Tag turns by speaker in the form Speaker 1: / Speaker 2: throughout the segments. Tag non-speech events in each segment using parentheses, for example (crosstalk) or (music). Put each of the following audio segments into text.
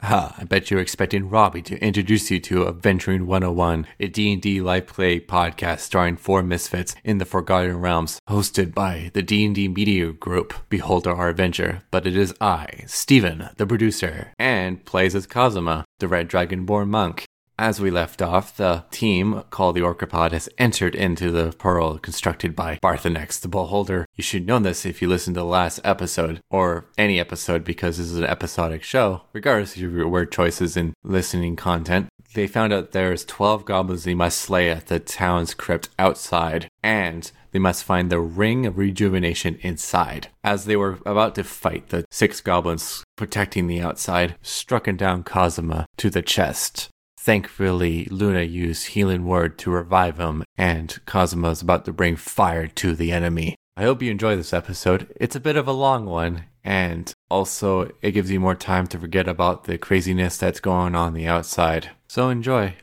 Speaker 1: Ha, I bet you're expecting Robbie to introduce you to Adventuring 101, a D&D live play podcast starring four misfits in the Forgotten Realms, hosted by the D&D Media Group. Behold our adventure, but it is I, Steven, the producer, and plays as Kazuma, the Red Dragonborn monk. As we left off, the team called the Orcapod has entered into the pearl constructed by Barthenex the Beholder. You should know this if you listened to the last episode, or any episode because this is an episodic show, regardless of your word choices and listening content. They found out there's 12 goblins they must slay at the town's crypt outside, and they must find the ring of rejuvenation inside. As they were about to fight, the six goblins protecting the outside struck and down Kazuma to the chest. Thankfully, Luna used healing word to revive him, and Cosmo's about to bring fire to the enemy. I hope you enjoy this episode. It's a bit of a long one, and also it gives you more time to forget about the craziness that's going on the outside. So enjoy.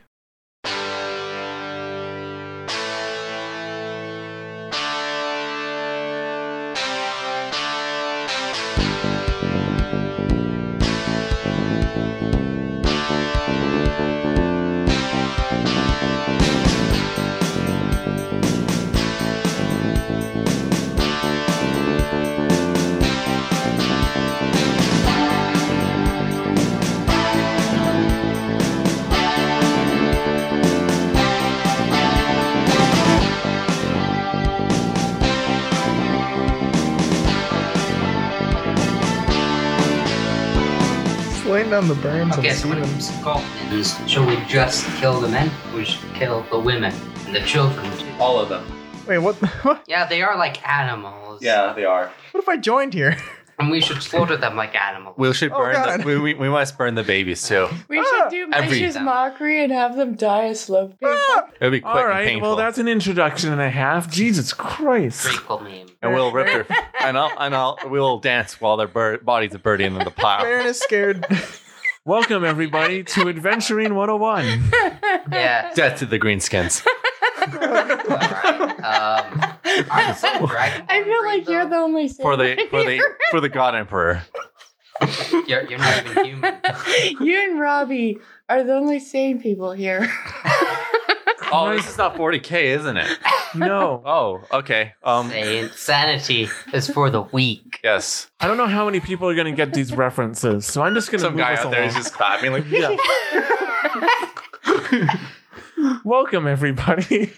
Speaker 2: Just laying down the burns
Speaker 3: Okay,
Speaker 2: of
Speaker 3: so what
Speaker 2: Steven.
Speaker 3: is called is should we just kill the men? We should kill the women and the children too.
Speaker 4: All of them.
Speaker 2: Wait, what, (laughs) what?
Speaker 3: Yeah, they are like animals.
Speaker 4: Yeah, they are.
Speaker 2: What if I joined here? (laughs)
Speaker 3: And we should slaughter them like animals.
Speaker 1: We should
Speaker 2: Oh, burn the- God.
Speaker 1: we, we, we must burn the babies too.
Speaker 5: We
Speaker 2: Ah!
Speaker 5: should do
Speaker 1: Every-
Speaker 5: Maisha's mockery and have them die a slow painful
Speaker 2: Ah!
Speaker 1: It would be
Speaker 6: All right. Well, that's an introduction and a half. Jesus Christ.
Speaker 3: Prequel meme.
Speaker 1: and we'll rip their
Speaker 6: (laughs)
Speaker 1: and I'll and I'll we'll dance while their bur- bodies are burning in the pile.
Speaker 2: Baron is scared.
Speaker 6: (laughs) Welcome everybody to Adventuring 101.
Speaker 3: (laughs) Yeah.
Speaker 1: Death to the greenskins.
Speaker 3: Alright. Um aren't some dragon
Speaker 5: I feel like you're the only
Speaker 1: for the for the for the God Emperor.
Speaker 3: you're, you're not even human.
Speaker 5: (laughs) you and Robbie are the only sane
Speaker 1: (laughs)
Speaker 5: people here.
Speaker 1: (laughs) Oh, this is not 40k, isn't it?
Speaker 6: No,
Speaker 1: Oh, okay. Um,
Speaker 3: Say sanity is for the weak.
Speaker 1: yes.
Speaker 6: I don't know how many people are going to get these references, so I'm just going to
Speaker 1: Some
Speaker 6: move
Speaker 1: guy
Speaker 6: us
Speaker 1: out there is
Speaker 6: along.
Speaker 1: just clapping like, (laughs) yeah.
Speaker 6: (laughs) Welcome everybody.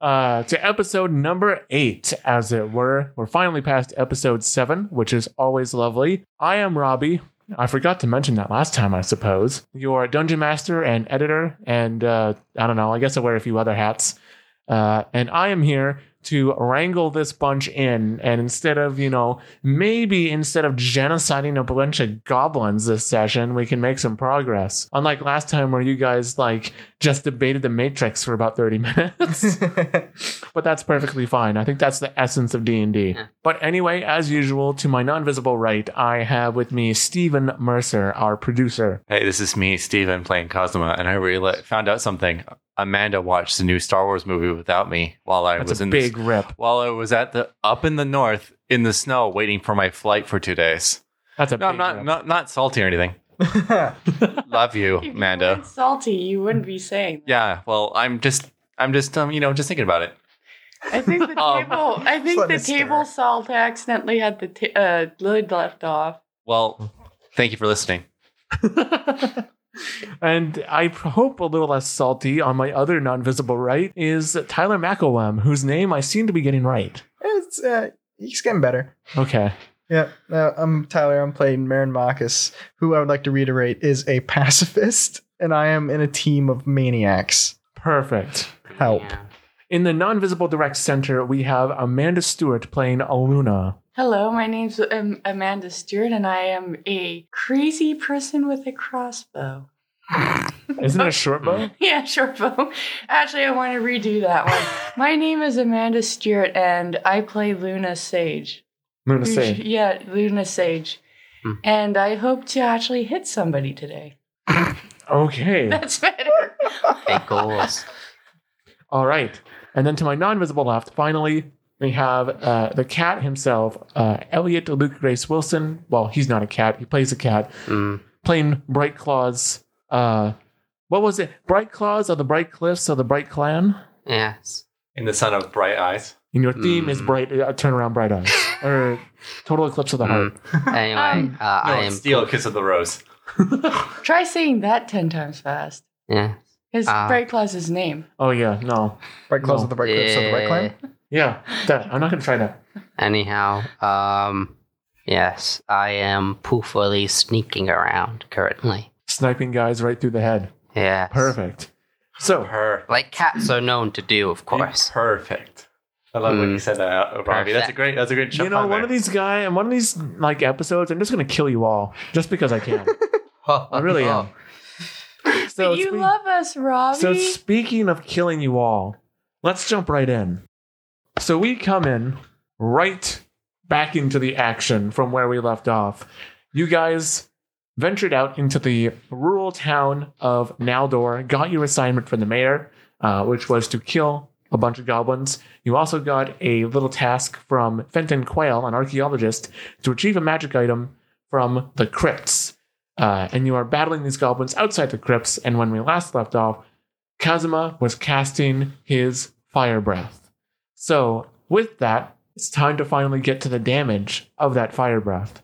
Speaker 6: Uh, to episode number eight, as it were. We're finally past episode seven, which is always lovely. I am Robbie. I forgot to mention that last time, I suppose. Your dungeon master and editor, and uh, I don't know, I guess I wear a few other hats. Uh, and I am here to wrangle this bunch in. And instead of, you know, maybe instead of genociding a bunch of goblins this session, we can make some progress. Unlike last time where you guys, like, just debated the Matrix for about
Speaker 2: (laughs)
Speaker 6: 30 minutes but that's perfectly fine. I think that's the essence of D&D.
Speaker 3: Yeah.
Speaker 6: But anyway, as usual, to my non-visible right, I have with me Stephen Mercer, our producer.
Speaker 1: Hey, this is me, Steven, playing Cosma, and I really found out something. Amanda watched the new Star Wars movie without me while I
Speaker 6: That's
Speaker 1: was
Speaker 6: a
Speaker 1: in the-
Speaker 6: big rip.
Speaker 1: while I was at the up in the north in the snow waiting for my flight for two days.
Speaker 6: That's a
Speaker 1: No, I'm
Speaker 6: big
Speaker 1: not
Speaker 6: rip.
Speaker 1: not not salty or (laughs) anything. Love you,
Speaker 5: If you
Speaker 1: Amanda.
Speaker 5: weren't salty, you wouldn't be saying. that.
Speaker 1: Yeah, well, I'm just I'm just um, you know, just thinking about it.
Speaker 5: I think
Speaker 1: (laughs)
Speaker 5: the
Speaker 1: Oh.
Speaker 5: table. I think
Speaker 2: Let
Speaker 5: the
Speaker 2: it stir.
Speaker 5: table salt accidentally had the t- uh, lid left off.
Speaker 1: Well, thank you for listening.
Speaker 6: (laughs) and I p- hope a little less salty on my other non-visible right is Tyler McElwem, whose name I seem to be getting right.
Speaker 2: it's, uh, he's getting better.
Speaker 6: Okay.
Speaker 2: Yeah, no, I'm Tyler. I'm playing Marin Marcus, who I would like to reiterate is a (laughs) pacifist, and I am in a team of maniacs.
Speaker 6: Perfect.
Speaker 2: Help.
Speaker 3: Yeah.
Speaker 6: In the non-visible direct center, we have Amanda Stewart playing Aluna.
Speaker 5: Hello, my name's um, Amanda Stewart, and I am a crazy person with a crossbow.
Speaker 6: Isn't it a short bow?
Speaker 5: (laughs) Yeah, short bow. Actually, I want to redo that one. My name is Amanda Stewart, and I play Luna Sage.
Speaker 6: I'm going to
Speaker 5: You
Speaker 6: say.
Speaker 5: sh- Yeah, Luna Sage.
Speaker 3: Hmm.
Speaker 5: And I hope to actually hit somebody today.
Speaker 6: Okay.
Speaker 5: That's better.
Speaker 3: Big goals.
Speaker 6: All right. And then to my non visible left, finally, we have uh, the cat himself, uh, Elliot Luke Grace Wilson. Well, he's not a cat, he plays a cat.
Speaker 3: Mm.
Speaker 6: playing Bright Claws. Uh, what was it? Bright Claws or the Bright Cliffs or the Bright Clan?
Speaker 3: Yes.
Speaker 1: In the sun of bright eyes.
Speaker 6: And your theme is
Speaker 5: Hmm.
Speaker 3: Mm.
Speaker 6: bright. Uh, turn around,
Speaker 5: (laughs)
Speaker 6: bright eyes, or total eclipse of the heart.
Speaker 3: Anyway,
Speaker 5: Um,
Speaker 3: uh, I
Speaker 1: it's
Speaker 3: am.
Speaker 1: Steel Kiss of the Rose.
Speaker 5: Try saying that 10 times fast.
Speaker 3: Yeah.
Speaker 5: His
Speaker 3: Ah.
Speaker 5: Bright Claw's his name.
Speaker 6: Oh yeah, no,
Speaker 2: Bright claws
Speaker 6: No.
Speaker 2: of the bright cliffs of the bright climb.
Speaker 6: yeah, that, I'm not gonna try that.
Speaker 3: Anyhow, um, yes, I am poofily sneaking around currently.
Speaker 6: Sniping guys right through the head.
Speaker 3: Yeah.
Speaker 6: Perfect. So
Speaker 1: Perfect.
Speaker 3: Like cats are known to do, of course.
Speaker 1: Perfect. I love when
Speaker 3: Mm.
Speaker 1: you said that, uh, Robbie. That's a
Speaker 3: Perfect.
Speaker 1: great. That's a great.
Speaker 6: you know, one of these guy and one of these like episodes, I'm just gonna kill you all just because
Speaker 5: (laughs)
Speaker 6: I can. I really
Speaker 3: Oh.
Speaker 6: am. So
Speaker 5: Oh. but you
Speaker 6: spe-
Speaker 5: love us, Robbie.
Speaker 6: So speaking of killing you all, let's jump right in. So we come in right back into the action from where we left off. You guys ventured out into the rural town of Naldor, got your assignment from the mayor, uh, which was to kill a bunch of goblins. You also got a little task from Fenton Quayle, an archaeologist, to achieve a magic item from the crypts. Uh, and you are battling these goblins outside the crypts. And when we last left off, Kazuma was casting his fire breath. So, with that, it's time to finally get to the damage of that fire breath.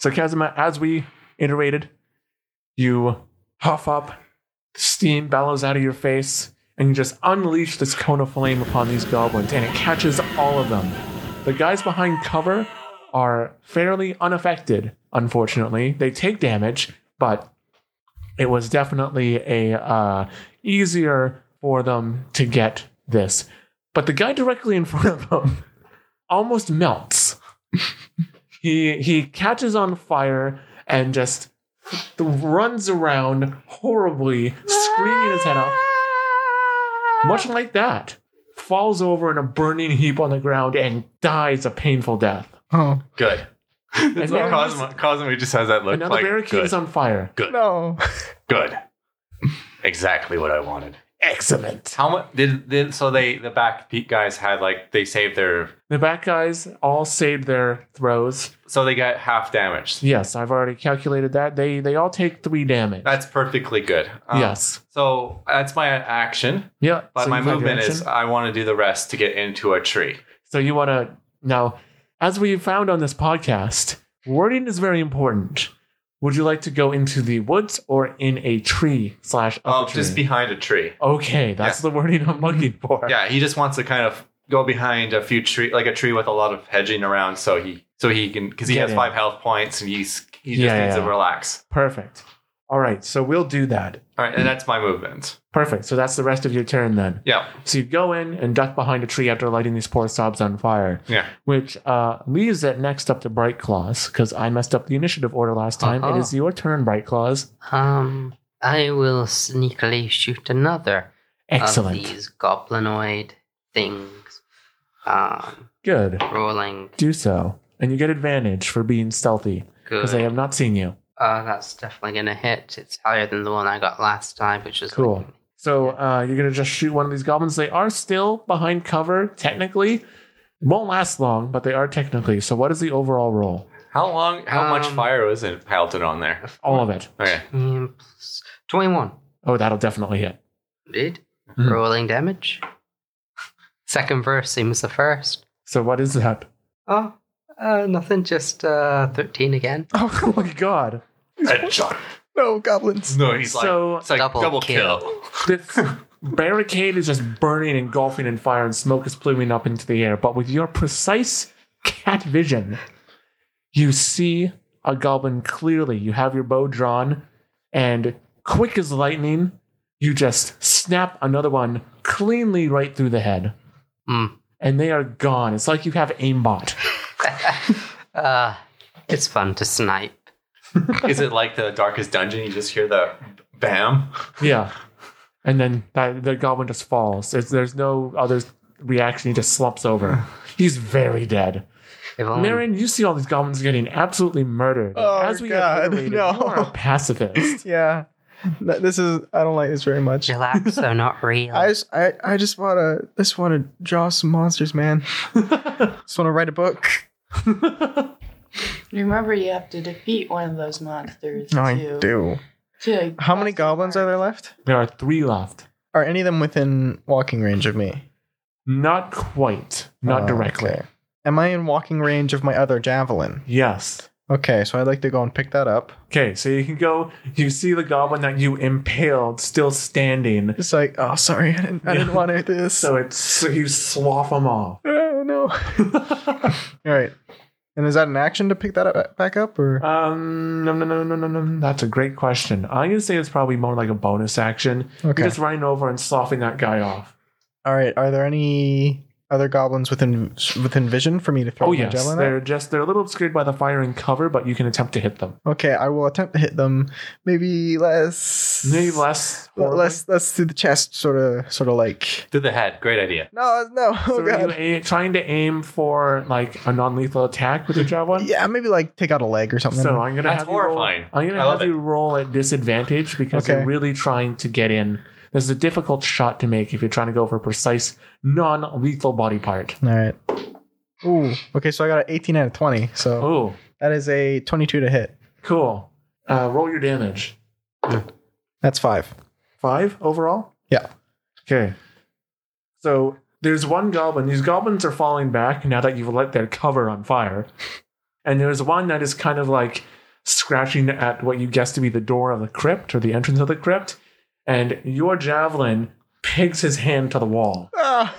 Speaker 6: So, Kazuma, as we iterated, you huff up, steam bellows out of your face, and you just unleash this cone of flame upon these goblins, and it catches all of them. The guys behind cover are fairly unaffected, unfortunately. They take damage, but it was definitely a uh, easier for them to get this. But the guy directly in front of them almost melts. (laughs) he he catches on fire and just runs around horribly, screaming his
Speaker 1: (laughs)
Speaker 6: head off much like that, falls over in a burning heap on the ground and dies a painful death.
Speaker 2: Oh
Speaker 1: good. That's what
Speaker 6: now
Speaker 1: Cosmo, Cosmo just has that look
Speaker 6: Another
Speaker 1: like.
Speaker 6: barricade
Speaker 1: Good.
Speaker 6: is on fire.
Speaker 2: no!
Speaker 1: good. Exactly what I wanted.
Speaker 6: Excellent.
Speaker 1: How much did, did so they the back peak guys had like they saved their
Speaker 6: The back guys all saved their throws.
Speaker 1: so they got half damage.
Speaker 6: Yes, I've already calculated that. They they all take three damage.
Speaker 1: That's perfectly good. Um,
Speaker 6: yes.
Speaker 1: So that's my action,
Speaker 6: Yeah.
Speaker 1: but
Speaker 6: so
Speaker 1: my
Speaker 6: you got your
Speaker 1: movement is uh,
Speaker 6: action.
Speaker 1: I want to do the rest to get into a tree.
Speaker 6: So you want to now, as we found on this podcast, wording is very important. Would you like to go into the woods or in a tree slash?
Speaker 1: Oh,
Speaker 6: up a
Speaker 1: just
Speaker 6: tree?
Speaker 1: behind a tree.
Speaker 6: Okay, that's the wording I'm looking for.
Speaker 1: Yeah, he just wants to kind of go behind a few tree, like a tree with a lot of hedging around, so he so he can because he
Speaker 6: Get
Speaker 1: has
Speaker 6: in.
Speaker 1: five health points and he's he just
Speaker 6: Yeah,
Speaker 1: needs
Speaker 6: yeah.
Speaker 1: to relax.
Speaker 6: Perfect. All right, so we'll do that.
Speaker 1: All right, and that's my movement.
Speaker 6: Perfect. So that's the rest of your turn then.
Speaker 1: Yeah,
Speaker 6: So you go in and duck behind a tree after lighting these poor sobs on fire,
Speaker 1: yeah.
Speaker 6: which uh, leaves it next up to Bright Claws because I messed up the initiative order last time. It
Speaker 3: Uh-huh.
Speaker 6: is your turn, Bright Claws.
Speaker 3: Um, I will sneakily shoot another
Speaker 6: Excellent.
Speaker 3: of these goblinoid things. Um,
Speaker 6: Good.
Speaker 3: rolling
Speaker 6: Do so. And you get advantage for being stealthy
Speaker 3: good.
Speaker 6: because they have not seen you.
Speaker 3: Uh, that's definitely gonna hit. It's higher than the one I got last time, which is
Speaker 6: Cool.
Speaker 3: Like,
Speaker 6: So uh, you're gonna just shoot one of these goblins. They are still behind cover technically. Won't last long, but they are technically. So what is the overall roll?
Speaker 1: How long? How much
Speaker 3: Um,
Speaker 1: fire was it pelted on there?
Speaker 6: All of it.
Speaker 1: Okay,
Speaker 3: 15 mm, plus- Twenty-one.
Speaker 6: Oh, that'll definitely hit.
Speaker 3: Indeed.
Speaker 6: Mhm.
Speaker 3: Rolling damage. (laughs) Second verse seems the first.
Speaker 6: So what is that? (laughs)
Speaker 3: Oh, uh, nothing. Just uh, thirteen again.
Speaker 6: Oh my god.
Speaker 1: headshot.
Speaker 2: No goblins.
Speaker 1: No, he's like
Speaker 6: So-
Speaker 1: it's like double,
Speaker 3: Double
Speaker 1: kill.
Speaker 3: kill.
Speaker 6: This barricade is just burning and engulfing in fire and smoke is pluming up into the air. But with your precise cat vision, you see a goblin clearly. You have your bow drawn, and quick as lightning, you just snap another one cleanly right through the head.
Speaker 3: Mm.
Speaker 6: And they are gone. It's like you have aimbot.
Speaker 3: uh, it's fun to snipe.
Speaker 1: (laughs) Is it like the darkest dungeon? You just hear the bam.
Speaker 6: Yeah. And then that, the goblin just falls. There's, there's no other reaction. He just slumps over. He's very dead.
Speaker 3: If only
Speaker 6: Marin, you see all these goblins getting absolutely murdered.
Speaker 2: Um, Oh,
Speaker 6: As we
Speaker 2: God, (laughs)
Speaker 6: have iterated,
Speaker 2: no.
Speaker 6: you are a pacifist.
Speaker 2: Yeah, No, this is. I don't like this very much.
Speaker 3: relax,
Speaker 5: (laughs)
Speaker 3: though not real.
Speaker 2: I just, I, I just wanna, just wanna draw some monsters, man. just wanna write a book.
Speaker 5: Remember, you have to defeat one of those monsters.
Speaker 2: No, I
Speaker 5: to,
Speaker 2: do.
Speaker 5: to
Speaker 2: How many goblins are there left?
Speaker 6: There are three left.
Speaker 2: Are any of them within walking range of me?
Speaker 6: Not quite. Not
Speaker 2: Oh,
Speaker 6: directly.
Speaker 2: okay. Am I in walking range of my other javelin?
Speaker 6: Yes.
Speaker 2: Okay, so I'd like to go and pick that up.
Speaker 6: Okay, so you can go. You see the goblin that you impaled still standing.
Speaker 2: It's like, oh, sorry, I didn't, I didn't
Speaker 6: Yeah.
Speaker 2: want to do this.
Speaker 6: (laughs) So it's so you slough
Speaker 2: (laughs)
Speaker 6: them off.
Speaker 2: oh (laughs) no. All right. And is that an action to pick that up, back up, or
Speaker 6: um, no, no, no, no, no, no. That's a great question. I'm gonna say it's probably more like a bonus action.
Speaker 2: okay?
Speaker 6: You're just running over and sloughing that guy off. Oh,
Speaker 2: All right. Are there any other goblins within within vision for me to throw
Speaker 6: Oh
Speaker 2: my
Speaker 6: yes,
Speaker 2: javelin at?
Speaker 6: they're just they're a little obscured by the fire and cover, but you can attempt to hit them.
Speaker 2: Okay, I will attempt to hit them. Maybe less.
Speaker 6: Maybe less.
Speaker 2: le-
Speaker 6: horribly.
Speaker 2: Less. Less through the chest, sort of. Sort of like.
Speaker 1: Through the head. Great idea.
Speaker 2: No, no. (laughs) Oh
Speaker 6: So are you
Speaker 2: god.
Speaker 6: a- trying to aim for like a non-lethal attack with your
Speaker 2: (laughs)
Speaker 6: javelin?
Speaker 2: Yeah, maybe like take out a leg or something.
Speaker 6: So I'm gonna
Speaker 1: That's
Speaker 6: have
Speaker 1: horrifying.
Speaker 6: You roll, I'm gonna
Speaker 1: I love
Speaker 6: have you roll at disadvantage because
Speaker 2: Okay.
Speaker 6: you're really trying to get in. This is a difficult shot to make if you're trying to go for a precise, non-lethal body part.
Speaker 2: All right. Ooh. Okay, so I got an 18 out of 20. So
Speaker 6: Oh,
Speaker 2: that is a 22 to hit.
Speaker 6: cool. Uh, roll your damage.
Speaker 2: That's five.
Speaker 6: Five overall.
Speaker 2: Yeah.
Speaker 6: Okay. So there's one goblin. These goblins are falling back now that you've lit their cover on fire, and there's one that is kind of like scratching at what you guess to be the door of the crypt or the entrance of the crypt, and your javelin pegs his hand to the wall.
Speaker 2: Ah,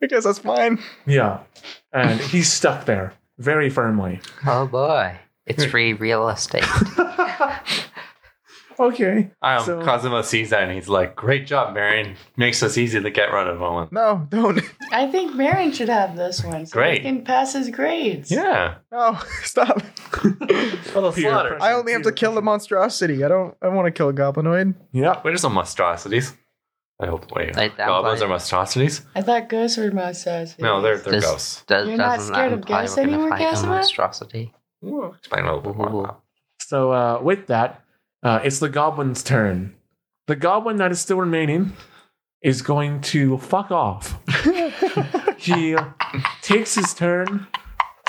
Speaker 2: I guess that's fine.
Speaker 6: Yeah, and he's stuck there very firmly.
Speaker 3: Oh boy. It's free real
Speaker 6: (laughs)
Speaker 3: estate.
Speaker 6: Okay.
Speaker 1: Um,
Speaker 6: So-
Speaker 1: Cosimo sees that and he's like, "Great job, Marion. Makes us easy to get rid of one."
Speaker 2: No, don't. (laughs)
Speaker 5: I think Marion should have this one. So
Speaker 1: Great.
Speaker 5: He can pass his grades.
Speaker 1: Yeah.
Speaker 2: No, stop.
Speaker 1: Little
Speaker 6: Peer
Speaker 1: slaughter.
Speaker 6: pressure.
Speaker 2: I only have to kill the monstrosity. I don't. I want to kill a goblinoid.
Speaker 6: Yep.
Speaker 1: Wait, are some monstrosities? I hope. Wait,
Speaker 3: Like that
Speaker 1: goblins
Speaker 3: one.
Speaker 1: are monstrosities?
Speaker 5: I thought ghosts were monsters.
Speaker 1: No, they're they're
Speaker 3: Does-
Speaker 1: ghosts.
Speaker 3: does-
Speaker 5: You're not
Speaker 3: doesn't that
Speaker 5: scared of
Speaker 3: imply
Speaker 5: ghosts
Speaker 3: we're gonna
Speaker 5: anymore,
Speaker 3: fight a
Speaker 5: Casimir?
Speaker 3: monstrosity?
Speaker 1: Ooh, Explain a little bit more.
Speaker 3: Ooh.
Speaker 1: about-
Speaker 6: So uh, with that, uh, it's the goblin's turn. The goblin that is still remaining is going to fuck off. he takes his turn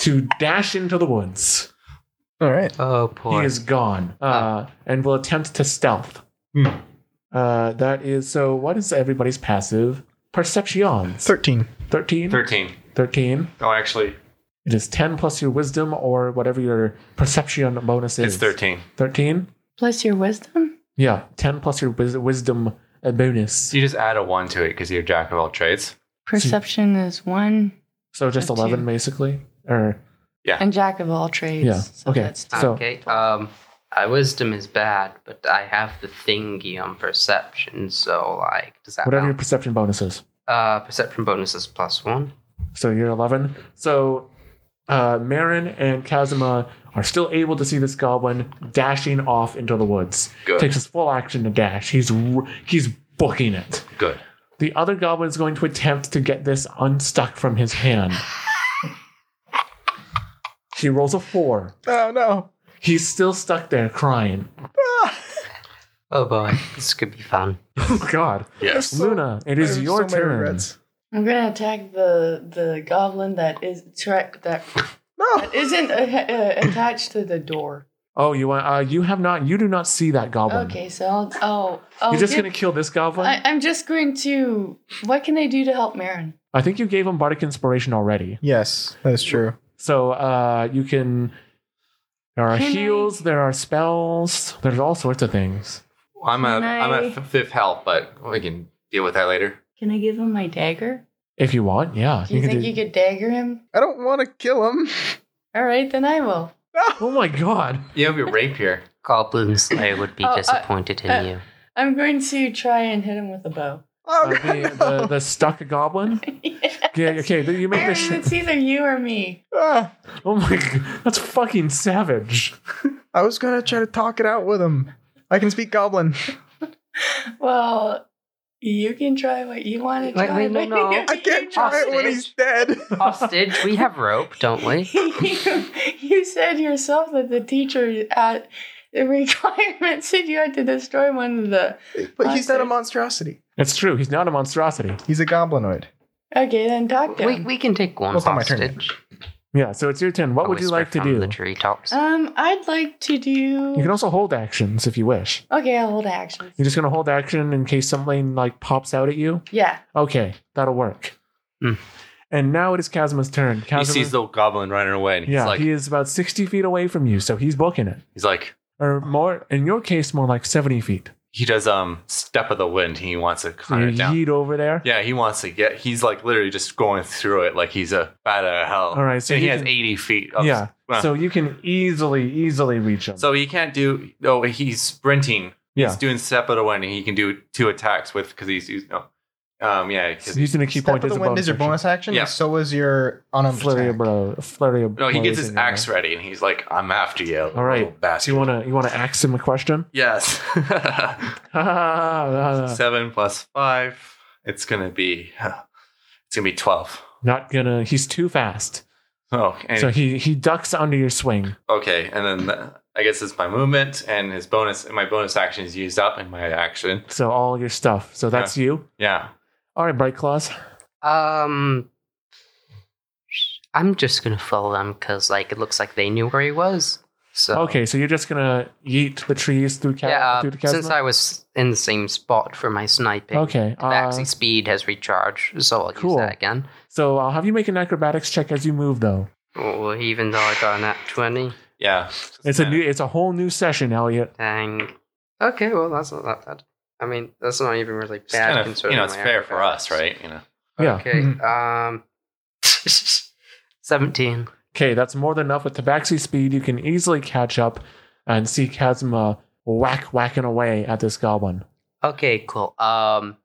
Speaker 6: to dash into the woods.
Speaker 2: All right.
Speaker 3: Oh
Speaker 6: He
Speaker 3: poor.
Speaker 6: is gone
Speaker 1: Ah.
Speaker 6: uh, and will attempt to stealth.
Speaker 1: Hmm.
Speaker 6: Uh, that is so. What is everybody's passive? Perceptions.
Speaker 2: 13.
Speaker 6: 13?
Speaker 1: Thirteen.
Speaker 6: 13.
Speaker 1: Oh, actually,
Speaker 6: It is 10 plus your wisdom or whatever your perception bonus is.
Speaker 1: it's thirteen.
Speaker 6: 13?
Speaker 5: Plus your wisdom?
Speaker 6: Yeah, 10 plus your wis- wisdom uh, bonus.
Speaker 1: So you just add a one to it because you're jack of all trades.
Speaker 5: Perception is one,
Speaker 6: So just
Speaker 5: That's
Speaker 6: 11
Speaker 5: you.
Speaker 6: basically? Or
Speaker 5: and jack of all trades.
Speaker 6: Yeah,
Speaker 5: So
Speaker 6: okay.
Speaker 5: That's
Speaker 6: So-
Speaker 3: okay. Um, my wisdom is bad, but I have the thingy on perception. So like, does that
Speaker 6: whatever your
Speaker 3: count?
Speaker 6: perception bonus is.
Speaker 3: Uh, perception bonus is plus one.
Speaker 6: So you're 11. So uh, Marin and Kazuma are still able to see this goblin dashing off into the woods.
Speaker 1: Good.
Speaker 6: Takes his full action to dash. He's r- he's booking it.
Speaker 1: Good.
Speaker 6: The other goblin is going to attempt to get this unstuck from his hand. She rolls a four.
Speaker 2: Oh, no.
Speaker 6: He's still stuck there crying.
Speaker 3: Oh boy, this could be fun.
Speaker 6: Oh God,
Speaker 1: Yes.
Speaker 6: Luna, it
Speaker 2: I
Speaker 6: is
Speaker 2: have
Speaker 6: your
Speaker 2: so many
Speaker 6: turn.
Speaker 2: regrets.
Speaker 5: I'm gonna attack the the goblin that is tra- that
Speaker 2: No.
Speaker 5: that isn't uh, uh, attached to the door.
Speaker 6: Oh, you want? Uh, you have not. You do not see that goblin.
Speaker 5: Okay, so I'll, oh oh.
Speaker 6: You're just
Speaker 5: give-
Speaker 6: gonna kill this goblin.
Speaker 5: I,
Speaker 6: I,
Speaker 5: I'm just going to. What can I do to help Marin?
Speaker 6: think you gave him bardic inspiration already,
Speaker 2: Yes, that is true.
Speaker 6: so uh, you can. There are
Speaker 5: Can I-
Speaker 6: heals. There are spells. There's all sorts of things.
Speaker 1: I'm at
Speaker 5: Can
Speaker 1: I'm
Speaker 5: I-
Speaker 1: at f- fifth health, but we can deal with that later.
Speaker 5: Can I give him my dagger?
Speaker 6: If you want, yeah.
Speaker 5: Do you,
Speaker 6: can
Speaker 5: think
Speaker 6: do-
Speaker 5: you could dagger him?
Speaker 2: I don't want to kill him.
Speaker 5: All right, then I will.
Speaker 6: Oh my god!
Speaker 1: You have your rapier.
Speaker 3: Goblin Slayer would be
Speaker 5: Oh, I-
Speaker 3: disappointed in
Speaker 5: uh, (laughs)
Speaker 3: you.
Speaker 5: I'm going to try and hit him with a bow. (laughs)
Speaker 2: Oh,
Speaker 6: Uh,
Speaker 2: God,
Speaker 6: the,
Speaker 2: no.
Speaker 6: the, the stuck goblin. Yeah. Okay. then You make
Speaker 5: Marin,
Speaker 6: this. Sh-
Speaker 5: it's either you or me.
Speaker 2: Ah,
Speaker 6: (laughs) oh my! God, that's fucking savage.
Speaker 2: I was going to try to talk it out with him. I can speak goblin.
Speaker 5: Well, you can try what you want to
Speaker 3: Wait,
Speaker 5: try.
Speaker 3: wait, no,
Speaker 5: but (laughs)
Speaker 3: no.
Speaker 5: you-
Speaker 2: I can't try it when he's
Speaker 6: (laughs)
Speaker 2: dead.
Speaker 3: Hostage, we have rope, don't we?
Speaker 5: you, (laughs) you said yourself that the teacher at the (laughs) requirement said you had to destroy one of the.
Speaker 2: But he's not a monstrosity.
Speaker 6: It's true. He's not a monstrosity.
Speaker 2: He's a goblinoid.
Speaker 5: Okay, then talk to
Speaker 3: We,
Speaker 5: him.
Speaker 3: we can take one
Speaker 2: Well, it's not my turn
Speaker 3: hostage.
Speaker 6: Yeah, so it's your turn. What
Speaker 3: A
Speaker 6: would you
Speaker 3: whisper
Speaker 6: like to
Speaker 3: from
Speaker 6: do?
Speaker 3: The treetops.
Speaker 5: Um, I'd like to do.
Speaker 6: You can also hold actions if you wish.
Speaker 5: okay, I'll hold actions.
Speaker 6: You're just gonna hold action in case something like pops out at you.
Speaker 5: Yeah.
Speaker 6: Okay, that'll work.
Speaker 3: Hmm.
Speaker 6: And now it is Kazima's turn. Kazima,
Speaker 1: he sees the goblin running away, and he's
Speaker 6: yeah,
Speaker 1: like,
Speaker 6: he is about sixty feet away from you, so he's booking it.
Speaker 1: he's like,
Speaker 6: Or more, in your case, more like seventy feet.
Speaker 1: he does um step of the wind. He wants to
Speaker 6: So
Speaker 1: cut
Speaker 6: you
Speaker 1: it down.
Speaker 6: yeet over there.
Speaker 1: Yeah, he wants to get. He's like literally just going through it like he's a bat out of hell.
Speaker 6: All right, so
Speaker 1: and he
Speaker 6: you
Speaker 1: has
Speaker 6: can-
Speaker 1: eighty feet. Of,
Speaker 6: Yeah.
Speaker 1: Wow.
Speaker 6: So you can easily, easily reach him.
Speaker 1: so he can't do. No, he's sprinting.
Speaker 6: yeah.
Speaker 1: He's doing step of the wind, and he can do two attacks with because he's using. No, um, yeah,
Speaker 6: So
Speaker 1: because
Speaker 6: Using a key
Speaker 2: Step
Speaker 6: point
Speaker 2: of
Speaker 6: as
Speaker 2: the
Speaker 6: a
Speaker 2: wind
Speaker 6: bonus.
Speaker 2: is your
Speaker 6: action.
Speaker 2: bonus action.
Speaker 1: Yeah.
Speaker 2: And so is your unarmed
Speaker 6: Flurry of
Speaker 2: attack.
Speaker 6: blow. Flurry of
Speaker 1: no, he gets
Speaker 6: blows
Speaker 1: his
Speaker 6: in your
Speaker 1: axe
Speaker 6: mouth.
Speaker 1: ready, and he's like, "I'm after you."
Speaker 6: All right.
Speaker 1: little bastard."
Speaker 6: So you wanna you wanna axe him a question? (laughs)
Speaker 1: Yes.
Speaker 6: Uh.
Speaker 1: Seven plus five. It's gonna be. It's gonna be twelve.
Speaker 6: Not gonna. He's too fast.
Speaker 1: Oh, and
Speaker 6: So he he ducks under your swing.
Speaker 1: okay, and then the, I guess it's my movement and his bonus. And my bonus action is used up in my action.
Speaker 6: So all your stuff. So that's you.
Speaker 1: Yeah.
Speaker 6: All right, Bright Claws.
Speaker 3: Um, I'm just gonna follow them because like it looks like they knew where he was. So
Speaker 6: Okay, so you're just gonna yeet the trees through Ca-
Speaker 3: yeah, uh,
Speaker 6: through the chasm.
Speaker 3: since I was in the same spot for my sniping,
Speaker 6: okay.
Speaker 3: the
Speaker 6: uh,
Speaker 3: Maxi speed has recharged, so I'll
Speaker 6: Cool.
Speaker 3: use that again.
Speaker 6: uh, so I'll have you make an acrobatics check as you move, though.
Speaker 3: Oh, even though I got an at twenty,
Speaker 1: Yeah.
Speaker 6: It's a new. It's a whole new session, Elliot.
Speaker 3: dang. Okay, well that's not that bad. I mean, that's not even really
Speaker 1: It's
Speaker 3: bad.
Speaker 1: kind of-
Speaker 3: considering
Speaker 1: you know, it's
Speaker 3: my
Speaker 1: fair for us,
Speaker 3: acrobatics.
Speaker 1: right? You know.
Speaker 6: Yeah. mm-hmm.
Speaker 3: Okay. Um, (laughs) seventeen.
Speaker 6: Okay, that's more than enough. With Tabaxi speed, you can easily catch up and see Kazma whack whacking away at this goblin.
Speaker 3: Okay, cool. Um,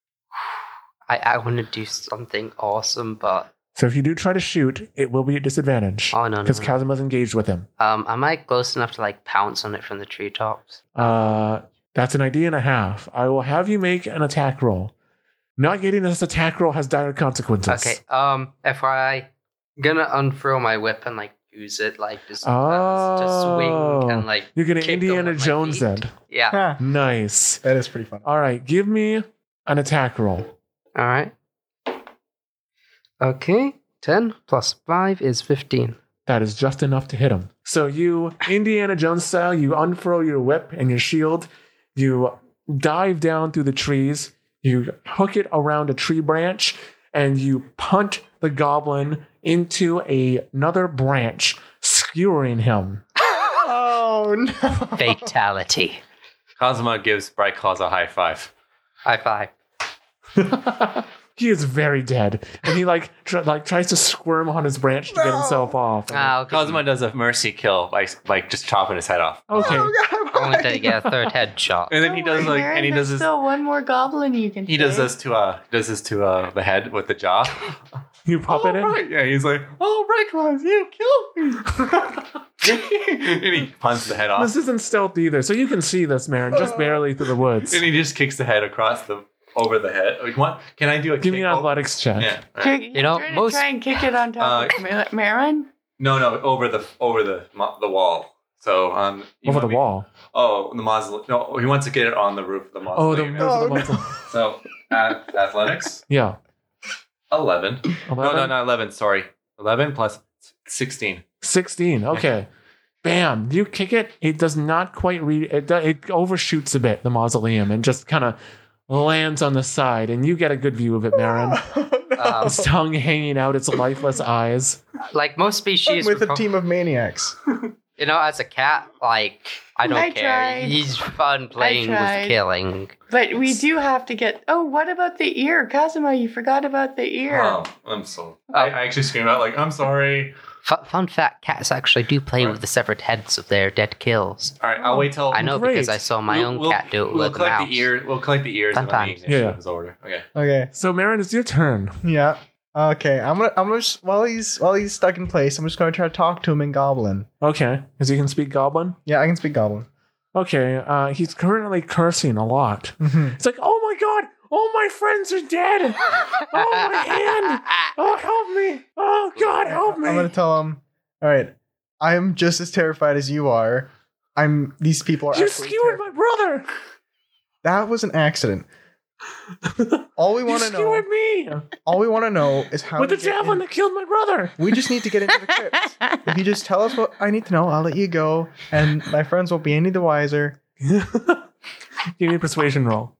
Speaker 3: (sighs) I I want to do something awesome, but
Speaker 6: So if you do try to shoot, it will be at disadvantage
Speaker 3: oh no, no,
Speaker 6: because
Speaker 3: no.
Speaker 6: Kazima's engaged with him.
Speaker 3: um, am I close enough to like pounce on it from the treetops?
Speaker 6: Uh, that's an idea and a half. I will have you make an attack roll. Not getting this attack roll has dire consequences.
Speaker 3: Okay. Um, FYI, gonna unfurl my whip and like use it like just to
Speaker 6: Oh.
Speaker 3: swing and like
Speaker 6: You're going to
Speaker 3: Kick them
Speaker 6: Indiana
Speaker 3: with my
Speaker 6: Jones
Speaker 3: feet.
Speaker 6: end.
Speaker 3: yeah.
Speaker 2: Huh.
Speaker 6: Nice.
Speaker 2: Ah. That is pretty
Speaker 6: (laughs)
Speaker 2: fun.
Speaker 6: All right, give me an attack roll.
Speaker 3: All right. Okay. Ten plus five is fifteen.
Speaker 6: That is just enough to hit him. So you, Indiana Jones style, you unfurl your whip and your shield. You dive down through the trees. You hook it around a tree branch and you punt the goblin into a, another branch, skewering him.
Speaker 2: Oh no!
Speaker 3: Fatality.
Speaker 1: Cosmo gives Bright Claws a high five.
Speaker 3: High five.
Speaker 6: (laughs) he is very dead, and he like tr- like tries to squirm on his branch to get himself off.
Speaker 3: Ah, okay.
Speaker 1: Cosmo does a mercy kill by like just chopping his head off,
Speaker 6: okay,
Speaker 2: Oh, (laughs) God,
Speaker 3: Only did he get a (laughs) third headshot.
Speaker 1: and then he
Speaker 5: Don't
Speaker 1: does
Speaker 5: worry,
Speaker 1: like, and he
Speaker 5: Aaron,
Speaker 1: does this.
Speaker 5: there's Still one more goblin you can.
Speaker 1: He does
Speaker 5: take. (laughs)
Speaker 1: this to uh does this to uh the head with the
Speaker 6: (laughs)
Speaker 1: jaw. (laughs)
Speaker 6: you pop it in.
Speaker 1: right. Yeah, he's like, "Oh, Bright Claws, you killed me!" (laughs) and he punts the head off,
Speaker 6: This isn't stealth either, so you can see this Marin just
Speaker 2: Oh.
Speaker 6: barely through the woods.
Speaker 1: and he just kicks the head across the over the head. Oh, you want? Can I do a
Speaker 6: Give me
Speaker 1: kick?
Speaker 6: an
Speaker 1: Oh,
Speaker 6: athletics check.
Speaker 1: Yeah. all right.
Speaker 5: Kick, you
Speaker 3: know,
Speaker 5: know, try,
Speaker 3: most-
Speaker 5: to try and kick it on
Speaker 1: Uh,
Speaker 5: top of Ma- Marin.
Speaker 1: No, no, over the over the mo- the wall. So um, you
Speaker 6: Over
Speaker 1: want
Speaker 6: the
Speaker 1: me-
Speaker 6: wall.
Speaker 1: Oh, the mausoleum. No, he wants to get it on the roof of the
Speaker 6: Oh, the,
Speaker 1: mausoleum. (laughs)
Speaker 2: Oh,
Speaker 6: the
Speaker 2: no.
Speaker 1: So, uh, athletics,
Speaker 6: yeah.
Speaker 1: 11. No,
Speaker 6: 11?
Speaker 1: no, not 11, sorry. 11 plus 16.
Speaker 6: 16. Okay. Bam! You kick it. It does not quite read. It do- it overshoots a bit the mausoleum and just kind of lands on the side, and you get a good view of it, Marin.
Speaker 2: Oh.
Speaker 3: Um,
Speaker 6: Its tongue hanging out, its lifeless eyes.
Speaker 3: like most
Speaker 2: I'm
Speaker 3: species,
Speaker 2: with
Speaker 3: would
Speaker 2: a
Speaker 3: prob-
Speaker 2: team of maniacs.
Speaker 3: You know, as a cat, like I don't
Speaker 5: I
Speaker 3: care.
Speaker 5: tried.
Speaker 3: He's fun playing
Speaker 5: tried.
Speaker 3: with killing.
Speaker 5: But we do have to get. Oh, what about the ear, Cosimo? You forgot about the ear.
Speaker 1: Wow, Oh, I'm so. I, I actually screamed out, like, I'm sorry.
Speaker 3: Fun, fun fact: cats actually do play with the severed heads of their dead kills.
Speaker 1: All right, I'll wait till.
Speaker 3: I know because
Speaker 6: Great.
Speaker 3: I saw my
Speaker 1: we'll-
Speaker 3: own
Speaker 1: we'll-
Speaker 3: cat do it
Speaker 1: We'll
Speaker 3: with a
Speaker 1: collect
Speaker 3: mouse.
Speaker 1: the
Speaker 3: (laughs)
Speaker 1: ear. We'll collect the ears and
Speaker 3: Sometimes.
Speaker 1: when the
Speaker 6: Yeah.
Speaker 1: initiative is order.
Speaker 3: (laughs)
Speaker 1: Okay.
Speaker 2: Okay.
Speaker 6: So Marin, it's your turn.
Speaker 2: Yeah. Okay. I'm gonna. I'm just while he's while he's stuck in place. I'm just gonna try to talk to him in Goblin.
Speaker 6: Okay, because you can speak Goblin.
Speaker 2: Yeah, I can speak Goblin.
Speaker 6: Okay, uh, he's currently cursing a lot.
Speaker 2: Mhm.
Speaker 6: It's like, oh my god, all my friends are dead. Oh my hand! Oh help me! Oh god, help
Speaker 2: I'm gonna
Speaker 6: me!
Speaker 2: tell him. All right. I'm just as terrified as you are. I'm. These people are.
Speaker 6: You
Speaker 2: absolutely
Speaker 6: skewered
Speaker 2: terri-
Speaker 6: my brother. (laughs)
Speaker 2: That was an accident. All we
Speaker 6: You
Speaker 2: want to know,
Speaker 6: skewered me
Speaker 2: all we want to know, is how
Speaker 6: with
Speaker 2: to
Speaker 6: the
Speaker 2: get
Speaker 6: javelin
Speaker 2: in.
Speaker 6: that killed
Speaker 2: (laughs)
Speaker 6: my brother.
Speaker 2: We just need to get into the crypt. if you just tell us what I need to know, I'll let you go, and my friends won't be any the wiser.
Speaker 6: Give me a persuasion roll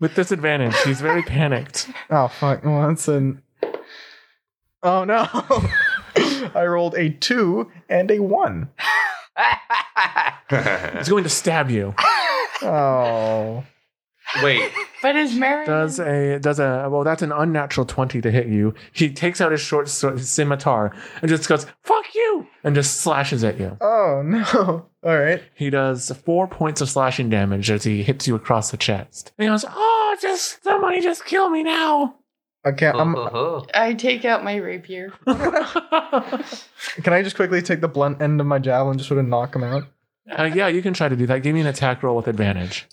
Speaker 6: with disadvantage. He's very panicked.
Speaker 2: Oh fuck! Well, that's an. Oh no! (laughs) I rolled a two and a one.
Speaker 6: He's going to stab you.
Speaker 2: Oh.
Speaker 1: Wait,
Speaker 5: But is Marion
Speaker 6: Does a does a well? That's an unnatural twenty to hit you. He takes out his short sword, his scimitar, and just goes "fuck you" and just slashes at you.
Speaker 2: Oh no! All right.
Speaker 6: He does four points of slashing damage as he hits you across the chest. And he goes, "Oh, just somebody just kill me now."
Speaker 2: Okay.
Speaker 3: Ho,
Speaker 2: I'm,
Speaker 3: ho, ho.
Speaker 5: I take out my rapier.
Speaker 6: uh,
Speaker 2: can I just quickly take the blunt end of my javelin, just sort of knock him out?
Speaker 6: yeah, you can try to do that. Give me an attack roll with advantage.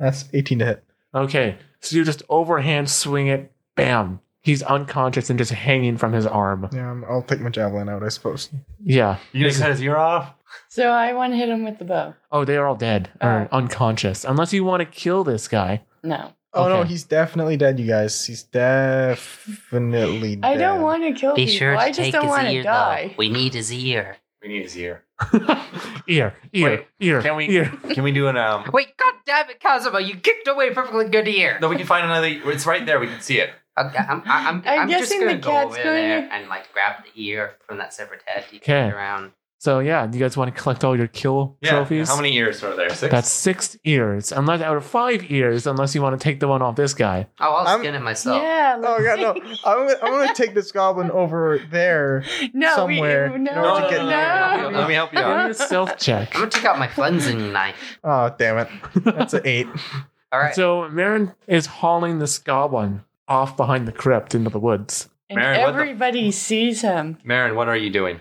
Speaker 2: That's 18 to hit.
Speaker 6: Okay, so you just overhand swing it, bam. He's unconscious and just hanging from his arm.
Speaker 2: Yeah, I'm, I'll take my javelin out, I suppose.
Speaker 6: Yeah.
Speaker 1: you gonna cut his ear off?
Speaker 5: So I want to hit him with the bow.
Speaker 6: Oh, they are all dead or
Speaker 5: Oh.
Speaker 6: unconscious. Unless you want to kill this guy.
Speaker 5: No.
Speaker 2: Oh no,
Speaker 6: Okay.
Speaker 2: he's definitely dead, you guys. He's definitely dead.
Speaker 5: I don't want to kill
Speaker 3: Be
Speaker 5: people.
Speaker 3: sure to
Speaker 5: I just
Speaker 3: take
Speaker 5: don't
Speaker 3: his
Speaker 5: want
Speaker 3: ear,
Speaker 5: to
Speaker 3: though.
Speaker 5: die.
Speaker 3: We need his ear.
Speaker 1: We need his ear.
Speaker 6: ear, ear,
Speaker 1: Wait,
Speaker 6: ear.
Speaker 1: can we-
Speaker 6: Ear.
Speaker 1: Can we do an um?
Speaker 3: Wait, god damn it, Cosimo, you kicked away a perfectly good ear.
Speaker 1: No, we can find another. It's right there. We can see it.
Speaker 3: Okay, I'm, I'm, I'm,
Speaker 5: I'm
Speaker 3: I'm just
Speaker 5: guessing
Speaker 3: gonna
Speaker 5: the
Speaker 3: go
Speaker 5: cat's
Speaker 3: over
Speaker 5: going
Speaker 3: there
Speaker 5: to-
Speaker 3: and like grab the ear from that severed head. You
Speaker 6: Okay.
Speaker 3: turn around.
Speaker 6: So, yeah, you guys want to collect all your kill
Speaker 1: Yeah.
Speaker 6: trophies?
Speaker 1: How many ears are there? Six.
Speaker 6: That's six ears, unless out of five ears, unless you want to take the one off this guy.
Speaker 3: Oh, I'll
Speaker 2: I'm-
Speaker 3: skin it myself.
Speaker 5: Yeah.
Speaker 2: Oh god, no! I'm gonna, I'm gonna take this goblin over there.
Speaker 5: (laughs) no,
Speaker 2: somewhere
Speaker 5: We,
Speaker 2: in
Speaker 5: no,
Speaker 2: order
Speaker 1: no, no,
Speaker 2: to
Speaker 5: no,
Speaker 2: get-
Speaker 1: no, no, no, Let me help you out.
Speaker 6: Give me a
Speaker 1: (laughs)
Speaker 6: stealth check.
Speaker 3: I'm gonna take out my cleansing knife.
Speaker 2: Oh damn it! That's an eight.
Speaker 3: All right.
Speaker 6: So, Marin is hauling this goblin off behind the crypt into the woods. (laughs)
Speaker 5: And
Speaker 1: Maren, what the-
Speaker 5: everybody sees him.
Speaker 1: Marin, what are you doing?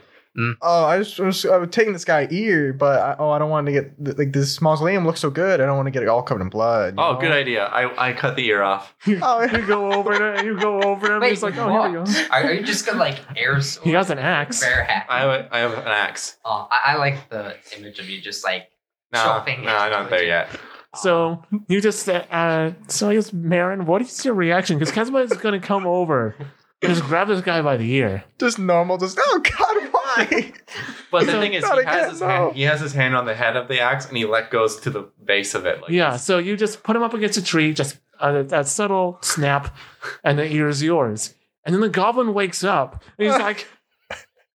Speaker 2: Oh, I just was, I was taking this guy ear, but I, oh, I don't want to get th- like this mausoleum looks so good. I don't want to get it all covered in blood. you
Speaker 1: Oh,
Speaker 2: know?
Speaker 1: good idea. I, I cut the ear off.
Speaker 2: Oh, yeah.
Speaker 6: you go over to you go over to him.
Speaker 3: Wait,
Speaker 6: he's like, oh, here we go.
Speaker 3: what? Are, are you just gonna like air sword?
Speaker 6: (laughs) He has an axe.
Speaker 3: Bear hack.
Speaker 1: I have, a, I have an axe.
Speaker 3: oh, I, I like the image of you just like. (laughs)
Speaker 1: No,
Speaker 3: Chopping
Speaker 1: no,
Speaker 3: it.
Speaker 1: I'm not there yet.
Speaker 6: So you just said, uh, so I guess Marin, what is your reaction? Because Kazuma is going to come over and just grab this guy by the ear.
Speaker 2: Just normal. Just oh god,
Speaker 6: (laughs)
Speaker 2: why? (laughs)
Speaker 1: But the
Speaker 6: So-
Speaker 1: thing is,
Speaker 2: Not
Speaker 1: he
Speaker 2: again,
Speaker 1: has his
Speaker 2: no.
Speaker 1: hand. He has his hand on the head of the axe, and he let goes to the base of it. Like,
Speaker 6: Yeah. So you just put him up against a tree, just a, a subtle snap, and the ear is yours. And then the goblin wakes up and he's like,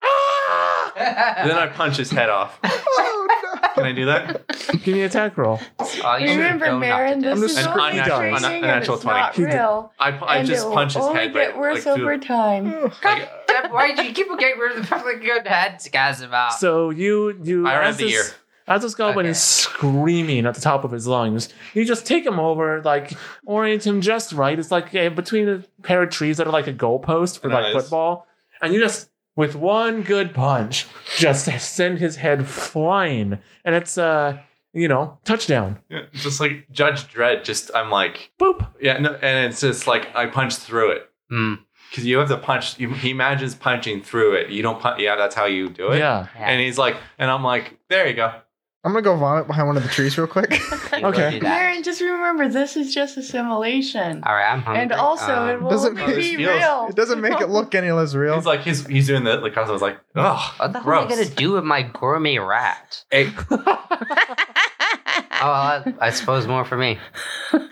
Speaker 6: "Ah!"
Speaker 1: And then I punch his head off.
Speaker 2: oh no!
Speaker 1: Can I do that?
Speaker 6: give me an attack roll.
Speaker 3: Oh, you should've
Speaker 5: Remember,
Speaker 3: known not to
Speaker 5: Marin,
Speaker 3: do
Speaker 5: this
Speaker 2: I'm
Speaker 3: that.
Speaker 5: is
Speaker 2: just-
Speaker 5: only
Speaker 1: An unnatural-
Speaker 5: training and
Speaker 1: unnatural
Speaker 5: it's not
Speaker 6: 20.
Speaker 5: real.
Speaker 1: I, pu- I
Speaker 5: and
Speaker 1: just
Speaker 5: it
Speaker 1: punch
Speaker 5: will
Speaker 1: his
Speaker 5: only
Speaker 1: head.
Speaker 5: get
Speaker 1: right,
Speaker 5: worse
Speaker 1: like, through-
Speaker 5: over time.
Speaker 1: like,
Speaker 3: Damn, Why did you keep getting rid of the perfectly good head, Kazima?
Speaker 6: So you you
Speaker 1: Ah. I read
Speaker 6: as
Speaker 1: the
Speaker 6: this-
Speaker 1: ear.
Speaker 6: As this goblin
Speaker 3: Okay.
Speaker 6: is screaming at the top of his lungs, you just take him over, like orient him just right. It's like eh, between a pair of trees that are like a goalpost for like
Speaker 1: Nice.
Speaker 6: football, and you just with one good punch, just send his head flying, and it's uh you know touchdown.
Speaker 1: Yeah, just like Judge Dredd, just I'm like,
Speaker 6: Boop.
Speaker 1: yeah, no, and it's just like I punch through it
Speaker 3: Hmm.
Speaker 1: because you have to punch. You, he imagines punching through it. You don't punch. Yeah, that's how you do it.
Speaker 6: Yeah.
Speaker 3: Yeah,
Speaker 1: And he's like, and I'm like, there you go.
Speaker 2: I'm gonna go vomit behind one of the trees real quick. (laughs)
Speaker 3: you will
Speaker 6: Okay.
Speaker 3: do that.
Speaker 5: Marin, just remember this is just assimilation.
Speaker 3: All right, I'm hungry.
Speaker 5: And also, it
Speaker 3: Um,
Speaker 5: will
Speaker 2: doesn't
Speaker 5: only
Speaker 2: make-
Speaker 5: be
Speaker 1: It feels-
Speaker 5: real.
Speaker 2: It doesn't make it look any less real.
Speaker 1: He's like, he's he's doing the like. I was like, oh,
Speaker 3: what the hell am I
Speaker 1: gross.
Speaker 3: gonna do with my
Speaker 1: (laughs)
Speaker 3: gourmet rat?
Speaker 1: Hey,
Speaker 3: Oh, I, I suppose more for me.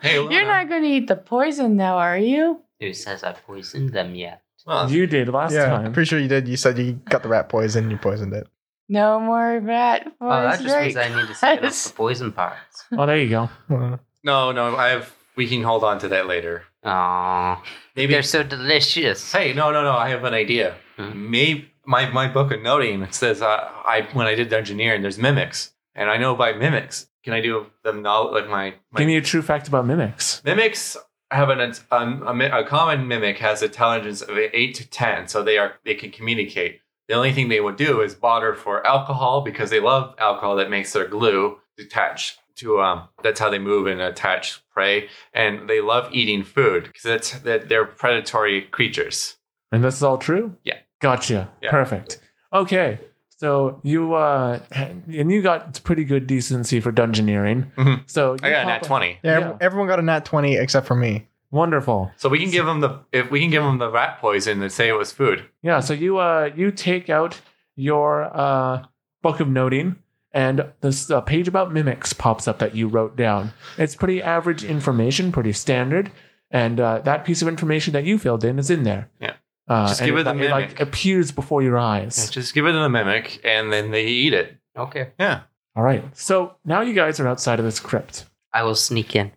Speaker 1: hey, Luna.
Speaker 5: You're not going to eat the poison now, are you?
Speaker 3: Who says I poisoned them yet?
Speaker 1: Well,
Speaker 6: You did last
Speaker 2: yeah,
Speaker 6: time.
Speaker 2: pretty sure you did. You said you got the rat poison. You poisoned it.
Speaker 5: No more rat for
Speaker 3: Oh, that just
Speaker 5: drink.
Speaker 3: means I need to skin off
Speaker 5: Yes.
Speaker 3: the poison parts.
Speaker 6: oh, there you go.
Speaker 2: Well,
Speaker 1: no, no. I have. We can hold on to that later.
Speaker 3: Aww.
Speaker 1: Maybe.
Speaker 3: They're so delicious.
Speaker 1: hey, no, no, no. I have an idea.
Speaker 3: Hmm.
Speaker 1: Maybe my my book of noting says uh, I when I did the engineering, there's mimics, and I know by mimics. Can I do them now? Like my, my
Speaker 6: Give me a true fact about mimics.
Speaker 1: Mimics have an um, a, mi- a common mimic has intelligence of eight to ten, so they are they can communicate. The only thing they would do is barter for alcohol because they love alcohol that makes their glue detach to um that's how they move and attach prey and they love eating food because that's that they're predatory creatures.
Speaker 6: And this is all true?
Speaker 1: Yeah.
Speaker 6: Gotcha.
Speaker 1: Yeah.
Speaker 6: Perfect. Okay. So you uh, and you got pretty good decency for dungeoneering.
Speaker 1: Mhm.
Speaker 6: So you
Speaker 1: I got a
Speaker 6: pop
Speaker 1: nat
Speaker 6: a-
Speaker 1: twenty,
Speaker 2: Yeah,
Speaker 6: Yeah.
Speaker 2: everyone got a nat twenty except for me.
Speaker 6: Wonderful.
Speaker 1: so we can give him the if we can give him the rat poison and say it was food.
Speaker 6: Yeah, so you uh you take out your uh book of noting and this uh, page about mimics pops up that you wrote down. It's pretty average information, pretty standard, and uh, that piece of information that you filled in is in there.
Speaker 1: Yeah.
Speaker 6: Uh,
Speaker 1: Just
Speaker 6: and
Speaker 1: give
Speaker 6: it,
Speaker 1: it the
Speaker 6: it, like
Speaker 1: mimic.
Speaker 6: appears before your
Speaker 1: Yeah,
Speaker 6: eyes.
Speaker 1: just give it to the mimic, and then they eat it.
Speaker 3: Okay.
Speaker 1: Yeah.
Speaker 6: All right. So now you guys are outside of this crypt.
Speaker 3: I will sneak in.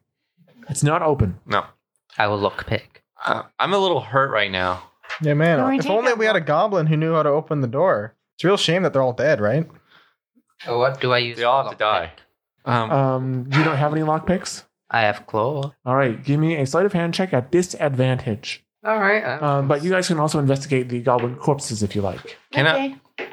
Speaker 6: It's not open.
Speaker 1: No,
Speaker 3: I will look pick.
Speaker 1: uh, I'm a little hurt right now.
Speaker 2: Yeah, man.
Speaker 5: Can we
Speaker 2: if
Speaker 5: take
Speaker 2: only
Speaker 5: it-
Speaker 2: we had a goblin who knew how to open the door. It's a real shame that they're all dead, right?
Speaker 3: Oh, What do I use?
Speaker 1: They all
Speaker 3: for
Speaker 1: have to die.
Speaker 3: lockpick?
Speaker 1: Um,
Speaker 2: Uh,
Speaker 6: Um, you don't have any lockpicks.
Speaker 3: I have claw.
Speaker 6: All right. Give me a sleight of hand check at disadvantage.
Speaker 3: All right. uh,
Speaker 6: Um, but you guys can also investigate the goblin corpses if you like.
Speaker 1: Can I-
Speaker 5: okay.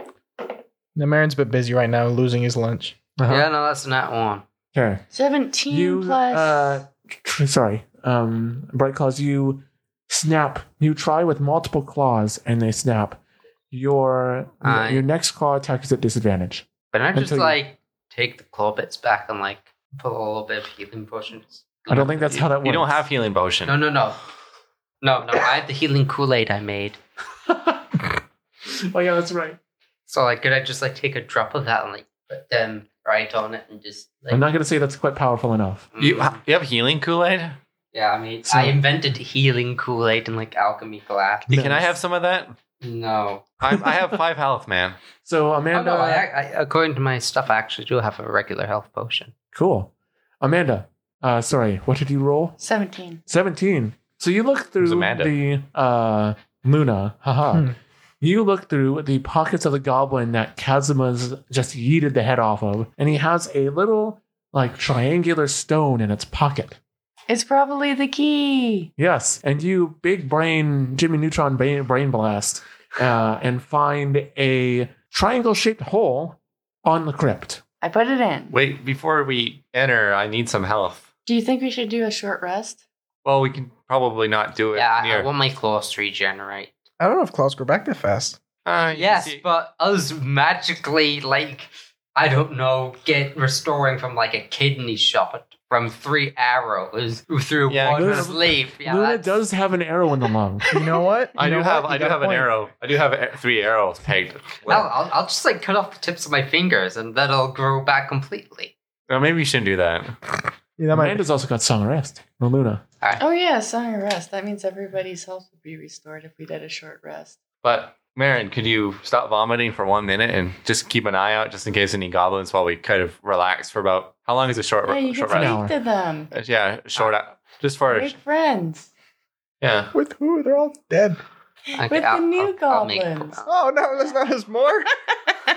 Speaker 2: The Marin's a bit busy right now, losing his lunch.
Speaker 6: uh-huh.
Speaker 3: Yeah, no, that's not one.
Speaker 6: Okay.
Speaker 5: 17
Speaker 6: you
Speaker 5: plus.
Speaker 6: uh tr- sorry um bright claws you snap you try with multiple claws and they snap your
Speaker 3: Aye.
Speaker 6: your next claw attack is at disadvantage
Speaker 3: But I just
Speaker 6: Until you-
Speaker 3: like take the claw bits back and like put a little bit of healing potions.
Speaker 6: i don't think that's how that works
Speaker 1: you don't have healing potion.
Speaker 3: No, no, no, no, no. I have the healing Kool Aid I made.
Speaker 6: oh yeah that's right
Speaker 3: So like, could I just like take a drop of that and like put them right on it and just like?
Speaker 6: i'm not going to say that's quite powerful enough
Speaker 3: Mm.
Speaker 1: You you have healing Kool Aid?
Speaker 3: yeah, I mean,
Speaker 6: So-
Speaker 3: I invented healing Kool Aid and like alchemy glass.
Speaker 1: Can I have some of that?
Speaker 3: No,
Speaker 1: I'm, I have five health, man.
Speaker 6: so
Speaker 3: Oh,
Speaker 6: amanda
Speaker 3: no, I, I, according to my stuff, I actually do have a regular health potion.
Speaker 6: cool amanda uh sorry what did you roll
Speaker 5: 17.
Speaker 6: 17. So you look through
Speaker 1: Who's Amanda?
Speaker 6: the uh, Luna, haha.
Speaker 2: Hmm.
Speaker 6: You look through the pockets of the goblin that Kazuma's just yeeted the head off of, and he has a little like triangular stone in its pocket.
Speaker 5: It's probably the key.
Speaker 6: Yes, and you big brain Jimmy Neutron brain, brain blast uh, and find a triangle shaped hole on the crypt.
Speaker 5: I put it in.
Speaker 1: Wait, before we enter, I need some health.
Speaker 5: Do you think we should do a short rest?
Speaker 1: Well, we can probably not do it
Speaker 3: Yeah, I, I
Speaker 1: near.
Speaker 3: want my claws to regenerate.
Speaker 2: I don't know if claws grow back that fast.
Speaker 1: Uh, you
Speaker 3: Yes,
Speaker 1: see-
Speaker 3: but us magically, like, I don't know, get restoring from like a kidney shot from three arrows through
Speaker 1: Yeah,
Speaker 3: one
Speaker 6: Luna-
Speaker 3: sleep. Yeah,
Speaker 6: Luna
Speaker 3: that's-
Speaker 6: does have an arrow in the lung.
Speaker 2: You know what?
Speaker 1: I
Speaker 2: You
Speaker 1: do
Speaker 2: know
Speaker 1: have
Speaker 2: what?
Speaker 1: I
Speaker 2: You
Speaker 1: do
Speaker 2: got a
Speaker 1: have an
Speaker 2: point.
Speaker 1: arrow. I do have a- three arrows pegged.
Speaker 3: Well, I'll, I'll just like cut off the tips of my fingers and that'll grow back completely.
Speaker 1: Well, maybe we shouldn't do that.
Speaker 2: (laughs) Yeah, that might
Speaker 6: Amanda's also got song rest. No, Luna.
Speaker 5: Oh, yeah, song and rest. That means everybody's health would be restored if we did a short rest.
Speaker 1: But Marin, could you stop vomiting for one minute and just keep an eye out just in case any goblins while we kind of relax for about how long is a short
Speaker 5: Yeah, you
Speaker 1: short
Speaker 5: could
Speaker 6: rest.
Speaker 1: rest?
Speaker 5: speak to them.
Speaker 1: Uh, Yeah, short out just for
Speaker 5: Make friends.
Speaker 1: yeah.
Speaker 2: (laughs) with who? They're all dead.
Speaker 3: Okay,
Speaker 5: With
Speaker 3: I'll-
Speaker 5: the new
Speaker 3: I'll- I'll make-
Speaker 5: goblins.
Speaker 2: Oh no, there's not as more. (laughs)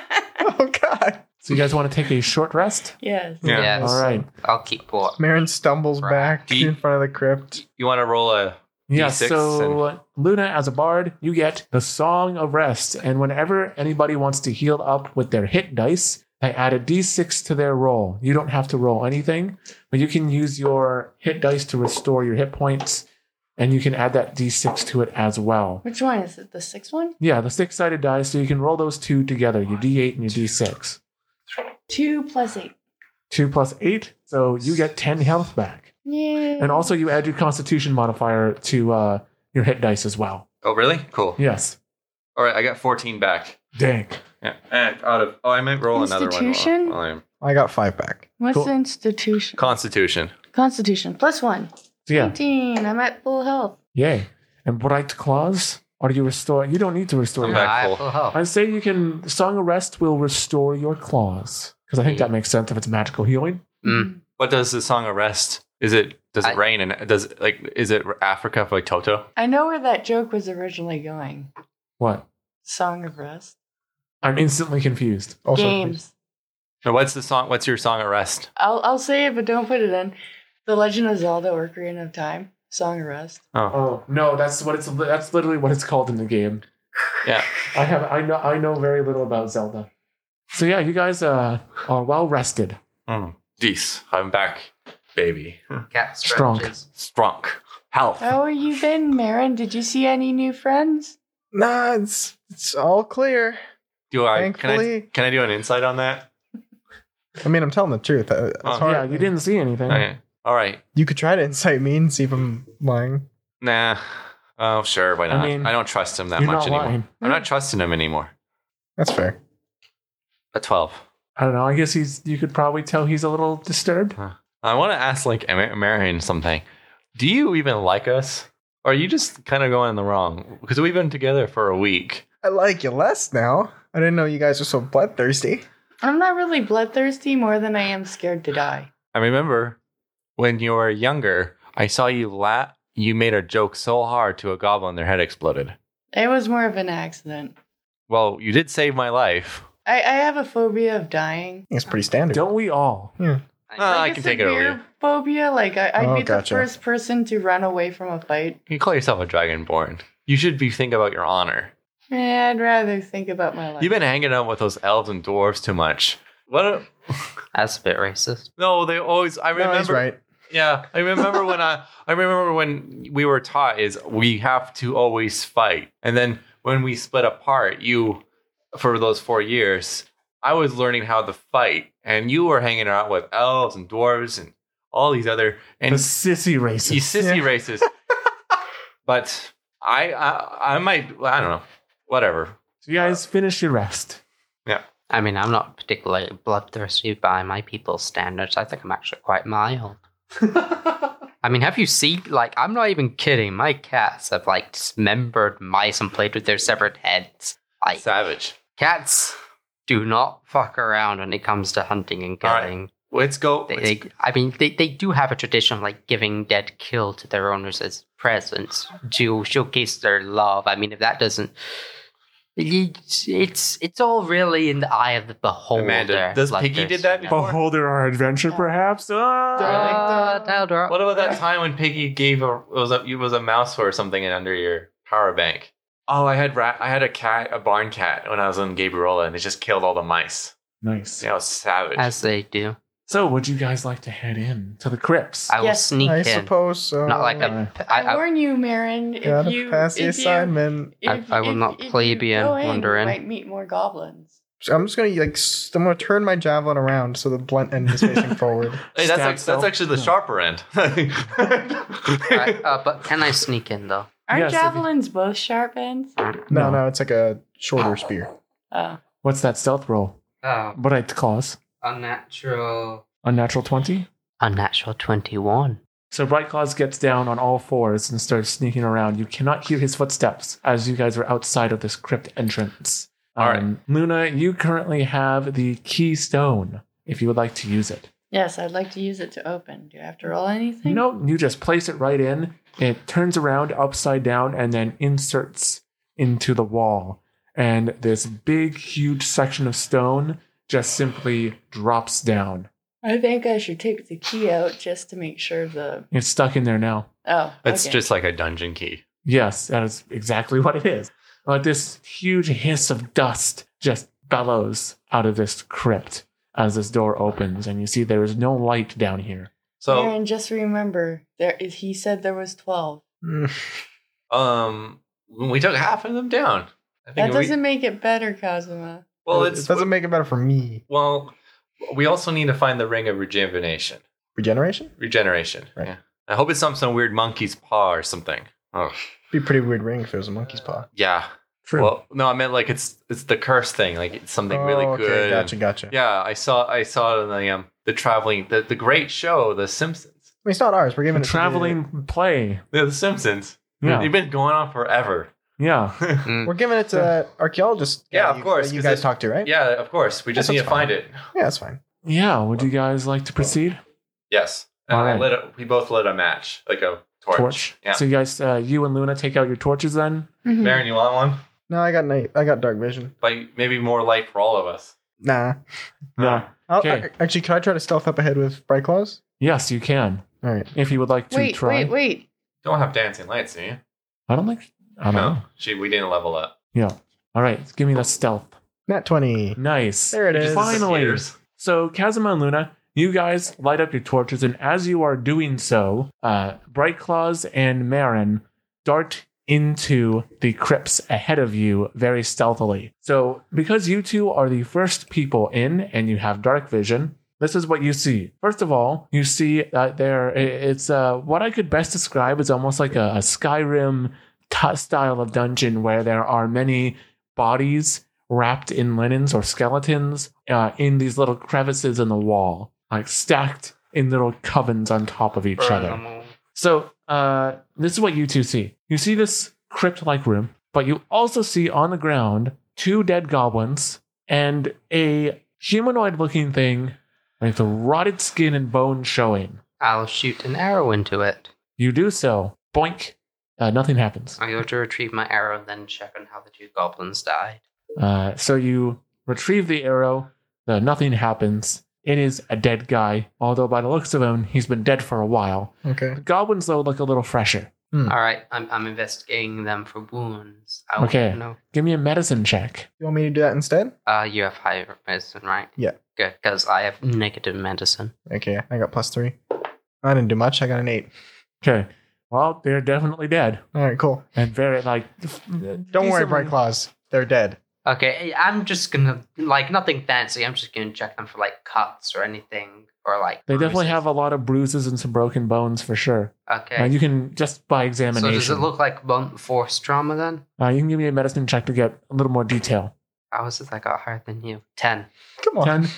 Speaker 2: oh god.
Speaker 6: So you guys want to take a short rest?
Speaker 5: (laughs) yes.
Speaker 1: Yeah.
Speaker 3: Yes,
Speaker 6: All right.
Speaker 3: I'll keep what.
Speaker 2: Marin stumbles
Speaker 3: Right.
Speaker 2: back
Speaker 1: Deep.
Speaker 2: in front of the crypt.
Speaker 1: You want to roll a
Speaker 6: Yeah,
Speaker 1: D6
Speaker 6: so uh, Luna, as a bard, you get the Song of Rest. And whenever anybody wants to heal up with their hit dice, they add a d6 to their roll. You don't have to roll anything, but you can use your hit dice to restore your hit points, and you can add that d6 to it as well.
Speaker 5: Which one is it? The sixth one?
Speaker 6: Yeah, the six sided die, so you can roll those two together your d8 and your d6.
Speaker 5: Two plus eight.
Speaker 6: Two plus eight, so you get 10 health back.
Speaker 5: Yeah.
Speaker 6: And also, you add your constitution modifier to uh, your hit dice as well.
Speaker 1: Oh really? Cool.
Speaker 6: Yes.
Speaker 1: All right, I got 14 back.
Speaker 6: Dang.
Speaker 1: Yeah. eh, Out of oh, I might roll another one.
Speaker 5: Institution?
Speaker 1: while- while I'm-
Speaker 2: I got five back.
Speaker 5: What's
Speaker 6: Cool.
Speaker 5: the institution?
Speaker 1: Constitution.
Speaker 5: Constitution. Plus one.
Speaker 6: So, yeah.
Speaker 5: 19. I'm at full health.
Speaker 6: Yay. And bright claws? Are you restore? You don't need to restore.
Speaker 1: I'm
Speaker 6: your-
Speaker 1: back
Speaker 3: I
Speaker 1: full.
Speaker 3: have full health.
Speaker 6: I say you can. Song of Rest will restore your claws because I think that makes sense if it's magical healing.
Speaker 3: Mm.
Speaker 1: What does the song arrest? Is it does it
Speaker 3: I-
Speaker 1: rain and does it, like is it Africa for like Toto?
Speaker 5: I know where that joke was originally going.
Speaker 6: What?
Speaker 5: Song of Rest.
Speaker 6: I'm instantly confused.
Speaker 2: Also,
Speaker 5: Games.
Speaker 1: No, what's the song? What's your song arrest?
Speaker 5: I'll, I'll say it, but don't put it in. The Legend of Zelda Ocarina of Time. Song of Rest.
Speaker 1: Oh,
Speaker 6: Oh no, that's what it's. That's literally what it's called in the game.
Speaker 1: (laughs) Yeah.
Speaker 6: I have. I know. I know very little about Zelda. So yeah, you guys uh, are well rested.
Speaker 1: mm. Dees, I'm back, baby.
Speaker 3: Cat
Speaker 6: Strong.
Speaker 3: stretches.
Speaker 1: Strunk. Health.
Speaker 5: How have you been, Marin? Did you see any new friends?
Speaker 2: Nah, it's it's all clear.
Speaker 1: Do I can, I?
Speaker 2: Thankfully-
Speaker 1: can I do an insight on that?
Speaker 2: I mean, I'm telling the truth. Uh, It's
Speaker 1: Oh.
Speaker 2: hard.
Speaker 6: Yeah, you didn't see anything.
Speaker 1: Okay. All right.
Speaker 2: You could try to incite me and see if I'm lying.
Speaker 1: Nah. Oh, sure. Why
Speaker 6: I
Speaker 1: not? I,
Speaker 6: mean,
Speaker 1: don't trust him that
Speaker 6: You're
Speaker 1: much
Speaker 6: not
Speaker 1: anymore.
Speaker 6: lying.
Speaker 1: I'm not trusting him anymore.
Speaker 2: That's fair.
Speaker 1: A 12.
Speaker 6: I don't know. I guess he's. You could probably tell he's a little disturbed.
Speaker 1: I want to ask, like, Amer- Marion something. Do you even like us? Or are you just kind of going in the wrong? Because we've been together for a week.
Speaker 2: I like you less now. I didn't know you guys were so bloodthirsty.
Speaker 5: I'm not really bloodthirsty more than I am scared to die.
Speaker 1: I remember when you were younger, I saw you laugh. You made a joke so hard to a goblin, their head exploded.
Speaker 5: It was more of an accident.
Speaker 1: Well, you did save my life.
Speaker 5: I, I have a phobia of dying.
Speaker 2: It's pretty standard.
Speaker 6: Don't we all?
Speaker 1: Ah,
Speaker 5: Like
Speaker 1: I
Speaker 5: a
Speaker 1: can take it over
Speaker 5: severe
Speaker 1: you.
Speaker 5: Phobia, like I, I'd
Speaker 2: Oh,
Speaker 5: be
Speaker 2: gotcha.
Speaker 5: the first person to run away from a fight.
Speaker 1: You call yourself a dragonborn. You should be thinking about your honor.
Speaker 5: Eh, I'd rather think about my life.
Speaker 1: You've been hanging out with those elves and dwarves too much. What? A,
Speaker 3: That's a bit racist.
Speaker 1: no, they always. I
Speaker 2: No,
Speaker 1: remember.
Speaker 2: he's right.
Speaker 1: Yeah, I remember when I I remember when we were taught is we have to always fight. And then when we split apart, you for those 4 years, I was learning how to fight and you were hanging out with elves and dwarves and all these other
Speaker 6: The
Speaker 1: and
Speaker 6: sissy races.
Speaker 1: you sissy
Speaker 2: Yeah.
Speaker 1: races. but I, I I might I don't know. Whatever.
Speaker 6: you guys finish your rest.
Speaker 3: I mean, I'm not particularly bloodthirsty by my people's standards. I think I'm actually
Speaker 1: (laughs)
Speaker 3: quite mild. I mean, have you seen, like, I'm not even kidding. My cats have, like, dismembered mice and played with their severed heads. Like,
Speaker 1: Savage.
Speaker 3: cats do not fuck around when it comes to hunting and
Speaker 1: All right.
Speaker 3: killing.
Speaker 1: Let's go.
Speaker 3: They,
Speaker 1: Let's-
Speaker 3: they, I mean, they, they do have a tradition of like giving dead kill to their owners as presents to showcase their love. I mean, if that doesn't, it's it's, it's all really in the eye of the beholder.
Speaker 1: Amanda, does
Speaker 3: Like,
Speaker 1: Piggy
Speaker 3: there's-
Speaker 1: did that before?
Speaker 6: Beholder our adventure, perhaps. Ah!
Speaker 3: Da- da- da-
Speaker 1: What about that time when Piggy gave a it was a it was a mouse or something in under your power bank? Oh, I had rat. I had a cat, a barn cat, when I was in Gabriola, and it just killed all the mice.
Speaker 6: Nice.
Speaker 1: Yeah, it was savage.
Speaker 3: As they do.
Speaker 6: So, would you guys like to head in to the crypts?
Speaker 3: I will
Speaker 5: Yes,
Speaker 3: sneak
Speaker 2: I
Speaker 3: in.
Speaker 2: suppose so.
Speaker 3: Not like
Speaker 6: Uh,
Speaker 3: a. I,
Speaker 5: I,
Speaker 3: I,
Speaker 5: warn you, Marin. If
Speaker 2: Gotta
Speaker 5: you
Speaker 2: pass the
Speaker 5: if you-
Speaker 2: assignment.
Speaker 3: I-
Speaker 5: if-
Speaker 3: I will
Speaker 5: if-
Speaker 3: not
Speaker 5: if you
Speaker 3: plebeian
Speaker 5: go in,
Speaker 3: wander in.
Speaker 5: You might meet more goblins.
Speaker 2: So I'm just gonna like s- I'm gonna turn my javelin around so the blunt end is facing forward.
Speaker 1: hey, that's
Speaker 6: Stab
Speaker 1: act-
Speaker 6: self?
Speaker 1: that's actually the
Speaker 6: No.
Speaker 1: sharper end.
Speaker 3: I,
Speaker 1: (laughs)
Speaker 3: uh, but can I sneak in though?
Speaker 5: Aren't
Speaker 6: Yes, if you-
Speaker 5: javelins both sharp ends?
Speaker 2: No,
Speaker 6: No.
Speaker 2: no, it's like a shorter spear.
Speaker 5: Oh.
Speaker 6: What's that stealth roll?
Speaker 1: Uh,
Speaker 3: Oh,
Speaker 6: What I'd cause
Speaker 3: unnatural.
Speaker 6: a natural twenty.
Speaker 3: Unnatural 21.
Speaker 6: So Bright Claws gets down on all fours and starts sneaking around. You cannot hear his footsteps as you guys are outside of this crypt entrance. Um,
Speaker 1: All right.
Speaker 6: Luna, you currently have the keystone if you would like to use it.
Speaker 5: Yes, I'd like to use it to open. Do I have to roll anything?
Speaker 6: No, you just place it right in. It turns around upside down and then inserts into the wall. And this big, huge section of stone just simply drops down.
Speaker 5: I think I should take the key out just to make sure the.
Speaker 6: It's stuck in there now.
Speaker 5: Oh.
Speaker 1: it's
Speaker 5: okay.
Speaker 1: just like a dungeon key.
Speaker 6: Yes, that is exactly (laughs) what it is. Like this huge hiss of dust just bellows out of this crypt as this door opens, and you see there is no light down here.
Speaker 1: So,
Speaker 5: Aaron, just remember, there he said there was twelve.
Speaker 2: Mm.
Speaker 1: um, we took half of them down. I
Speaker 5: That
Speaker 1: think we-
Speaker 5: doesn't make it better, Kazuma.
Speaker 1: well,
Speaker 2: it
Speaker 1: it's
Speaker 2: doesn't make it better for me.
Speaker 1: well. We also need to find the ring of rejuvenation.
Speaker 2: Regeneration?
Speaker 1: Regeneration.
Speaker 2: Right.
Speaker 1: Yeah. I hope it's not some weird monkey's paw or something. Oh,
Speaker 2: Be a pretty weird ring if it was a monkey's paw.
Speaker 1: yeah.
Speaker 6: True.
Speaker 1: Well, no, I meant like it's it's the curse thing, like it's something really
Speaker 2: Oh, okay,
Speaker 1: good.
Speaker 2: Gotcha, gotcha. I
Speaker 1: Yeah, I saw I saw it in the um the traveling the, the great show, The Simpsons.
Speaker 2: mean, it's not ours. We're giving
Speaker 6: a
Speaker 2: it to
Speaker 6: traveling play.
Speaker 1: Yeah, The Simpsons.
Speaker 6: Yeah.
Speaker 1: They've been going on (laughs) forever.
Speaker 6: Yeah.
Speaker 2: the, we're giving it to that archaeologist. guy
Speaker 1: Yeah, of
Speaker 2: you-
Speaker 1: course,
Speaker 2: that You
Speaker 1: 'cause
Speaker 2: guys
Speaker 1: it-
Speaker 2: talked to, right?
Speaker 1: Yeah, of course. We just
Speaker 2: That's
Speaker 1: need to find
Speaker 2: fine.
Speaker 1: it.
Speaker 2: yeah, that's fine.
Speaker 6: Yeah. Would you guys like to proceed?
Speaker 1: Yes. And
Speaker 6: All
Speaker 1: I
Speaker 6: right.
Speaker 1: lit a, we both lit a match, like a torch. Yeah.
Speaker 6: So you guys, uh, you and Luna, take out your torches then.
Speaker 3: Mm-hmm.
Speaker 1: Baron, you want one?
Speaker 2: No, I got night. I got dark vision.
Speaker 1: Like maybe more light for all of us.
Speaker 2: Nah.
Speaker 6: Yeah.
Speaker 2: I'll,
Speaker 6: Okay.
Speaker 2: I- actually, could I try to stealth up ahead with bright claws?
Speaker 6: Yes, you can.
Speaker 2: All right.
Speaker 6: If you would like to
Speaker 5: wait,
Speaker 6: try.
Speaker 5: wait, wait.
Speaker 1: Don't have dancing lights, do you?
Speaker 6: I don't think. I don't know.
Speaker 1: She we didn't level up.
Speaker 6: Yeah. All right. Give me the stealth.
Speaker 2: Nat twenty.
Speaker 6: Nice.
Speaker 2: There it
Speaker 1: Which
Speaker 2: is.
Speaker 1: is
Speaker 6: Finally.
Speaker 1: years.
Speaker 6: So, Kazuma and Luna, you guys light up your torches, and as you are doing so, uh, Bright Claws and Marin dart into the crypts ahead of you very stealthily. So, because you two are the first people in and you have dark vision, this is what you see. First of all, you see that there i- it's uh, what I could best describe as almost like a, a Skyrim t- style of dungeon where there are many bodies wrapped in linens or skeletons uh, in these little crevices in the wall, like stacked in little covens on top of each other. So uh, this is what you two see. You see this crypt-like room, but you also see on the ground two dead goblins and a humanoid-looking thing with rotted skin and bone showing.
Speaker 3: I'll shoot an arrow into it.
Speaker 6: You do so. Boink. Uh, nothing happens.
Speaker 3: I go to retrieve my arrow, then check on how the two goblins died.
Speaker 6: Uh, so you retrieve the arrow. Uh, nothing happens. It is a dead guy, although by the looks of him, he's been dead for a while.
Speaker 2: Okay.
Speaker 6: The goblins, though, look a little fresher.
Speaker 3: All right, I'm, I'm investigating them for wounds. I
Speaker 6: Okay.
Speaker 3: No,
Speaker 6: Give me a medicine check.
Speaker 2: You want me to do that instead?
Speaker 3: uh, you have higher medicine, right?
Speaker 2: Yeah.
Speaker 3: Good, because I have negative medicine.
Speaker 2: Okay, I got plus three. I didn't do much. I got an eight.
Speaker 6: Okay. Well, they're definitely dead.
Speaker 2: All right, cool.
Speaker 6: and very like
Speaker 2: Don't worry, Bright Claws. They're dead.
Speaker 3: Okay, I'm just gonna like nothing fancy. I'm just gonna check them for like cuts or anything or like.
Speaker 6: They definitely
Speaker 3: bruises.
Speaker 6: have a lot of bruises and some broken bones for sure.
Speaker 3: Okay.
Speaker 6: Uh, you can just by
Speaker 3: so
Speaker 6: examination.
Speaker 3: does it look like bone force trauma then?
Speaker 6: uh, you can give me a medicine check to get a little more detail.
Speaker 3: How is it I got higher than you? Ten. Oh.
Speaker 2: Come on.
Speaker 6: Ten.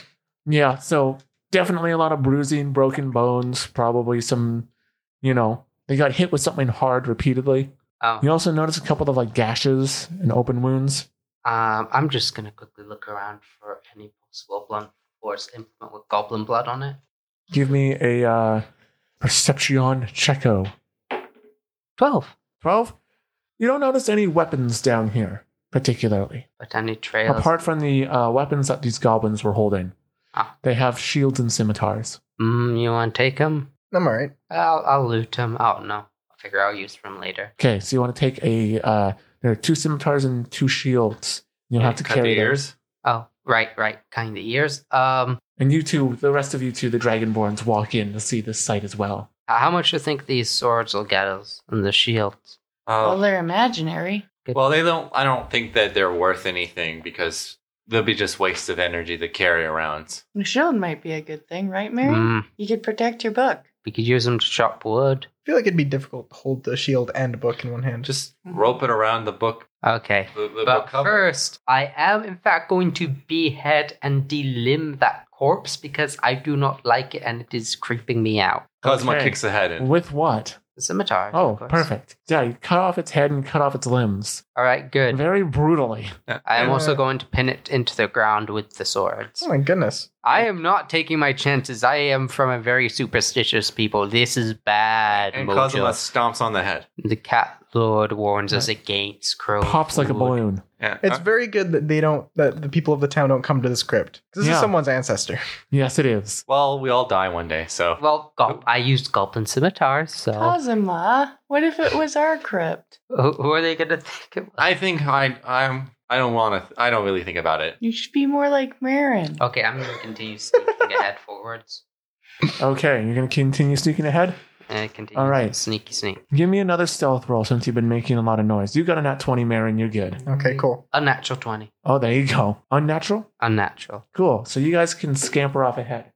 Speaker 6: Yeah. So definitely a lot of bruising, broken bones, probably some. You know, they got hit with something hard repeatedly.
Speaker 3: Oh,
Speaker 6: You also notice a couple of like gashes and open wounds.
Speaker 3: um, I'm just gonna quickly look around for any possible blunt force implement with goblin blood on it.
Speaker 6: Give me a uh, perception checko.
Speaker 3: Twelve.
Speaker 6: 12 you don't notice any weapons down here particularly
Speaker 3: But any trails?
Speaker 6: apart from the uh, weapons that these goblins were holding
Speaker 3: Ah.
Speaker 6: they have shields and scimitars
Speaker 3: Mm, you want to take them?
Speaker 2: I'm all right.
Speaker 3: I'll, I'll loot them. I don't know. I'll figure I'll use them later.
Speaker 6: okay so you want to take a uh, there are two scimitars and two shields you'll have to
Speaker 1: Cut
Speaker 6: carry
Speaker 1: the
Speaker 6: them.
Speaker 1: ears.
Speaker 3: Oh, right, right. Kind of ears. Um,
Speaker 6: and you two the rest of you two the dragonborns walk in to see this sight as well
Speaker 3: h- how much do you think these swords will get us and the shields?
Speaker 5: Well,
Speaker 1: Oh,
Speaker 5: they're imaginary.
Speaker 1: well, they don't. I don't think that they're worth anything because they'll be just waste of energy to carry around.
Speaker 5: A shield might be a good thing, right, Mary?
Speaker 3: Mm,
Speaker 5: You could protect your book.
Speaker 3: we could use them to chop wood.
Speaker 2: I feel like it'd be difficult to hold the shield and book in one hand. Just
Speaker 1: Just rope it around the book.
Speaker 3: Okay.
Speaker 1: The, the book
Speaker 3: But
Speaker 1: cover.
Speaker 3: first, I am in fact going to behead and delimb that corpse because I do not like it and it is creeping me out.
Speaker 1: Cosmo
Speaker 6: Okay.
Speaker 1: kicks the head in.
Speaker 6: with what
Speaker 3: The scimitar. of
Speaker 6: oh
Speaker 3: course.
Speaker 6: perfect yeah you cut off its head and cut off its limbs
Speaker 3: All right, good.
Speaker 6: very brutally
Speaker 3: I am
Speaker 2: Uh,
Speaker 3: also going to pin it into the ground with the swords.
Speaker 2: oh my goodness.
Speaker 3: I am not taking my chances. I am from a very superstitious people. This is bad.
Speaker 1: And
Speaker 3: mojo.
Speaker 1: Cosmo stomps on the head.
Speaker 3: The cat lord warns us against crow.
Speaker 6: pops like a
Speaker 3: food.
Speaker 6: balloon
Speaker 1: Yeah.
Speaker 2: It's
Speaker 1: Uh,
Speaker 2: very good that they don't that the people of the town don't come to this crypt. 'Cause This
Speaker 6: Yeah.
Speaker 2: is someone's ancestor.
Speaker 6: yes it is
Speaker 1: well, we all die one day, so
Speaker 3: Well, go- I used goblin scimitars,
Speaker 1: Oh.
Speaker 3: so
Speaker 5: Cosima, what if it was our crypt?
Speaker 3: (laughs) who, who are they gonna think it was?
Speaker 1: I think I I'm I don't want to. I don't really think about it.
Speaker 5: You should be more like Marin.
Speaker 6: Oh,
Speaker 3: Okay, I'm gonna
Speaker 1: (laughs)
Speaker 3: continue sneaking ahead forwards.
Speaker 6: okay you're gonna continue sneaking ahead
Speaker 3: And continue
Speaker 6: All right.
Speaker 3: sneaky sneak.
Speaker 6: Give me another stealth roll since you've been making a lot of noise. You got a nat 20, Marin. You're good.
Speaker 2: Okay, cool.
Speaker 3: Unnatural twenty.
Speaker 6: Oh, there you go. Unnatural?
Speaker 3: Unnatural.
Speaker 6: Cool. So you guys can scamper off ahead.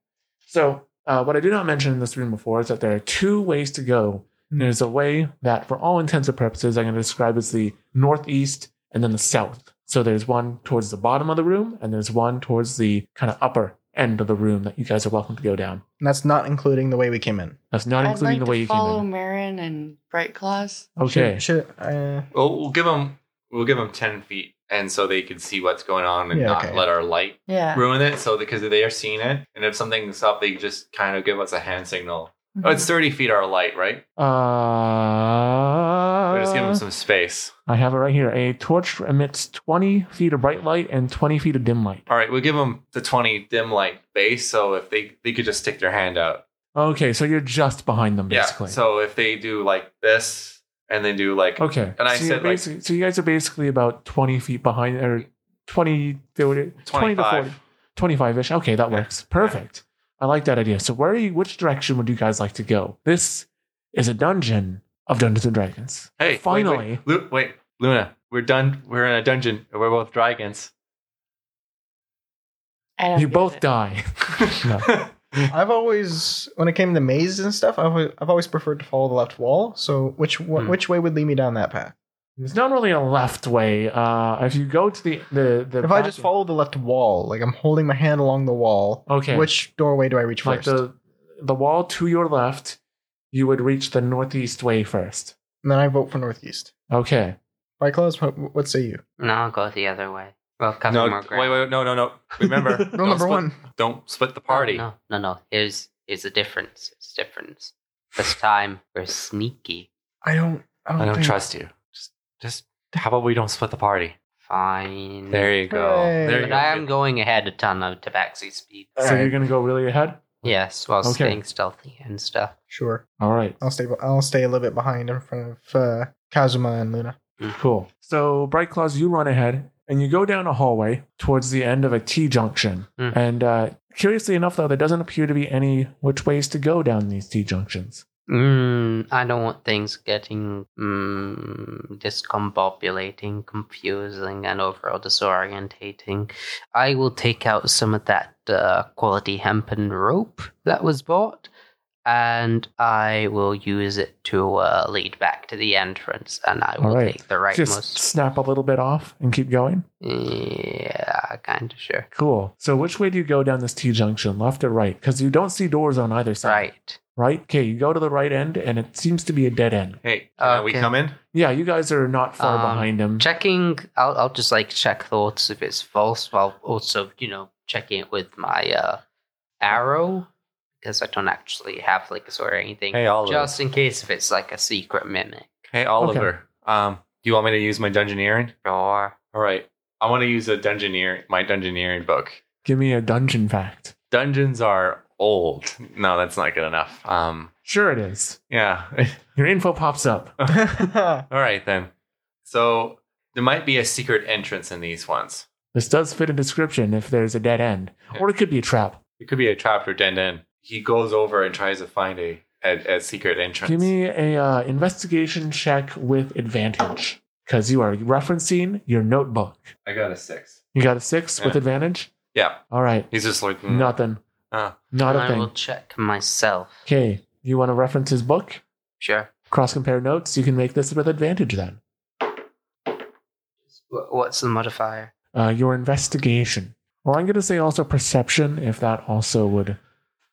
Speaker 6: So, uh, what I did not mention in this room before is that there are two ways to go.
Speaker 1: Hmm.
Speaker 6: And there's a way that, for all intents and purposes, I'm going to describe as the northeast and then the south. So, there's one towards the bottom of the room, and there's one towards the kind of upper end of the room that you guys are welcome to go down.
Speaker 2: And that's not including the way we came in.
Speaker 6: That's not
Speaker 5: I'd
Speaker 6: including
Speaker 5: like
Speaker 6: the way
Speaker 5: to
Speaker 6: you
Speaker 5: follow
Speaker 6: came
Speaker 5: Marin and Bright Claws.
Speaker 6: in. Okay.
Speaker 2: Should, should- uh,
Speaker 1: Well, we'll give them we'll give them ten feet, and so they can see what's going on and
Speaker 2: Yeah,
Speaker 1: not
Speaker 2: okay.
Speaker 1: let our light
Speaker 5: Yeah.
Speaker 1: ruin it. So because they are seeing it, and if something's up, they just kind of give us a hand signal.
Speaker 5: Mm-hmm.
Speaker 1: Oh, it's thirty feet our light, right?
Speaker 6: Uh,
Speaker 1: we just give them some space.
Speaker 6: I have it right here. A torch emits 20 feet of bright light and 20 feet of dim light.
Speaker 1: All right, we'll give them the twenty dim light base. So if they they could just stick their hand out,
Speaker 6: Okay, so you're just behind them, basically.
Speaker 1: yeah. So if they do like this, and they do like
Speaker 6: okay.
Speaker 1: And I
Speaker 6: so, you're
Speaker 1: said, like-
Speaker 6: basically- so you guys are basically about 20 feet behind, or 20, 20 to 40,
Speaker 1: 25.
Speaker 6: 25 ish. Okay, that
Speaker 1: Yeah.
Speaker 6: works. Perfect. I like that idea. So, where are you, which direction would you guys like to go? This is a dungeon of Dungeons and Dragons.
Speaker 1: Hey, wait,
Speaker 6: Finally.
Speaker 1: wait, Lu- wait, Luna, we're done. We're in a dungeon. We're both dragons.
Speaker 5: I don't
Speaker 6: You
Speaker 5: get
Speaker 6: both
Speaker 5: it.
Speaker 6: die.
Speaker 1: (laughs)
Speaker 6: No.
Speaker 2: I've always, when it came to mazes and stuff, I've always, I've always preferred to follow the left wall. So which wa-
Speaker 1: Hmm.
Speaker 2: which way would lead me down that path?
Speaker 6: There's not really a left way. Uh, if you go to the the, the
Speaker 2: If I
Speaker 6: back-
Speaker 2: just follow the left wall, like I'm holding my hand along the wall,
Speaker 6: okay,
Speaker 2: which doorway do I reach
Speaker 6: like
Speaker 2: first?
Speaker 6: the the wall to your left, you would reach the northeast way first.
Speaker 2: and then I vote for northeast.
Speaker 6: Okay.
Speaker 2: By close, what, what say you?
Speaker 3: No, I'll go the other way. We'll cover
Speaker 1: no,
Speaker 3: more
Speaker 1: wait,
Speaker 3: ground.
Speaker 1: wait, wait, no, no, no.
Speaker 6: (laughs)
Speaker 1: Remember,
Speaker 2: Rule number
Speaker 1: split,
Speaker 2: one.
Speaker 1: Don't split the party.
Speaker 3: Oh, No, no, no. Here's here's the difference. It's difference. This time we're sneaky.
Speaker 2: I don't. I
Speaker 6: Oh,
Speaker 2: don't,
Speaker 1: I don't
Speaker 2: think-
Speaker 1: trust you. Just, just how about we don't split the party?
Speaker 3: Fine.
Speaker 1: There you go.
Speaker 2: Hooray.
Speaker 1: There you
Speaker 3: Mm.
Speaker 1: go.
Speaker 3: but I am going ahead a ton of tabaxi speed.
Speaker 2: All
Speaker 6: so
Speaker 2: right.
Speaker 6: you're gonna go really ahead.
Speaker 3: Yes, while
Speaker 6: Okay.
Speaker 3: staying stealthy and stuff.
Speaker 2: Sure,
Speaker 6: All right.
Speaker 2: I'll stay. I'll stay a little bit behind in front of uh, Kazuma and Luna.
Speaker 6: Cool. So Bright Claws, you run ahead and you go down a hallway towards the end of a T junction.
Speaker 3: Hmm.
Speaker 6: And uh, curiously enough, though, there doesn't appear to be any which ways to go down these T junctions.
Speaker 3: Mm, I don't want things getting mm, discombobulating, confusing, and overall disorientating. I will take out some of that uh, quality hempen rope that was bought, and I will use it to uh, lead back to the entrance. And I
Speaker 6: All
Speaker 3: will
Speaker 6: right.
Speaker 3: take the rightmost.
Speaker 6: Just snap a little bit off and keep going.
Speaker 3: Yeah, kind of sure.
Speaker 6: Cool. So which way do you go down this T junction, left or right? Because you don't see doors on either side.
Speaker 3: Right.
Speaker 6: Right. Okay. You go to the right end, and it seems to be a dead end.
Speaker 1: Hey, can we
Speaker 3: Okay.
Speaker 1: come in?
Speaker 6: Yeah, you guys are not far
Speaker 3: Um,
Speaker 6: behind him.
Speaker 3: Checking, I'll, I'll just like check thoughts if it's false while also, you know, checking it with my uh, arrow because I don't actually have like or anything.
Speaker 1: Hey, Oliver.
Speaker 3: just in case if it's like a secret mimic.
Speaker 1: Hey, Oliver. Um, do you want me to use my dungeoneering?
Speaker 3: Or
Speaker 1: All right. I want to use a dungeoneer, my dungeoneering book.
Speaker 6: Give me a dungeon fact.
Speaker 1: Dungeons are old. No, that's not good enough. Um,
Speaker 6: Sure, it is.
Speaker 1: yeah. (laughs)
Speaker 6: Your info pops up.
Speaker 2: (laughs)
Speaker 1: All right then. So there might be a secret entrance in these ones.
Speaker 6: This does fit a description if there's a dead end, or it could be a trap.
Speaker 1: It could be a trap or dead end. He goes over and tries to find a a, a secret entrance.
Speaker 6: Give me a uh, investigation check with advantage because you are referencing your notebook.
Speaker 1: I got a six.
Speaker 6: You got a six with
Speaker 1: Yeah.
Speaker 6: advantage.
Speaker 1: Yeah,
Speaker 6: All right,
Speaker 1: he's just like mm,
Speaker 6: nothing.
Speaker 1: Uh,
Speaker 6: Not a
Speaker 3: I will
Speaker 6: thing.
Speaker 3: check myself.
Speaker 6: Okay, you want to reference his book?
Speaker 3: Sure.
Speaker 6: Cross compare notes. You can make this with advantage then.
Speaker 3: Wh- What's the modifier?
Speaker 6: Uh, your investigation, or I'm going to say also perception, if that also would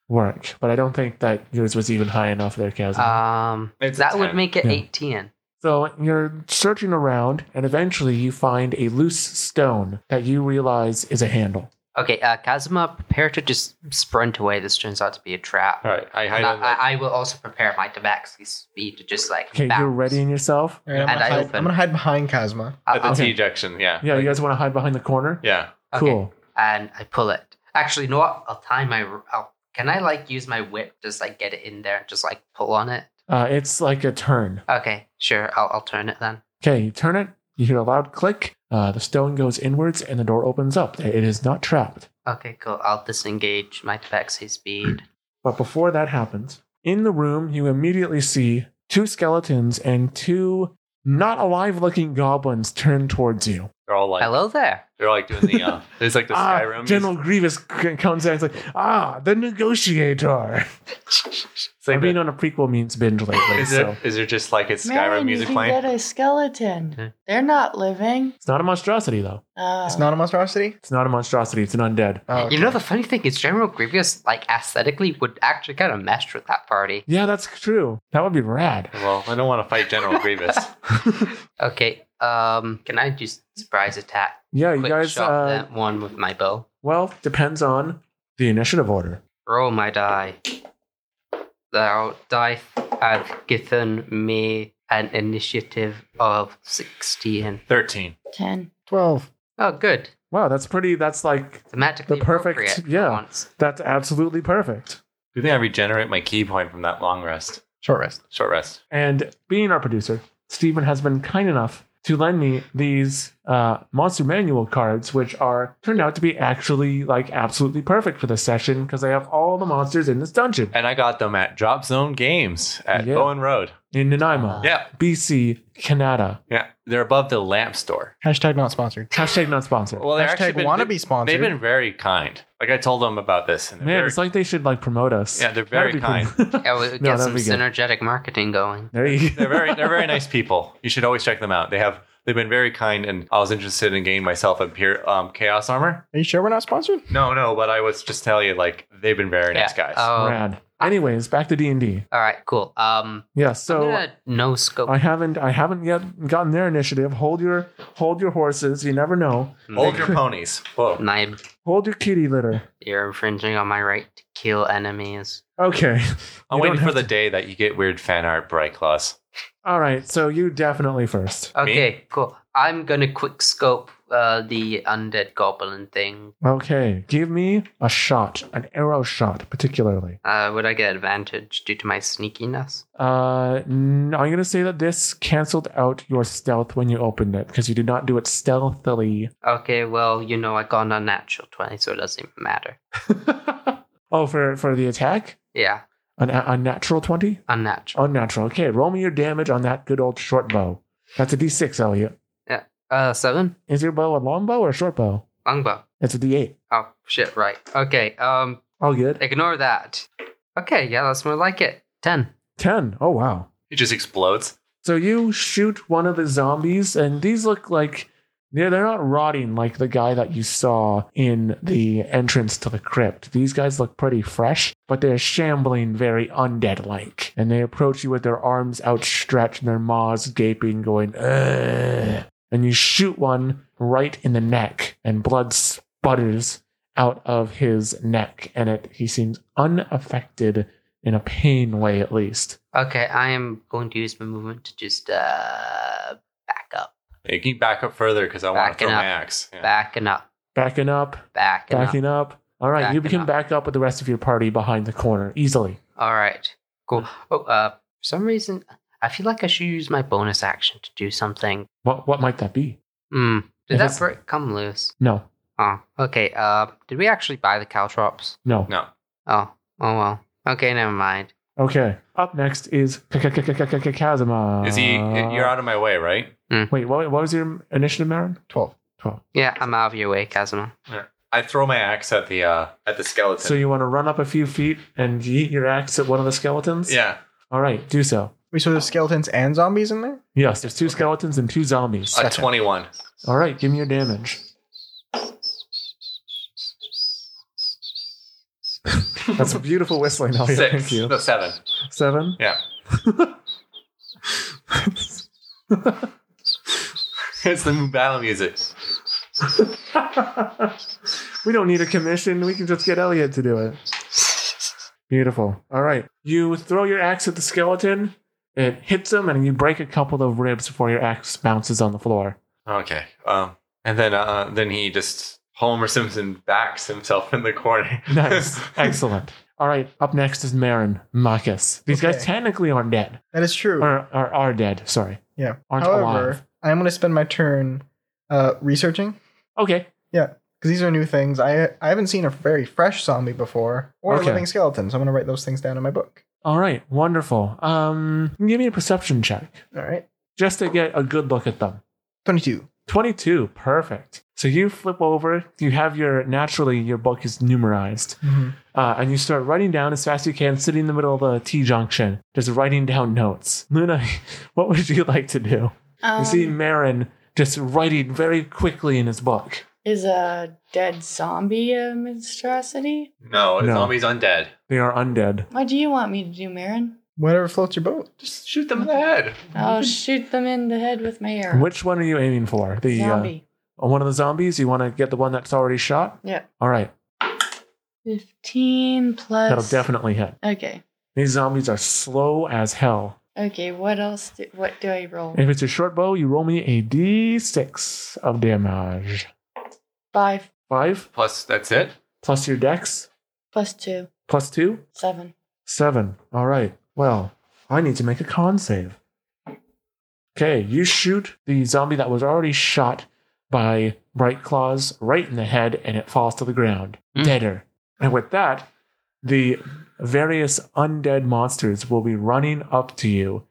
Speaker 6: work. But I don't think that yours was even high enough there, Kaz.
Speaker 3: Um,
Speaker 1: It's a
Speaker 3: that
Speaker 1: 10.
Speaker 3: would make it
Speaker 6: Yeah.
Speaker 3: 18.
Speaker 6: So you're searching around, and eventually you find a loose stone that you realize is a handle.
Speaker 3: Okay, uh, Kazuma, prepare to just sprint away. This turns out to be a trap.
Speaker 1: all right. I hide.
Speaker 3: And I,
Speaker 1: in the-
Speaker 3: I, I will also prepare my tabaxi speed to just like.
Speaker 6: Okay, you're
Speaker 3: bounce.
Speaker 6: readying yourself.
Speaker 2: All right, I'm,
Speaker 3: And
Speaker 2: gonna
Speaker 3: I
Speaker 2: hide,
Speaker 3: open.
Speaker 2: I'm gonna hide behind Kazma.
Speaker 3: I-
Speaker 1: at the
Speaker 3: I'll-
Speaker 6: okay.
Speaker 1: T ejection. Yeah.
Speaker 6: Yeah, you
Speaker 1: Like-
Speaker 6: guys want to hide behind the corner?
Speaker 1: yeah.
Speaker 3: Okay.
Speaker 6: Cool.
Speaker 3: and I pull it. Actually, you know what? I'll tie my. I'll, can I like use my whip? Just like get it in there and just like pull on it.
Speaker 6: Uh, it's like a turn.
Speaker 3: Okay, sure. I'll I'll turn it then.
Speaker 6: Okay, you turn it. You hear a loud click. Uh, the stone goes inwards, and the door opens up. It is not trapped.
Speaker 3: Okay, cool. I'll disengage my tabaxi speed.
Speaker 6: But before that happens, in the room, you immediately see two skeletons and two not alive looking goblins turn towards you.
Speaker 1: They're all like.
Speaker 3: Hello there.
Speaker 1: They're like doing the. Uh, (laughs) there's like the
Speaker 6: ah,
Speaker 1: Skyrim.
Speaker 6: General Grievous c- comes out. It's like, ah,
Speaker 1: (laughs)
Speaker 6: the negotiator.
Speaker 1: It's like
Speaker 6: I've been
Speaker 1: the-
Speaker 6: on a prequel means binge lately,
Speaker 1: is,
Speaker 6: so
Speaker 1: it, is it just like it's
Speaker 5: Man,
Speaker 1: Skyrim music
Speaker 5: you can
Speaker 1: playing?
Speaker 5: get a skeleton.
Speaker 6: Hmm.
Speaker 3: Okay.
Speaker 5: They're not living.
Speaker 6: it's not a monstrosity though.
Speaker 5: Oh.
Speaker 2: It's not a monstrosity.
Speaker 6: It's not a monstrosity. It's an undead.
Speaker 2: Oh,
Speaker 3: You know
Speaker 2: okay.
Speaker 3: the funny thing is, General Grievous like aesthetically would actually kind of mesh with that
Speaker 6: (laughs)
Speaker 3: party.
Speaker 6: Yeah, that's true. That would be rad.
Speaker 1: Well, I don't want to fight General (laughs) Grievous.
Speaker 3: Okay. Um, can I just surprise attack?
Speaker 6: Yeah, you
Speaker 3: Quick
Speaker 6: guys.
Speaker 3: shot
Speaker 6: Uh,
Speaker 3: that one with my bow.
Speaker 6: well, depends on the initiative order.
Speaker 3: Roll my die. Thou dice have given me an initiative of 16.
Speaker 1: Thirteen.
Speaker 5: Ten.
Speaker 2: twelve.
Speaker 3: Oh, good.
Speaker 6: Wow, that's pretty. That's like
Speaker 3: Thematically
Speaker 6: The perfect-
Speaker 3: appropriate for
Speaker 6: yeah.
Speaker 3: once.
Speaker 6: that's absolutely perfect.
Speaker 1: Do you think I regenerate my key point from that long rest?
Speaker 2: Short rest.
Speaker 1: Short rest.
Speaker 6: And being our producer, Stephen has been kind enough to lend me these uh, monster manual cards, which are turned out to be actually like absolutely perfect for this session because they have all the monsters in this dungeon.
Speaker 1: And I got them at Drop Zone Games at
Speaker 6: Yeah.
Speaker 1: Bowen Road.
Speaker 6: in Nanaimo,
Speaker 1: Yeah.
Speaker 6: BC, Canada.
Speaker 1: Yeah. They're above the lamp store.
Speaker 2: Hashtag not sponsored.
Speaker 6: Hashtag not sponsored.
Speaker 1: Well, they're actually
Speaker 2: Hashtag
Speaker 1: been-
Speaker 2: wanna be
Speaker 1: They've
Speaker 2: sponsored.
Speaker 1: been very kind. Like I told them about this. And they're
Speaker 6: Man,
Speaker 1: very- (laughs)
Speaker 6: it's like they should like promote us.
Speaker 1: Yeah, they're very
Speaker 6: That'd be cool.
Speaker 3: Yeah, we get
Speaker 6: No, that'd
Speaker 3: some
Speaker 6: be good.
Speaker 3: synergetic marketing going.
Speaker 6: (laughs) there you go.
Speaker 1: they're very they're very nice people. You should always check them out. They have they've been very kind, and I was interested in getting myself a pure um, chaos armor.
Speaker 2: Are you sure we're not sponsored?
Speaker 1: No, no, but I was just telling you like they've been very nice
Speaker 3: Yeah.
Speaker 1: guys.
Speaker 3: Oh,
Speaker 6: Rad. Anyways, back to D and D.
Speaker 3: all right, cool. Um,
Speaker 6: Yeah.
Speaker 3: I'm
Speaker 6: So
Speaker 3: gonna no scope.
Speaker 6: I haven't I haven't yet gotten their initiative. Hold your hold your horses. You never know.
Speaker 1: Hold your ponies.
Speaker 3: (laughs)
Speaker 1: Whoa.
Speaker 3: My,
Speaker 6: Hold your kitty litter.
Speaker 3: you're infringing on my right to kill enemies.
Speaker 6: Okay.
Speaker 1: (laughs) I'm
Speaker 6: You
Speaker 1: waiting
Speaker 6: don't
Speaker 1: for
Speaker 6: have
Speaker 1: the day that you get weird fan art bright claws.
Speaker 6: All right. So you definitely first.
Speaker 3: Okay, cool. I'm gonna quick scope uh, the undead goblin thing.
Speaker 6: Okay. Give me a shot, an arrow shot, particularly.
Speaker 3: Uh, would I get advantage due to my sneakiness?
Speaker 6: Uh, n- I'm gonna say that this canceled out your stealth when you opened it because you did not do
Speaker 1: (laughs)
Speaker 6: it stealthily.
Speaker 3: Okay, well, you know I got an unnatural twenty, so it doesn't even matter.
Speaker 6: Oh, for for the attack,
Speaker 3: Yeah,
Speaker 6: an a natural twenty,
Speaker 3: unnatural.
Speaker 6: unnatural. Okay, roll me your damage on that good old short bow. That's a D6, Elliot.
Speaker 3: Uh, seven
Speaker 6: Is your bow a long bow or a short bow?
Speaker 3: longbow.
Speaker 6: It's a D8.
Speaker 3: Oh shit! Right. Okay. Um,
Speaker 6: All good.
Speaker 3: ignore that. Okay, yeah, that's more like it. Ten.
Speaker 6: Ten. Oh wow.
Speaker 1: It just explodes.
Speaker 6: So you shoot one of the zombies, and these look like they're, they're not rotting like the guy that you saw in the entrance to the crypt. These guys look pretty fresh, but they're shambling very undead like. And they approach you with their arms outstretched and their maws gaping, going, Ugh. And you shoot one right in the neck, and blood sputters out of his neck, and it he seems unaffected in a pain way at least.
Speaker 3: Okay, I am going to use my movement to just uh back up,
Speaker 1: You can back up further because I want to
Speaker 3: Backing
Speaker 1: throw my
Speaker 3: up.
Speaker 1: axe. Yeah.
Speaker 3: backing up,
Speaker 6: Backing up,
Speaker 3: backing up.
Speaker 6: Backing up. All right, you
Speaker 3: Backing
Speaker 6: can
Speaker 3: up.
Speaker 6: back up with the rest of your party behind the corner easily.
Speaker 3: All right, cool. Oh, uh, for some reason I feel like I should use my bonus action to do something.
Speaker 6: What what might that be?
Speaker 3: Hmm.
Speaker 6: If
Speaker 3: Did that
Speaker 6: it's-
Speaker 3: brick come loose?
Speaker 6: No,
Speaker 3: Oh, okay. Uh, did we actually buy the caltrops?
Speaker 6: no.
Speaker 1: No.
Speaker 3: Oh, oh well. Okay, never mind.
Speaker 6: Okay. Up next is K- K- K- K- K- K- K- Kazuma.
Speaker 1: Is he?
Speaker 6: Uh,
Speaker 1: You're out of my way, right?
Speaker 6: Wait, what, what was your initiative, Marin?
Speaker 2: 12.
Speaker 6: Twelve.
Speaker 3: Yeah, I'm out of your way, Kazuma.
Speaker 1: I throw my axe at the uh, at the skeleton.
Speaker 6: So you want to run up a few feet and yeet your axe at one of the skeletons?
Speaker 1: yeah.
Speaker 6: All right, do so.
Speaker 2: Wait, so there's skeletons and zombies in there?
Speaker 6: Yes, there's two skeletons and two zombies.
Speaker 1: A
Speaker 2: Second.
Speaker 1: twenty-one.
Speaker 6: All right, give me your damage.
Speaker 1: (laughs)
Speaker 6: That's a beautiful whistling. Elliot.
Speaker 1: Six.
Speaker 6: Thank you.
Speaker 1: No, seven. (laughs)
Speaker 6: Seven.
Speaker 1: Yeah. it's the battle music.
Speaker 6: (laughs) we don't need a commission. We can just get Elliot to do it. Beautiful. All right. You throw your axe at the skeleton. It hits him, and you break a couple of ribs before your axe bounces on the floor.
Speaker 1: Okay. Um, and then uh, then he just Homer Simpson backs himself in the corner. (laughs)
Speaker 6: Nice. Excellent. All right. Up next is Marin Marcus. These guys
Speaker 2: Okay.
Speaker 6: technically aren't dead.
Speaker 2: That is true.
Speaker 6: Or are, are dead. Sorry.
Speaker 2: yeah.
Speaker 6: aren't
Speaker 2: However,
Speaker 6: alive.
Speaker 2: I'm going to spend my turn uh, researching
Speaker 6: Okay.
Speaker 2: because these are new things. I I haven't seen a very fresh zombie before or
Speaker 6: Okay.
Speaker 2: a living skeleton, so I'm going to write those things down in my book.
Speaker 6: All right. Wonderful. Um, give me a perception check
Speaker 2: All right.
Speaker 6: just to get a good look at them.
Speaker 2: 22.
Speaker 6: 22 perfect so you flip over you have your naturally your book is numerized uh, and you start writing down as fast as you can sitting in the middle of a t-junction just writing down notes (laughs) luna what would you like to do you see
Speaker 5: Um,
Speaker 6: marin just writing very quickly in his book
Speaker 5: is a dead zombie a monstrosity?
Speaker 1: No,
Speaker 6: No.
Speaker 1: zombies undead.
Speaker 6: they are undead
Speaker 5: What do you want me to do, Marin?
Speaker 2: Whatever floats your boat.
Speaker 1: Just shoot them in the head.
Speaker 5: I'll shoot them in the head with my arrow.
Speaker 6: which one are you aiming for the
Speaker 5: zombie?
Speaker 6: Uh, one of the zombies you want to get the one that's already shot
Speaker 5: Yeah.
Speaker 6: all right
Speaker 5: Fifteen plus.
Speaker 6: that'll definitely hit
Speaker 5: Okay.
Speaker 6: these zombies are slow as hell
Speaker 5: Okay. What else? Do, what do I roll?
Speaker 6: If it's a short bow, you roll me a d6 of damage.
Speaker 5: Five
Speaker 6: Five
Speaker 1: Plus, that's it.
Speaker 6: plus your dex
Speaker 5: plus two,
Speaker 6: plus two,
Speaker 5: seven.
Speaker 6: seven. All right. Well, I need to make a con save. Okay, you shoot the zombie that was already shot by Bright Claws right in the head, and it falls to the ground,
Speaker 3: Hmm.
Speaker 6: deader. And with that, the various undead monsters will be running up to you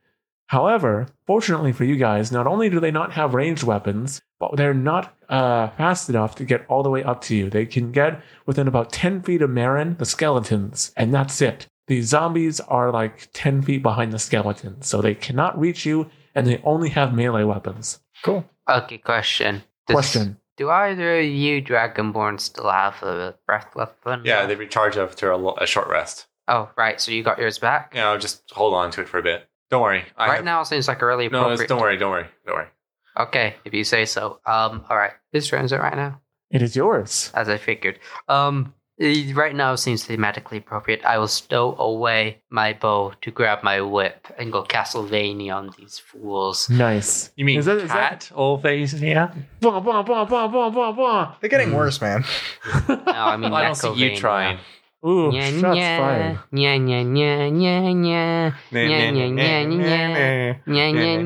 Speaker 6: However, fortunately for you guys, not only do they not have ranged weapons, but they're not uh, fast enough to get all the way up to you. They can get within about 10 feet of Marin, the skeletons, and that's it. The zombies are like 10 feet behind the skeletons, so they cannot reach you, and they only have melee weapons.
Speaker 2: Cool.
Speaker 3: Okay, question. Does-
Speaker 6: Question.
Speaker 3: Do either of you Dragonborn still have a breath weapon?
Speaker 1: Yeah, they recharge after a, lo- a short rest.
Speaker 3: Oh, right. So you got yours back.
Speaker 1: You know, just hold on to it for a bit. Don't worry. I
Speaker 3: right
Speaker 1: have-
Speaker 3: now seems like a really
Speaker 1: No, it's,
Speaker 3: appropriate.
Speaker 1: don't worry. Don't worry. Don't worry.
Speaker 3: Okay, if you say so. Um, all right. Whose turn is it right now?
Speaker 6: It is yours.
Speaker 3: As I figured. Um, eh, right now seems thematically appropriate. I will stow away my bow to grab my whip and go Castlevania on
Speaker 1: (laughs)
Speaker 3: these fools.
Speaker 6: Nice.
Speaker 1: You mean
Speaker 6: Is that- is
Speaker 1: cat? old face? Yeah.
Speaker 6: Bah, bah, bah, bah, bah, bah, bah.
Speaker 2: They're getting
Speaker 3: Mm.
Speaker 2: worse, man.
Speaker 3: No, I mean
Speaker 1: I don't see you
Speaker 3: Necovania.
Speaker 1: trying.
Speaker 6: Ooh,
Speaker 3: Yeah,
Speaker 6: shots
Speaker 3: yeah,
Speaker 6: fired.
Speaker 3: yeah, yeah, yeah, yeah, yeah, yeah, yeah, yeah. yeah, yeah, yeah,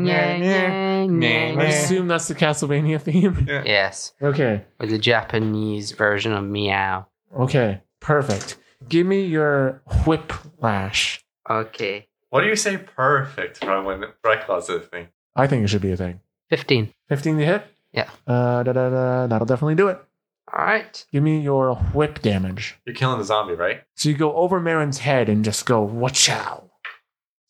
Speaker 3: yeah,
Speaker 1: Yeah.
Speaker 6: I
Speaker 3: yeah.
Speaker 6: assume that's the Castlevania theme. (laughs)
Speaker 3: Yes,
Speaker 6: Okay.
Speaker 3: with the Japanese version of meow.
Speaker 6: Okay. Perfect. Give me your whiplash.
Speaker 3: Okay,
Speaker 1: What do you say perfect from when Brett calls it a thing?
Speaker 6: I think it should be a thing.
Speaker 3: fifteen.
Speaker 6: 15 to hit?
Speaker 3: Yeah.
Speaker 6: Uh, da, da, da, that'll definitely do it.
Speaker 3: All right.
Speaker 6: Give me your whip damage.
Speaker 1: You're killing the zombie, right?
Speaker 6: So you go over Marin's head and just go, wachow.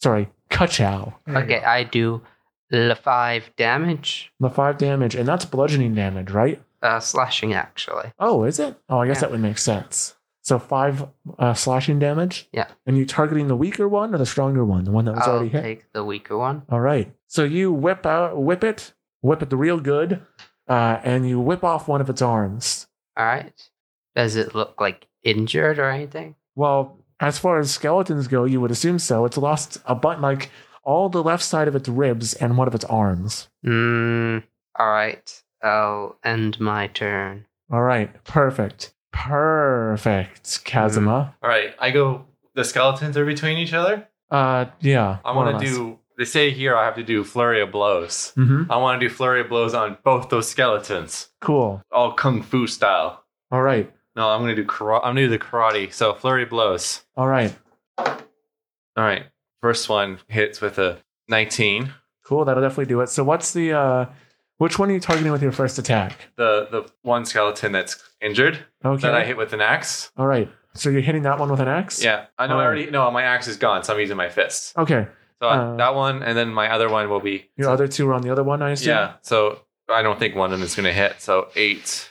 Speaker 6: Sorry, kachow.
Speaker 2: There you
Speaker 3: Okay, I do the five damage.
Speaker 6: The five damage, and that's bludgeoning damage, right?
Speaker 3: Uh, slashing actually.
Speaker 6: Oh, is it? Oh, I guess
Speaker 3: Yeah.
Speaker 6: that would make sense. So five uh, slashing damage.
Speaker 3: Yeah. Um,
Speaker 6: And you targeting the weaker one or the stronger one? The one that was
Speaker 3: I'll
Speaker 6: already hit.
Speaker 3: take the weaker one.
Speaker 6: All right. So you whip out, whip it, whip it the real good, uh, and you whip off one of its arms.
Speaker 3: All right. Does it look like injured or anything?
Speaker 6: Well, as far as skeletons go, you would assume so. It's lost a butt, like all the left side of its ribs and one of its arms.
Speaker 3: Hmm. All right. I'll end my turn.
Speaker 6: All right. Perfect. Perfect, Kazuma.
Speaker 1: All right, I go. The skeletons are between each other.
Speaker 6: Uh, yeah.
Speaker 1: Mm-hmm. I want to do. They say here I have to do flurry of blows.
Speaker 6: hmm
Speaker 1: I want to do flurry of blows on both those skeletons,
Speaker 6: Cool.
Speaker 1: all kung fu style.
Speaker 6: All right.
Speaker 1: No, I'm gonna do karate. I'm gonna do the karate. So flurry of blows.
Speaker 6: All right.
Speaker 1: All right, first one hits with a 19.
Speaker 6: Cool. That'll definitely do it. So what's the uh, which one are you targeting with your first attack?
Speaker 1: The the one skeleton that's injured
Speaker 6: Okay.
Speaker 1: that I hit with an axe.
Speaker 6: All right. So you're hitting that one with an axe.
Speaker 1: Yeah, I know. I
Speaker 6: Alright.
Speaker 1: already no. My axe is gone, so I'm using my fist.
Speaker 6: Okay.
Speaker 1: So
Speaker 6: Uh,
Speaker 1: that one, and then my other one will be
Speaker 6: Your other two are on the other one, I assume.
Speaker 1: Yeah, so I don't think one of them is going to hit. So eight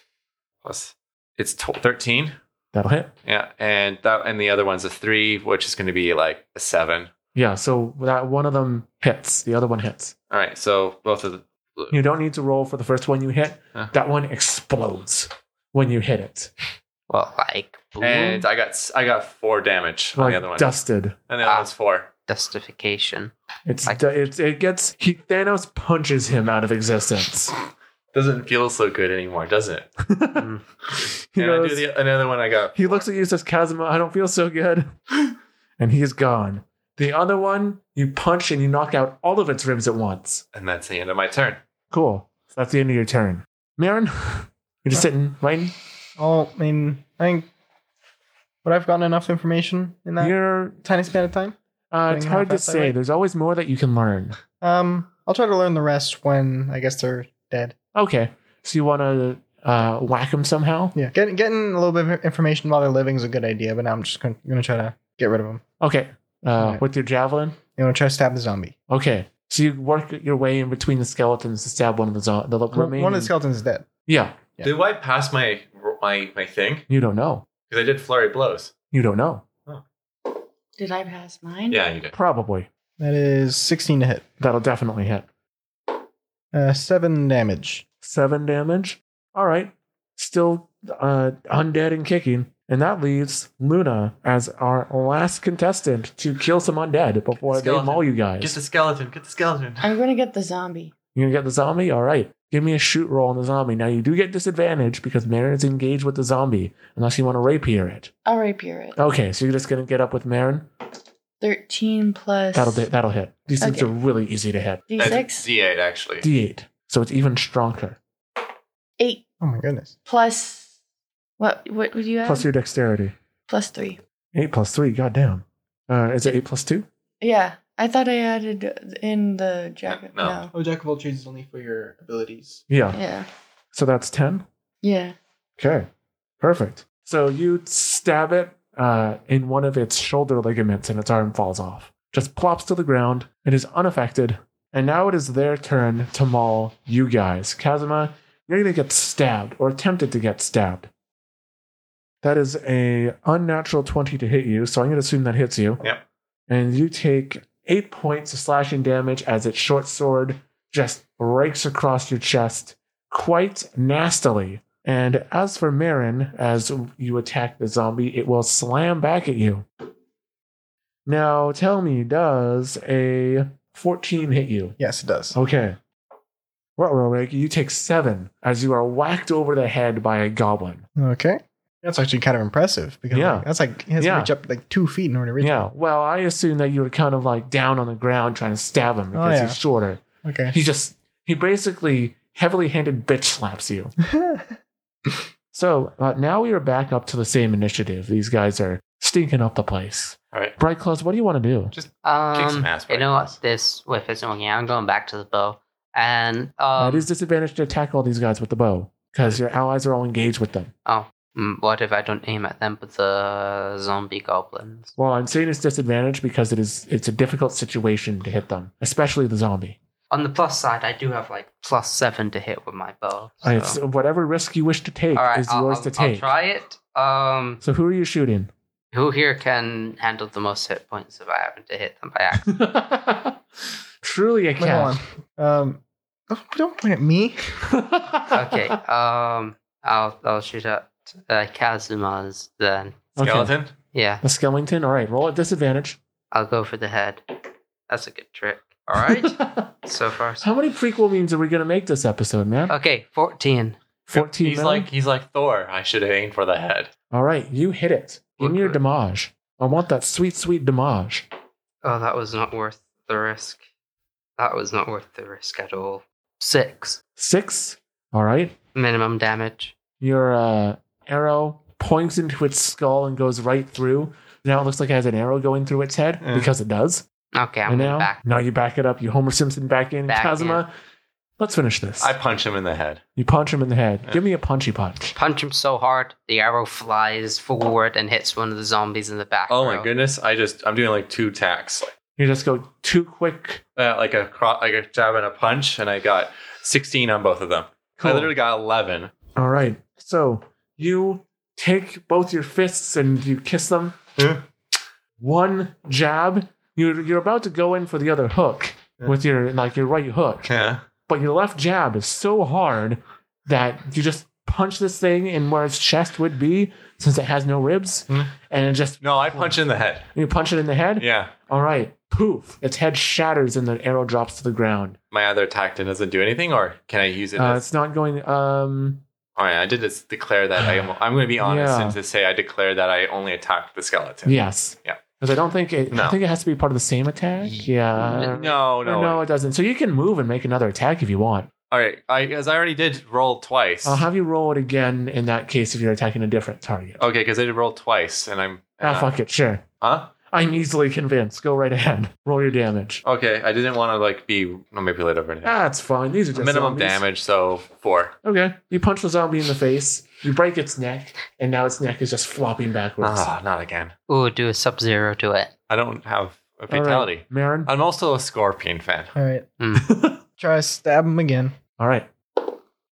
Speaker 1: plus it's tw- thirteen.
Speaker 6: That'll hit.
Speaker 1: Yeah, and that and the other one's a three, which is going to be like a seven.
Speaker 6: Yeah. So that one of them hits. The other one hits.
Speaker 1: All right, so both of the
Speaker 6: You don't need to roll for the first one you hit.
Speaker 1: Huh.
Speaker 6: That one explodes when you hit it.
Speaker 3: Well, like boom,
Speaker 1: and I got s- I got four damage on
Speaker 6: Like
Speaker 1: the other one,
Speaker 6: dusted.
Speaker 1: and the other one's four.
Speaker 3: dustification.
Speaker 6: It's,
Speaker 3: Like-
Speaker 6: du- it's it gets he, Thanos punches him out of existence.
Speaker 1: Doesn't feel so good anymore, does it?
Speaker 3: Hmm.
Speaker 6: He
Speaker 1: and I do
Speaker 6: goes-
Speaker 1: the another one. I got
Speaker 6: He looks at you and says, Kazuma, I don't feel
Speaker 1: (laughs)
Speaker 6: so good. and he's gone. The other one, you punch and you knock out all of its ribs at once.
Speaker 1: and that's the end of my turn.
Speaker 6: Cool. So that's the end of your turn. Marin, (laughs) you're just sitting, waiting.
Speaker 2: Oh, I mean, I think would I've gotten enough information in that
Speaker 6: You're,
Speaker 2: tiny span of time?
Speaker 6: uh, it's
Speaker 2: Doing
Speaker 6: hard to
Speaker 2: half-assed,
Speaker 6: say.
Speaker 2: right?
Speaker 6: There's always more that you can learn.
Speaker 2: Um, I'll try to learn the rest when I guess they're dead.
Speaker 6: Okay. So you want to uh, whack him somehow?
Speaker 2: Yeah, getting getting a little bit of information while they're living is a good idea, but now I'm just gonna, gonna try to get rid of them.
Speaker 6: Okay. Uh,
Speaker 2: Alright.
Speaker 6: With your javelin?
Speaker 2: You want to try to stab the zombie?
Speaker 6: Okay. So you work your way in between the skeletons to stab one of the, zo- the remaining.
Speaker 2: One of the skeletons is dead.
Speaker 6: Yeah.
Speaker 2: Yeah.
Speaker 1: Did I pass my my my thing?
Speaker 6: You don't know.
Speaker 1: Because I did flurry blows.
Speaker 6: You don't know.
Speaker 5: Did I pass mine?
Speaker 1: Yeah, you did.
Speaker 6: Probably.
Speaker 2: That is 16 to hit.
Speaker 6: That'll definitely hit.
Speaker 2: Uh, seven damage.
Speaker 6: seven damage. All right, still uh, undead and kicking, and that leaves Luna as our last contestant to kill some undead before they
Speaker 1: Skeleton.
Speaker 6: maul you
Speaker 1: Get the
Speaker 6: guys.
Speaker 1: skeleton. Get the skeleton.
Speaker 5: I'm gonna get the zombie.
Speaker 6: You're gonna get the zombie. All right, give me a shoot roll on the zombie. Now you do get disadvantage because Marin is engaged with the zombie, unless you want to rapier it.
Speaker 5: I'll rapier it.
Speaker 6: Okay, so you're just gonna get up with Marin.
Speaker 5: Thirteen plus
Speaker 6: That'll di- that'll hit. These things
Speaker 5: Okay.
Speaker 6: are really easy to hit.
Speaker 5: D6.
Speaker 1: D8 actually.
Speaker 6: D8, so it's even stronger.
Speaker 5: Eight
Speaker 2: Oh my goodness.
Speaker 5: plus what what would you add?
Speaker 6: Plus your dexterity.
Speaker 5: Plus three.
Speaker 6: Eight plus three. Goddamn. Uh, is it eight plus two?
Speaker 5: Yeah. I thought I added in the jack.
Speaker 1: No.
Speaker 5: No.
Speaker 2: Oh, Jack of all trades is only for your abilities.
Speaker 6: Yeah.
Speaker 5: Yeah.
Speaker 6: So that's 10.
Speaker 5: Yeah.
Speaker 6: Okay. Perfect. So you stab it uh, in one of its shoulder ligaments and its arm falls off. Just plops to the ground. It is unaffected. And now it is their turn to maul you guys. Kazuma, you're going to get stabbed or attempted to get stabbed. That is a unnatural 20 to hit you, so I'm going to assume that hits you.
Speaker 1: Yep.
Speaker 6: And you take 8 points of slashing damage as its short sword just rakes across your chest quite nastily. And as for Marin, as you attack the zombie, it will slam back at you. Now, tell me, does a 14 hit you?
Speaker 2: Yes, it does.
Speaker 6: Okay. Well, Rorik, you take seven as you are whacked over the head by a goblin.
Speaker 2: Okay. That's actually kind of impressive because
Speaker 6: Yeah.
Speaker 2: like, that's like he has
Speaker 6: Yeah.
Speaker 2: to reach up like two feet in order to reach.
Speaker 6: Yeah. Well, I assume that you were kind of like down on the ground trying to stab him because
Speaker 2: yeah.
Speaker 6: he's shorter.
Speaker 2: it. Okay. (laughs)
Speaker 6: (laughs) He just, he basically heavily handed bitch slaps you. So uh, now we are back up to the same initiative. These guys are stinking up the place.
Speaker 1: All right.
Speaker 6: Bright Claws, what do you want to do?
Speaker 1: Just kick some
Speaker 3: Um,
Speaker 1: ass.
Speaker 3: you know
Speaker 1: Brightclaws.
Speaker 3: what? This whiff isn't working. out. I'm going back to the bow. And
Speaker 6: Uh,
Speaker 3: um,
Speaker 6: it is disadvantage to attack all these guys with the bow because your allies are all engaged with them.
Speaker 3: mm, what if I don't aim at them with the zombie goblins?
Speaker 6: Well, I'm saying it's disadvantage because it is it's a difficult situation to hit them, especially the zombie.
Speaker 3: On the plus side, I do have like plus seven to hit with my bow. So.
Speaker 6: Uh, It's whatever risk you wish to take
Speaker 3: All right,
Speaker 6: is
Speaker 3: I'll,
Speaker 6: yours
Speaker 3: I'll-
Speaker 6: to take.
Speaker 3: I'll try it. Um,
Speaker 6: So who are you shooting? (laughs)
Speaker 3: who here can handle the most hit points if I happen to hit them by accident?
Speaker 6: Truly a
Speaker 2: Wait, hold
Speaker 6: (laughs) cat.
Speaker 2: on. Um, oh, don't point at me.
Speaker 6: (laughs)
Speaker 3: okay. Um, I'll I'll shoot at uh, Kazuma's then.
Speaker 6: Okay.
Speaker 1: Skeleton?
Speaker 3: Yeah,
Speaker 6: A skeleton. All right, roll at disadvantage.
Speaker 3: I'll go for the head. That's a good trick. All
Speaker 6: (laughs)
Speaker 3: right, so far. So-
Speaker 6: How many prequel memes are we gonna make this episode, man?
Speaker 3: okay, fourteen.
Speaker 6: 14
Speaker 1: He's
Speaker 6: million?
Speaker 1: like he's like Thor. I should have aimed for the head.
Speaker 6: All right, you hit it. Give me your
Speaker 3: Okay.
Speaker 6: damage. I want that sweet, sweet damage.
Speaker 3: Oh, that was not worth the risk. That was not worth the risk at all. Six
Speaker 6: Six. All right.
Speaker 3: minimum damage.
Speaker 6: Your uh, arrow points into its skull and goes right through. Now it looks like it has an arrow going through its head
Speaker 1: Eh.
Speaker 6: because it does.
Speaker 3: Okay, I'm
Speaker 6: and
Speaker 3: going
Speaker 6: now,
Speaker 3: back.
Speaker 6: now you back it up. You Homer Simpson back in.
Speaker 3: Back
Speaker 6: Kazuma, let's finish this.
Speaker 1: I punch him in the head.
Speaker 6: you punch him in the head.
Speaker 1: Eh.
Speaker 6: Give me a punchy punch.
Speaker 3: Punch him so hard, the arrow flies forward and hits one of the zombies in the back.
Speaker 1: Oh my
Speaker 3: row.
Speaker 1: goodness! I just I'm doing like two tacks,
Speaker 6: You just go too quick.
Speaker 1: uh, like a cro- like a jab and a punch, and I got 16 on both of them. I
Speaker 6: Cool.
Speaker 1: literally got 11.
Speaker 6: All right. So you take both your fists and you kiss them.
Speaker 1: Yeah.
Speaker 6: One jab. You're, you're about to go in for the other hook
Speaker 1: Yeah.
Speaker 6: with your like your right hook,
Speaker 1: Yeah.
Speaker 6: but your left jab is so hard that you just punch this thing in where its chest would be since it has no ribs,
Speaker 1: Hmm.
Speaker 6: and it just
Speaker 1: No, I punch in the head.
Speaker 6: you punch it in the head.
Speaker 1: Yeah.
Speaker 6: All right. Poof! Its head shatters and the arrow drops to the ground.
Speaker 1: My other tactic doesn't do anything, or can I use it?
Speaker 6: Uh,
Speaker 1: as,
Speaker 6: it's not going. Um,
Speaker 1: all right, Oh, I did just declare that
Speaker 6: (sighs)
Speaker 1: I am. I'm going to be honest
Speaker 6: Yeah.
Speaker 1: and to say I declare that I only attacked the skeleton.
Speaker 6: Yes.
Speaker 1: Yeah.
Speaker 6: Because I don't think it.
Speaker 1: No.
Speaker 6: I think it has to be part of the same attack. Yeah.
Speaker 1: No,
Speaker 6: Or
Speaker 1: no.
Speaker 6: no, it doesn't. So you can move and make another attack if you want.
Speaker 1: All right, I as I already did roll twice.
Speaker 6: I'll have you roll it again in that case if you're attacking a different target.
Speaker 1: Okay, because I did roll twice, and I'm.
Speaker 6: Ah,
Speaker 1: uh,
Speaker 6: fuck it. Sure.
Speaker 1: Huh?
Speaker 6: I'm easily convinced. Go right ahead. Roll your damage.
Speaker 1: Okay, I didn't want to like be manipulated or anything.
Speaker 6: Ah, it's fine. These are just
Speaker 1: Minimum
Speaker 6: zombies.
Speaker 1: damage, so four.
Speaker 6: Okay. You punch the zombie in the face. You break its neck, and now its neck is just flopping backwards.
Speaker 1: Ah, not again.
Speaker 3: Ooh, do a sub zero to it.
Speaker 1: I don't have a
Speaker 6: All right,
Speaker 1: fatality.
Speaker 6: Marin.
Speaker 1: I'm also a scorpion fan.
Speaker 2: All right.
Speaker 6: Hmm.
Speaker 3: Mm.
Speaker 2: (laughs) Try stab him again.
Speaker 6: All right.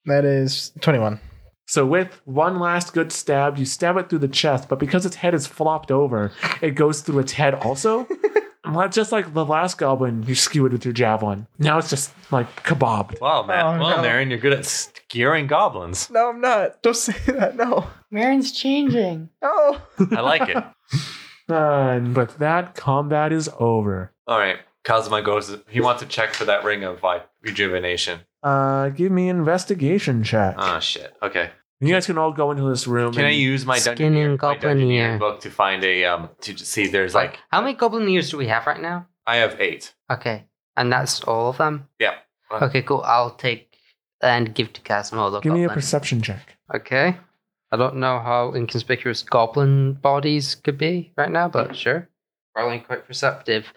Speaker 2: That is twenty-one.
Speaker 6: So with one last good stab, you stab it through the chest, but because its head is flopped over, it goes through its
Speaker 1: (laughs)
Speaker 6: head also. And like- just like the last goblin, you skew it with your javelin. Now it's just like kebabbed.
Speaker 1: Wow, Matt.
Speaker 2: Oh,
Speaker 1: well,
Speaker 2: no.
Speaker 1: Marin, you're good at scaring goblins.
Speaker 2: No, I'm not. Don't (laughs) say that. No.
Speaker 5: Marin's changing.
Speaker 2: (laughs) No.
Speaker 1: I like
Speaker 6: (laughs)
Speaker 1: it.
Speaker 6: And but that combat is over.
Speaker 1: All right, Kazuma goes. He wants to check for that ring of vi- rejuvenation.
Speaker 6: Uh, give me investigation check.
Speaker 1: Ah, shit. Okay.
Speaker 6: And you guys can all go into this room.
Speaker 1: Can I
Speaker 6: and
Speaker 1: use my
Speaker 3: Skin
Speaker 1: dungeon
Speaker 3: and goblin ear.
Speaker 1: book to find a um to j- see? There's like uh,
Speaker 3: like, how many goblin ears do we have right now?
Speaker 1: I have eight.
Speaker 3: Okay, and that's all of them.
Speaker 1: Yeah.
Speaker 3: Okay, cool. I'll take and give to Casmo the
Speaker 6: give me a
Speaker 3: goblin.
Speaker 6: perception check?
Speaker 3: okay. I don't know how inconspicuous
Speaker 1: Hmm.
Speaker 3: goblin bodies could be right now, but sure. Rolling quite perceptive.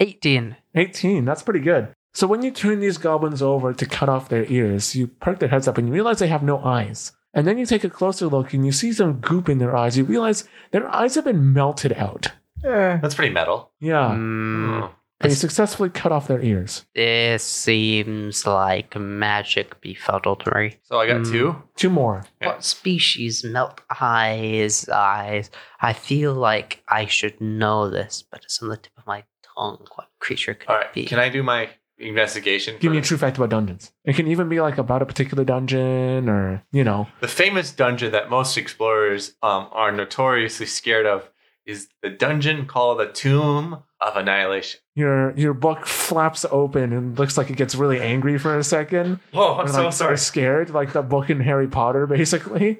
Speaker 3: 18.
Speaker 6: 18. That's pretty good. So when you turn these goblins over to cut off their ears, you perk their heads up and you realize they have no eyes. And then you take a closer look and you see some goop in their eyes. You realize their eyes have been melted out.
Speaker 2: Eh.
Speaker 1: That's pretty metal. Oh.
Speaker 6: Yeah.
Speaker 1: Hmm.
Speaker 3: Mm,
Speaker 6: And you successfully cut off their ears.
Speaker 3: this seems like magic befuddlery.
Speaker 1: So I got
Speaker 3: Mm.
Speaker 1: two.
Speaker 6: Two more.
Speaker 1: Yeah.
Speaker 3: What species melt eyes, eyes? I feel like I should know this, but it's on the tip of my tongue. What creature could
Speaker 1: All
Speaker 3: it
Speaker 1: right.
Speaker 3: be?
Speaker 1: Can I do my investigation?
Speaker 6: Give me a
Speaker 1: for
Speaker 6: true fact about dungeons. It can even be like about a particular dungeon or, you know.
Speaker 1: The famous dungeon that most explorers um, are notoriously scared of is the dungeon called the Tomb of Annihilation.
Speaker 6: Your your book flaps open and looks like it gets really angry for a second.
Speaker 1: Whoa, I'm
Speaker 6: and,
Speaker 1: so
Speaker 6: like,
Speaker 1: sorry.
Speaker 6: Scared, like the book in Harry Potter, (laughs) basically.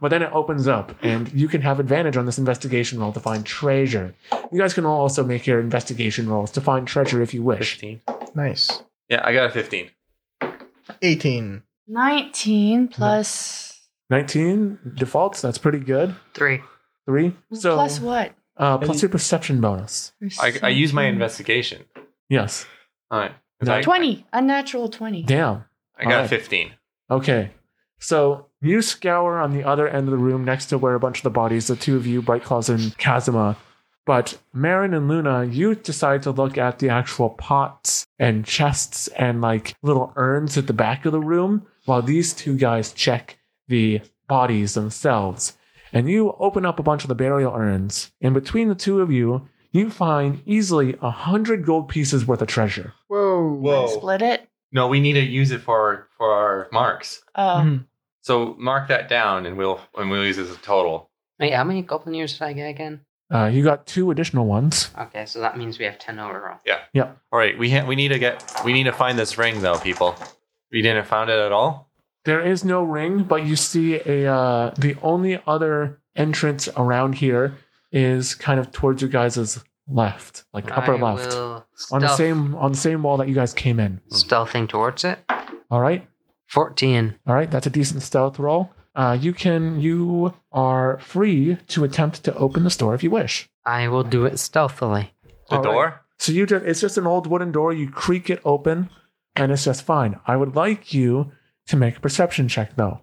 Speaker 6: but then it opens up, and you can have advantage on this investigation roll to find treasure. You guys can all also make your investigation rolls to find treasure if you wish.
Speaker 2: Nice.
Speaker 1: Yeah, I got a 15.
Speaker 2: 18.
Speaker 5: 19 plus
Speaker 6: 19 defaults, that's pretty good.
Speaker 3: Three.
Speaker 6: Three. So,
Speaker 5: plus what?
Speaker 6: uh, plus your perception bonus.
Speaker 1: I, I use my
Speaker 5: Perception.
Speaker 1: investigation.
Speaker 6: Yes.
Speaker 1: All right. 'Cause I-
Speaker 5: 20, unnatural 20.
Speaker 6: Damn.
Speaker 1: I got
Speaker 6: Alright.
Speaker 1: a 15.
Speaker 6: Okay. So you scour on the other end of the room next to where a bunch of the bodies, the two of you, Bright Claws and Kazuma. But Marin and Luna, you decide to look at the actual pots and chests and like little urns at the back of the room while these two guys check the bodies themselves. And you open up a bunch of the burial urns. And between the two of you, you find easily a hundred gold pieces worth of treasure.
Speaker 2: Whoa.
Speaker 5: Split it.
Speaker 1: No, we need to use it for our, for our marks.
Speaker 6: Uh,
Speaker 5: Oh,
Speaker 2: Mhm.
Speaker 1: So mark that down and we'll and we'll use it as a total.
Speaker 3: Wait, how many goblin ears did I get again?
Speaker 6: Uh, you got two additional ones.
Speaker 3: Okay, so that means we have 10 overall.
Speaker 1: All right, we ha- we need to get we need to find this ring though, people. We didn't found it at all.
Speaker 6: There is no ring, but you see a uh, the only other entrance around here is kind of towards you guys' left, like upper
Speaker 3: I
Speaker 6: left,
Speaker 3: will
Speaker 6: on the
Speaker 3: stealth-
Speaker 6: same on the same wall that you guys came in.
Speaker 3: Mm. Stealthing towards it.
Speaker 6: All right,
Speaker 3: 14.
Speaker 6: all right, that's a decent stealth roll. Uh, you can you are free to attempt to open the door if you wish.
Speaker 3: I will do it stealthily.
Speaker 1: The
Speaker 6: All right.
Speaker 1: door. (laughs)
Speaker 6: So you just it's just an old wooden door. You creak it open, and it's just fine. I would like you to make a perception check though.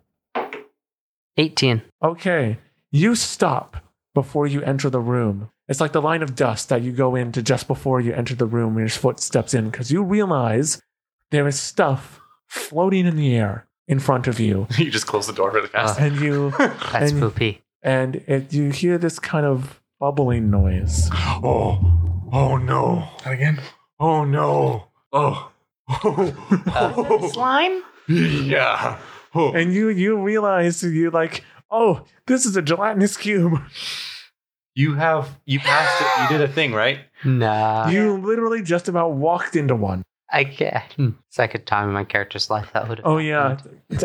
Speaker 3: 18.
Speaker 6: Okay, you stop before you enter the room. It's like the line of dust that you go into just before you enter the room when your foot steps in, because you realize there is stuff floating in the air in front of you,
Speaker 1: you just close the door really fast.
Speaker 6: and you
Speaker 3: That's
Speaker 6: And-
Speaker 3: poopy.
Speaker 6: and it, you hear this kind of bubbling noise.
Speaker 1: oh, oh no!
Speaker 2: That again?
Speaker 1: Oh no! Oh,
Speaker 6: Mm.
Speaker 5: (laughs) is
Speaker 1: (laughs)
Speaker 5: it slime?
Speaker 1: yeah. Oh.
Speaker 6: And you you realize you like, oh, this is a gelatinous cube.
Speaker 1: you have you passed it. You did a thing, right?
Speaker 3: Nah.
Speaker 6: you literally just about walked into one.
Speaker 3: I can't. Second time in my character's life that would.
Speaker 6: Hmm. Oh yeah,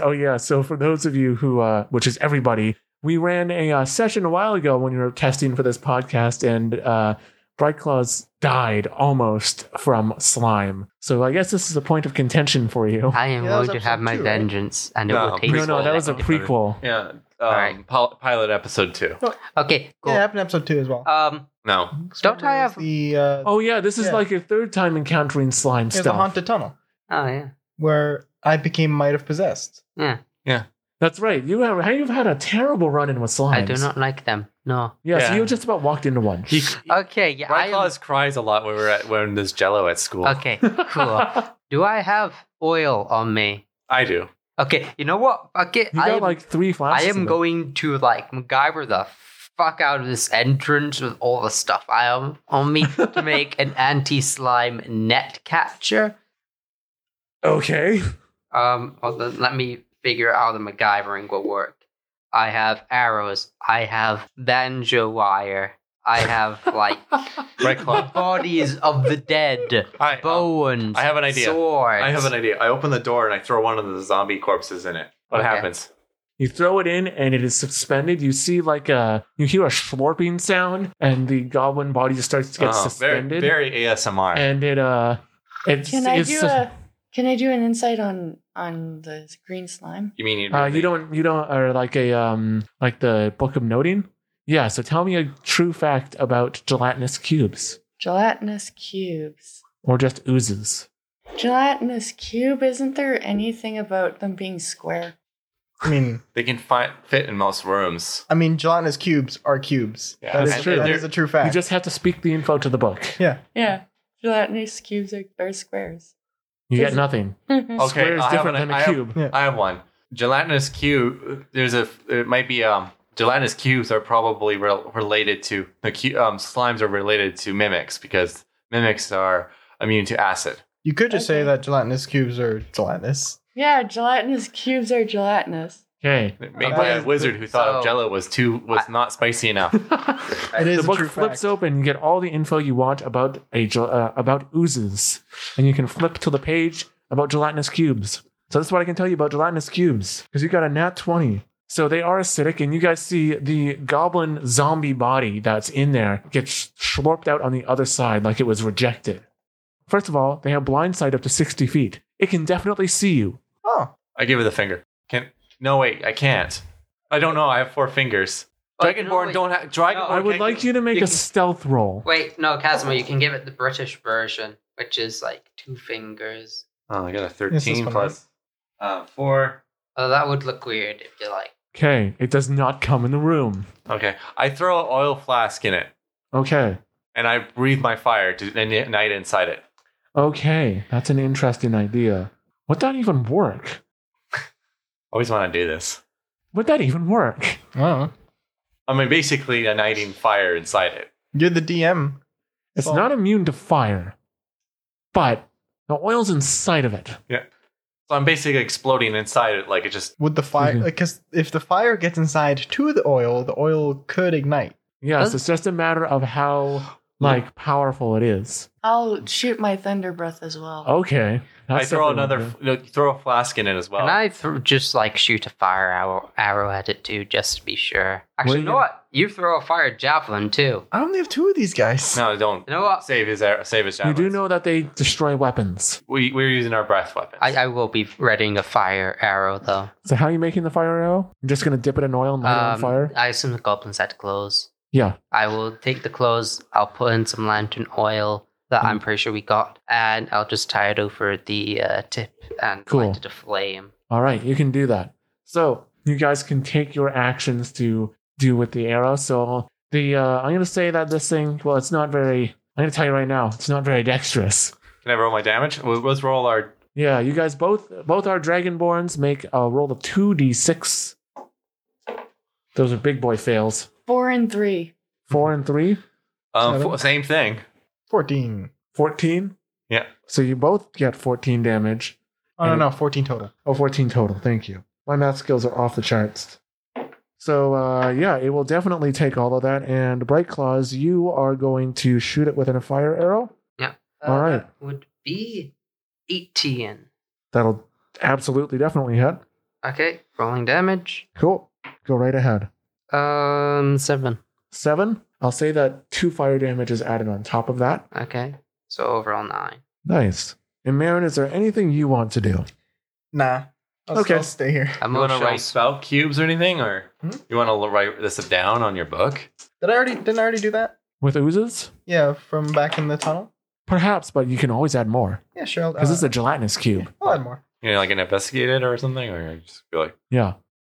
Speaker 6: oh yeah. So for those of you who, uh, which is everybody, we ran a uh, session a while ago when we were testing for this podcast, and uh, Bright Claws died almost from slime. So I guess this is a point of contention for you.
Speaker 3: I am
Speaker 2: Yeah, that was
Speaker 3: going to have
Speaker 2: episode
Speaker 3: my
Speaker 2: two, right?
Speaker 3: vengeance, and it
Speaker 1: No,
Speaker 3: will take.
Speaker 6: No, no,
Speaker 1: prequel.
Speaker 6: that was a prequel.
Speaker 1: Yeah. Um,
Speaker 3: Alright.
Speaker 1: pil- pilot episode two.
Speaker 3: Okay, cool.
Speaker 2: Yeah, it happened in episode two as
Speaker 6: Uh,
Speaker 2: well.
Speaker 3: Um,
Speaker 1: No.
Speaker 3: don't I have?
Speaker 2: the uh,
Speaker 6: Oh yeah, this is
Speaker 2: Yeah.
Speaker 6: like your third time encountering slime
Speaker 2: there's a
Speaker 6: stuff.
Speaker 2: haunted tunnel
Speaker 3: Oh yeah.
Speaker 2: where I became might have possessed.
Speaker 6: That's right. You have you've had a terrible run in with slimes.
Speaker 3: I do not like them. No.
Speaker 6: Yeah, so
Speaker 1: Yeah.
Speaker 6: you just about walked into one.
Speaker 1: He,
Speaker 3: Okay. Yeah. I
Speaker 1: White
Speaker 3: am-
Speaker 1: Claws cries a lot when we're at when there's Jello at school.
Speaker 3: Okay. Cool.
Speaker 6: (laughs)
Speaker 3: do I have oil on me?
Speaker 1: I do.
Speaker 3: Okay. You know what? Okay.
Speaker 6: You
Speaker 3: I
Speaker 6: got
Speaker 3: am,
Speaker 6: like three
Speaker 3: I
Speaker 6: flashes.
Speaker 3: am
Speaker 6: of it.
Speaker 3: going to like MacGyver the fuck out of this entrance with all the stuff I am on
Speaker 1: (laughs)
Speaker 3: me to make an anti-slime net catcher.
Speaker 6: Okay.
Speaker 3: Um, hold on, let me figure out how the MacGyvering will work. I have arrows. I have banjo wire. I have like
Speaker 1: (laughs) Right Claw.
Speaker 3: bodies of the dead,
Speaker 1: I, um,
Speaker 3: bones.
Speaker 1: I have an idea.
Speaker 3: Swords.
Speaker 1: I have an idea. I open the door and I throw one of the zombie corpses in it. What
Speaker 3: Okay.
Speaker 1: happens?
Speaker 6: You throw it in and it is suspended. You see like a you hear a slurping sound and the goblin body just starts to get
Speaker 1: Oh, very,
Speaker 6: suspended.
Speaker 1: very ASMR.
Speaker 6: and it uh it's,
Speaker 5: Can I
Speaker 6: it's
Speaker 5: do a can I do an insight on on the green slime?
Speaker 1: you mean you,
Speaker 6: uh, you don't you don't or like a um like the book of noting? Yeah, so tell me a true fact about gelatinous cubes.
Speaker 5: Gelatinous cubes.
Speaker 6: Or just oozes.
Speaker 5: Gelatinous cube, isn't there anything about them being square?
Speaker 2: I mean,
Speaker 1: They can fi- fit in most rooms.
Speaker 2: I mean, gelatinous cubes are cubes.
Speaker 1: Yeah,
Speaker 2: that is
Speaker 6: that's true.
Speaker 2: That is a true fact.
Speaker 6: You just have to speak the info to the book.
Speaker 2: yeah.
Speaker 5: Yeah, gelatinous cubes are, are squares.
Speaker 6: You get
Speaker 5: Is-
Speaker 6: nothing.
Speaker 5: That's
Speaker 1: Okay,
Speaker 6: Square is
Speaker 1: I have
Speaker 6: different
Speaker 1: an-
Speaker 6: than
Speaker 1: I
Speaker 6: a
Speaker 1: have-
Speaker 6: cube.
Speaker 2: Yeah.
Speaker 1: I have one. Gelatinous cube. There's a. It might be um. Gelatinous cubes are probably rel related to the cu- um slimes are related to mimics because mimics are immune to acid.
Speaker 2: You could just say
Speaker 5: Okay.
Speaker 2: that gelatinous cubes are gelatinous.
Speaker 5: (laughs) Yeah, gelatinous cubes are gelatinous.
Speaker 6: Okay.
Speaker 1: Made
Speaker 2: Uh,
Speaker 1: by
Speaker 2: that
Speaker 1: a
Speaker 2: is-
Speaker 1: wizard who thought of
Speaker 3: so-
Speaker 1: Jello was too was not spicy enough.
Speaker 2: It is
Speaker 6: the
Speaker 2: a
Speaker 6: book
Speaker 2: true
Speaker 6: flips
Speaker 2: fact.
Speaker 6: open. You get all the info you want about a gel- uh, about oozes, and you can flip to the page about gelatinous cubes. So that's what I can tell you about gelatinous cubes because you got a nat twenty. So they are acidic, and you guys see the goblin zombie body that's in there gets slurped out on the other side like it was rejected. First of all, they have blind sight up to sixty feet. It can definitely see you.
Speaker 2: Oh,
Speaker 1: I give it the finger. Can no wait, I can't. I don't know. I have four fingers.
Speaker 3: Oh,
Speaker 1: Dragonborn
Speaker 3: no, wait.
Speaker 1: don't have Dragonborn.
Speaker 3: No,
Speaker 6: I would
Speaker 1: can't
Speaker 6: like
Speaker 1: give-
Speaker 6: you to make
Speaker 1: you
Speaker 6: a
Speaker 1: can-
Speaker 6: stealth roll.
Speaker 3: Wait, no, Casimo, you can give it the British version, which is like two fingers.
Speaker 1: Oh, I got a
Speaker 2: this is
Speaker 1: thirteen
Speaker 2: fun.
Speaker 1: plus uh, four.
Speaker 3: Oh, that would look weird if you like.
Speaker 6: Okay, it does not come in the room.
Speaker 1: Okay, I throw an oil flask in it
Speaker 6: Okay.
Speaker 1: and I breathe my fire to and ignite inside it.
Speaker 6: Okay, that's an interesting idea. Would that even work?
Speaker 1: Always want to do this.
Speaker 6: Would that even work?
Speaker 2: well,
Speaker 1: I mean, basically igniting fire inside it.
Speaker 2: you're the DM.
Speaker 6: It's
Speaker 2: Well-
Speaker 6: not immune to fire, but the oil's inside of it.
Speaker 1: So I'm basically exploding inside it, like it just.
Speaker 2: Would the fire?
Speaker 6: Mhm.
Speaker 2: Because if the fire gets inside to the oil, the oil could ignite.
Speaker 6: Yes,
Speaker 3: Does-
Speaker 6: it's just a matter of how like powerful it is.
Speaker 5: I'll shoot my thunder breath as well.
Speaker 6: Oh. Okay,
Speaker 1: I
Speaker 6: that's
Speaker 1: throw
Speaker 6: definitely
Speaker 1: another.
Speaker 6: one.
Speaker 1: f- No, throw a flask in it as well.
Speaker 3: Can I th- just like shoot a fire arrow, arrow at it too, just to be sure? Actually,
Speaker 6: Well,
Speaker 3: you know
Speaker 6: yeah.
Speaker 3: what? You throw a fire javelin too.
Speaker 2: I only have two of these guys.
Speaker 1: No, don't.
Speaker 3: You know what?
Speaker 1: Save his air- save his.
Speaker 6: You do
Speaker 1: javelins.
Speaker 6: know that they destroy weapons.
Speaker 1: we we're using our breath weapons.
Speaker 3: I, I will be readying a fire arrow though.
Speaker 6: So how are you making the fire arrow? You're just gonna dip it in oil and light it on
Speaker 3: Um,
Speaker 6: fire?
Speaker 3: I assume the goblins had clothes.
Speaker 6: Yeah.
Speaker 3: I will take the clothes. I'll put in some lantern oil
Speaker 6: Hmm.
Speaker 3: that I'm pretty sure we got, and I'll just tie it over the uh, tip and
Speaker 6: Cool.
Speaker 3: light it aflame.
Speaker 6: All right, you can do that. So you guys can take your actions to do with the arrow. So the uh, I'm gonna say that this thing, well, it's not very. I'm gonna tell you right now, it's not very dexterous.
Speaker 1: Can I roll my damage? Well, Let's roll our.
Speaker 6: Yeah, you guys both both our dragonborns make a roll of two d six. Those are big boy fails.
Speaker 5: Four and three.
Speaker 6: Four and three.
Speaker 1: Um,
Speaker 2: Seven.
Speaker 1: f- same thing.
Speaker 2: Fourteen.
Speaker 6: 14?
Speaker 1: Yeah.
Speaker 6: So you both get 14 damage.
Speaker 2: Oh no,
Speaker 6: And-
Speaker 2: no, fourteen total.
Speaker 6: Oh, 14 total. Thank you. My math skills are off the charts. So, uh, yeah, it will definitely take all of that. And Bright Claws, you are going to shoot it within a fire arrow. All right.
Speaker 3: Uh, That would be 18.
Speaker 6: That'll absolutely definitely hit.
Speaker 3: Okay, rolling damage.
Speaker 6: Cool. Go right ahead.
Speaker 3: Um, seven.
Speaker 6: Seven. I'll say that two fire damage is added on top of that.
Speaker 3: Okay, so overall nine.
Speaker 6: Nice. And Marin, is there anything you want to do?
Speaker 2: Nah. I'll,
Speaker 6: Okay.
Speaker 2: I'll stay here.
Speaker 1: You want to
Speaker 3: Emotional.
Speaker 1: write spell cubes or anything, or
Speaker 2: Hmm?
Speaker 1: you want to write this down on your book?
Speaker 2: (laughs) Did I already? Didn't I already do that?
Speaker 6: With oozes?
Speaker 2: Yeah, from back in the tunnel.
Speaker 6: Perhaps, but you can always add more
Speaker 2: Yeah, sure. I'll-
Speaker 6: because this is
Speaker 2: uh,
Speaker 6: a gelatinous cube.
Speaker 2: I'll add more.
Speaker 1: You know, like an investigate it or something, or you just be like,
Speaker 6: Yeah.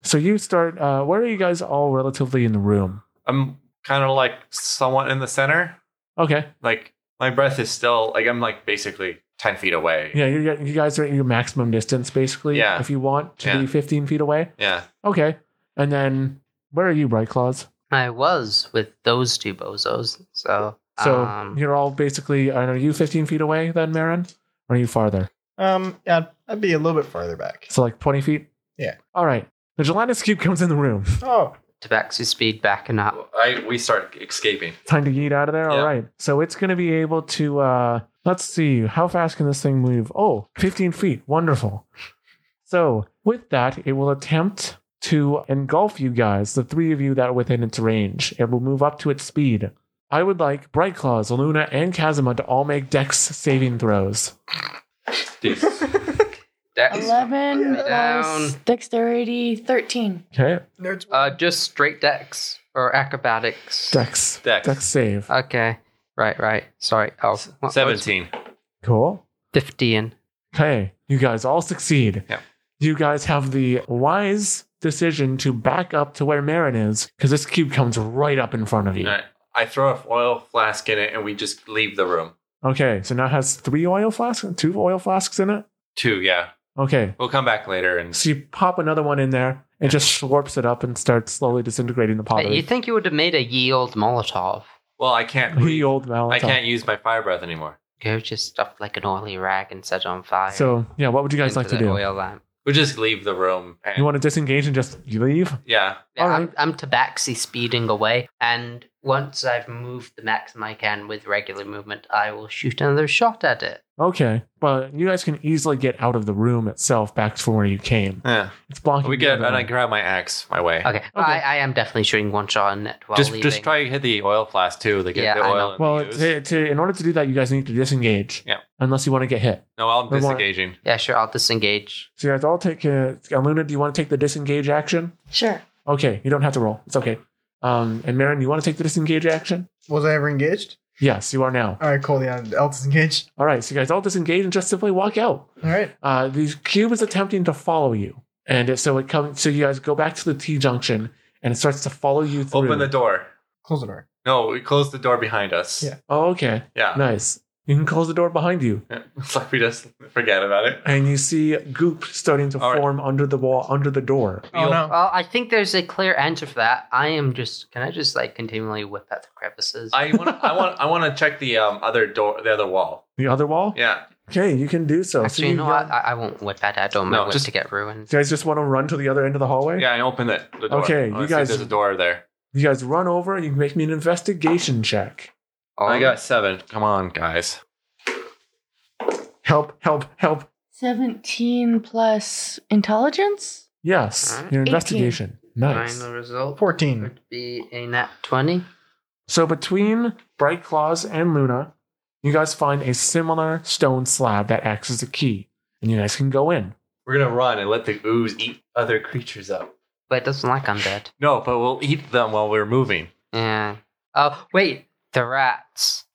Speaker 6: So you start. Uh, where are you guys all relatively in the room?
Speaker 1: I'm kind of like somewhat in the center.
Speaker 6: Okay.
Speaker 1: Like my breath is still like I'm like basically ten feet away.
Speaker 6: Yeah, you, you guys are at your maximum distance, basically.
Speaker 1: Yeah.
Speaker 6: If you want to
Speaker 1: Yeah.
Speaker 6: be 15 feet away.
Speaker 1: Yeah.
Speaker 6: Okay. And then where are you, Bright Claws?
Speaker 3: I was with those two bozos, so.
Speaker 6: So
Speaker 3: um,
Speaker 6: you're all basically. and Are you 15 feet away then, Marin? Or are you farther?
Speaker 2: Um, yeah, I'd, I'd be a little bit farther back.
Speaker 6: So like 20 feet?
Speaker 2: Yeah.
Speaker 6: All right. The gelatinous cube comes in the room. (laughs)
Speaker 2: Oh,
Speaker 3: Tabaxi speed backing up.
Speaker 1: I we start escaping.
Speaker 6: Time to yeet out of there.
Speaker 1: Yeah.
Speaker 6: All right. So it's going to be able to. Uh, let's see. How fast can this thing move? Oh, 15 feet. Wonderful. So with that, it will attempt to engulf you guys, the three of you that are within its range. It will move up to its speed. I would like Bright Claws, Luna, and Kazuma to all make dex saving throws.
Speaker 3: Dex.
Speaker 5: Eleven
Speaker 3: Put me
Speaker 5: plus dexterity thirteen.
Speaker 6: Okay.
Speaker 2: nerds.
Speaker 3: Uh, just straight dex or acrobatics.
Speaker 6: Dex.
Speaker 1: Dex.
Speaker 6: Dex save.
Speaker 3: Okay. Right, right. Sorry. Oh, what- what's-
Speaker 1: Seventeen.
Speaker 6: Cool.
Speaker 3: 15.
Speaker 6: Okay, you guys all succeed.
Speaker 1: Yeah.
Speaker 6: You guys have the wise decision to back up to where Marin is because this cube comes right up in front of you.
Speaker 1: Alright, I throw a oil flask in it, and we just leave the room.
Speaker 6: Okay, so now it has three oil flasks, two oil flasks in it.
Speaker 1: Two, yeah.
Speaker 6: Okay,
Speaker 1: We'll come back later and
Speaker 6: so you pop another one in there and just slurps it up and starts slowly disintegrating the
Speaker 3: Hey, you
Speaker 6: pottery.
Speaker 3: think you would have made a ye old Molotov?
Speaker 1: Well, I can't.
Speaker 6: The old Molotov.
Speaker 1: I can't use my fire breath anymore.
Speaker 3: Go just stuff like an oily rag and set it on fire.
Speaker 6: So yeah, what would you guys
Speaker 3: into
Speaker 6: like to
Speaker 3: the
Speaker 6: do?
Speaker 3: Oil lamp.
Speaker 1: We'll just leave the room. And,
Speaker 6: You want to disengage and just leave?
Speaker 1: Yeah.
Speaker 3: Yeah,
Speaker 6: All
Speaker 3: I'm, I'm tabaxi speeding away, and once I've moved the maximum I can with regular movement, I will shoot another shot at it.
Speaker 6: Okay. Well, you guys can easily get out of the room itself back to where you came.
Speaker 1: Yeah.
Speaker 6: It's blocking.
Speaker 1: We
Speaker 6: the
Speaker 1: get
Speaker 6: other
Speaker 1: and I
Speaker 6: one.
Speaker 1: grab my axe my way.
Speaker 3: Okay, I, I am definitely shooting one shot on it while
Speaker 1: just
Speaker 3: leaving.
Speaker 1: just try to hit the oil flask too. They get
Speaker 3: Yeah,
Speaker 1: the
Speaker 3: I
Speaker 1: oil.
Speaker 3: know.
Speaker 1: and
Speaker 6: Well,
Speaker 1: they use.
Speaker 6: to, to, in order to do that, you guys need to disengage.
Speaker 1: Yeah.
Speaker 6: Unless you want to get hit.
Speaker 1: no, I'm
Speaker 6: They want-
Speaker 1: disengaging.
Speaker 3: Yeah, sure, I'll disengage.
Speaker 6: So you guys all take. A, Luna, do you want to take the disengage action?
Speaker 5: Sure.
Speaker 6: Okay, you don't have to roll. It's okay. Um, and Marin, you want to take the disengage action?
Speaker 2: Was I ever engaged?
Speaker 6: Yes, you are now.
Speaker 2: All right, cool. Yeah, Elton's engaged.
Speaker 6: All right, so you guys all disengage and just simply walk out.
Speaker 2: All right.
Speaker 6: Uh, the cube is attempting to follow you, and it, so it comes. So you guys go back to the T junction, and it starts to follow you through.
Speaker 1: Open the door.
Speaker 2: Close the door.
Speaker 1: No, we close the door behind us.
Speaker 2: Yeah.
Speaker 6: Oh, okay.
Speaker 1: Yeah.
Speaker 6: Nice. You can close the door behind you,
Speaker 1: Yeah. (laughs) It's like we just forget about
Speaker 6: (laughs)
Speaker 1: it.
Speaker 6: and you see goop starting to
Speaker 1: All right.
Speaker 6: form under the wall, under the door.
Speaker 2: Oh, no.
Speaker 3: Well, I think there's a clear answer for that. I am just. Can I just, like, continually whip at the crevices?
Speaker 1: I want. I want. I want to check the um, other door, the other wall.
Speaker 6: The other wall.
Speaker 1: Yeah.
Speaker 6: Okay, you can do so. so
Speaker 3: Actually, you know
Speaker 6: got-
Speaker 3: what? I, I won't whip at it. I don't
Speaker 1: No,
Speaker 3: want it
Speaker 1: just-
Speaker 3: to get ruined.
Speaker 6: you guys just want to run to the other end of the hallway.
Speaker 1: Yeah. I open the, the door. Oh,
Speaker 6: Okay,
Speaker 1: I wanna
Speaker 6: you
Speaker 1: see
Speaker 6: guys-
Speaker 1: if There's a door there.
Speaker 6: You guys run over. You can make me an investigation check.
Speaker 3: Oh,
Speaker 1: I got seven. Come on, guys.
Speaker 6: Help! Help! Help!
Speaker 5: 17 plus intelligence?
Speaker 6: Yes,
Speaker 3: All right.
Speaker 6: your
Speaker 5: 18.
Speaker 6: investigation. Nice.
Speaker 3: Final result
Speaker 2: 14.
Speaker 3: would be a nat 20.
Speaker 6: So between Bright Claws and Luna, you guys find a similar stone slab that acts as a key, and you guys can go in.
Speaker 1: We're gonna run and let the ooze eat other creatures up.
Speaker 3: But it doesn't like undead.
Speaker 1: No, but we'll eat them while we're moving. (laughs)
Speaker 3: Yeah. Oh, wait. The rats.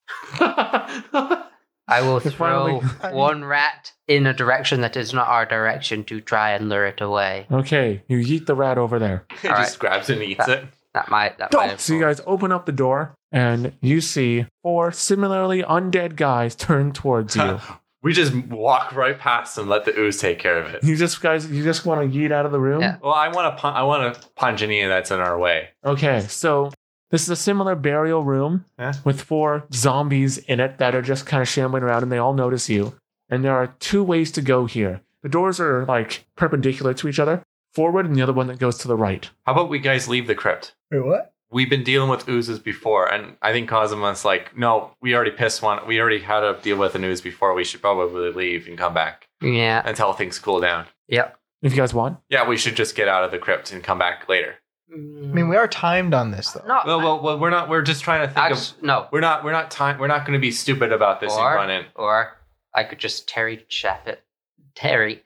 Speaker 3: I will
Speaker 6: They're
Speaker 3: throw
Speaker 6: finally-
Speaker 3: one rat in a direction that is not our direction to try and lure it away.
Speaker 6: Okay, you yeet the rat over there.
Speaker 1: He
Speaker 3: All
Speaker 1: just
Speaker 3: right.
Speaker 1: grabs it and
Speaker 3: (laughs)
Speaker 1: eats it.
Speaker 3: That might. That might have
Speaker 6: So you guys open up the door, and you see four similarly undead guys turn
Speaker 3: (laughs)
Speaker 6: towards you.
Speaker 1: We just walk right past and let the ooze take care of it.
Speaker 6: you just guys, you just want to yeet out of the room.
Speaker 3: Yeah.
Speaker 1: Well, I want to. Pun- I want to punch any that's in our way.
Speaker 6: Okay, so this is a similar burial room
Speaker 1: Yeah.
Speaker 6: with four zombies in it that are just kind of shambling around and they all notice you. And there are two ways to go here. The doors are like perpendicular to each other, forward and the other one that goes to the right.
Speaker 1: How about we guys leave the crypt?
Speaker 2: Wait, what?
Speaker 1: We've been dealing with oozes before, and I think Cosmos like, no, we already pissed one. We already had to deal with an ooze before. We should probably leave and come back
Speaker 3: Yeah.
Speaker 1: until things cool down.
Speaker 3: Yep.
Speaker 6: If you guys want.
Speaker 1: Yeah, we should just get out of the crypt and come back later.
Speaker 2: I mean, we are timed on this though.
Speaker 3: not.
Speaker 1: Well, well, well we're not. We're just trying to think of.
Speaker 3: Actu- no.
Speaker 1: We're not. We're not time. We're not going to be stupid about this
Speaker 3: Or-
Speaker 1: and run in.
Speaker 3: Or I could just Terry chap it. Terry.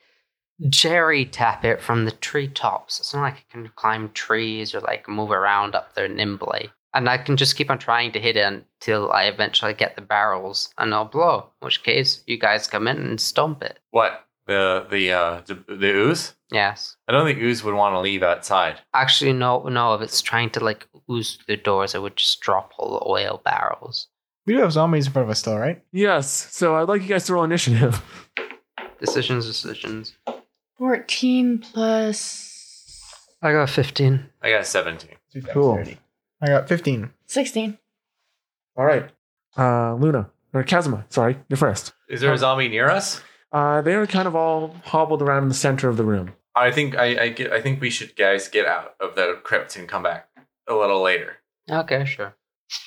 Speaker 3: Jerry tap it from the treetops. It's not like it can climb trees or like move around up there nimbly. And I can just keep on trying to hit it until I eventually get the barrels and I'll blow. In which case, you guys come in and stomp it.
Speaker 1: What the the uh the, the ooze?
Speaker 3: Yes.
Speaker 1: I don't think ooze would want to leave outside.
Speaker 3: Actually, no, no. If it's trying to like ooze through the doors, it would just drop all the oil barrels.
Speaker 2: We do have zombies in front of us still, right?
Speaker 6: Yes, so I'd like you guys to roll initiative. (laughs)
Speaker 3: Decisions, decisions.
Speaker 5: 14 plus
Speaker 3: I got 15.
Speaker 1: I got seventeen.
Speaker 6: Cool.
Speaker 2: I got 15.
Speaker 5: 16.
Speaker 6: All right. Uh, Luna, or Kazuma, sorry, you're first.
Speaker 1: Is there a zombie near us?
Speaker 6: Uh, they're kind of all hobbled around in the center of the room.
Speaker 1: I think I I, get, I think we should guys get out of the crypt and come back a little later.
Speaker 3: Okay, sure.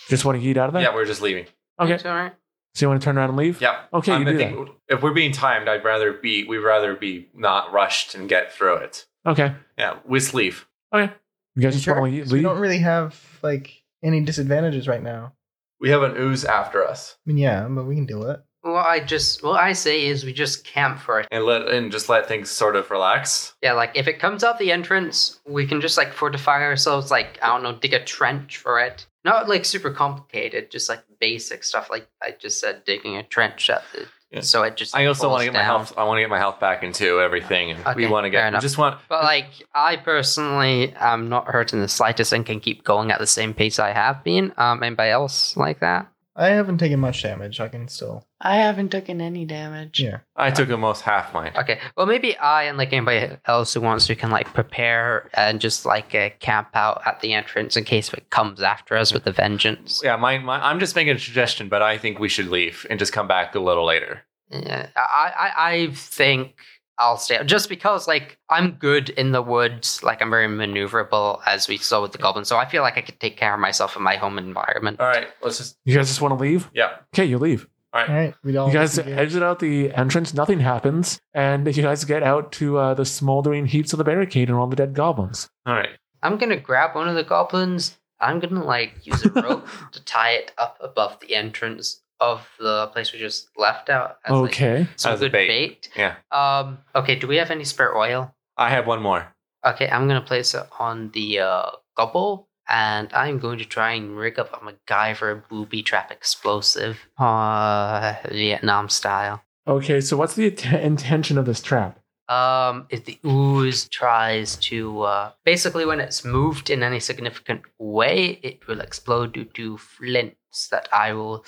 Speaker 6: Just want to yeet out of there?
Speaker 1: Yeah, we're just leaving.
Speaker 6: Okay.
Speaker 3: It's all right.
Speaker 6: So you want to turn around and leave?
Speaker 1: Yeah.
Speaker 6: Okay, you
Speaker 1: I
Speaker 6: do
Speaker 1: think if we're being timed, I'd rather be we'd rather be not rushed and get through it.
Speaker 6: Okay.
Speaker 1: Yeah, we sleep.
Speaker 6: Okay. You guys just
Speaker 2: Sure.
Speaker 6: want to yeet,
Speaker 2: So we
Speaker 6: leave?
Speaker 2: don't really have like any disadvantages right now.
Speaker 1: We have an ooze after us.
Speaker 2: I mean, yeah, but we can deal with it.
Speaker 3: What I just what I say is we just camp for it.
Speaker 1: and let and just let things sort of relax.
Speaker 3: Yeah, like if it comes out the entrance, we can just like fortify ourselves, like I don't know, dig a trench for it. Not like super complicated, just like basic stuff. Like I just said, digging a trench at the,
Speaker 1: Yeah.
Speaker 3: so it just.
Speaker 1: I also
Speaker 3: falls
Speaker 1: want to get my
Speaker 3: down.
Speaker 1: health. I want to get my health back into everything, and we
Speaker 3: Okay,
Speaker 1: want to
Speaker 3: fair
Speaker 1: get. We
Speaker 3: enough.
Speaker 1: just want.
Speaker 3: But like, I personally am not hurt in the slightest and can keep going at the same pace I have been. Um, anybody else like that?
Speaker 2: I haven't taken much damage. I can still.
Speaker 5: I haven't taken any damage.
Speaker 2: Yeah.
Speaker 1: I took almost half mine.
Speaker 3: Okay, well maybe I and like anybody else who wants to can like prepare and just like uh, camp out at the entrance in case it comes after us with a vengeance.
Speaker 1: Yeah, mine. My, I'm just making a suggestion, but I think we should leave and just come back a little later.
Speaker 3: Yeah, I, I, I think I'll stay just because like I'm good in the woods, like I'm very maneuverable, as we saw with the goblin. So I feel like I could take care of myself in my home environment.
Speaker 1: All right, let's just.
Speaker 6: You guys just want to leave?
Speaker 1: Yeah.
Speaker 6: Okay, you leave.
Speaker 2: All right. We all.
Speaker 6: You guys
Speaker 2: disengage.
Speaker 6: exit out the entrance, nothing happens, and you guys get out to uh, the smoldering heaps of the barricade and all the dead goblins.
Speaker 1: All right.
Speaker 3: I'm gonna grab one of the goblins. I'm gonna like use a rope to tie it up above the entrance of the place we just left out. As, like,
Speaker 6: okay.
Speaker 3: some
Speaker 1: As a
Speaker 3: good
Speaker 1: bait.
Speaker 3: bait.
Speaker 1: Yeah.
Speaker 3: Um. Okay. Do we have any spare oil?
Speaker 1: I have one more.
Speaker 3: Okay. I'm gonna place it on the uh, gobble, and I'm going to try and rig up a MacGyver booby trap explosive, uh, Vietnam style.
Speaker 6: Okay, so what's the int- intention of this trap?
Speaker 3: Um, if the ooze tries to, uh, basically when it's moved in any significant way, it will explode due to flints that I will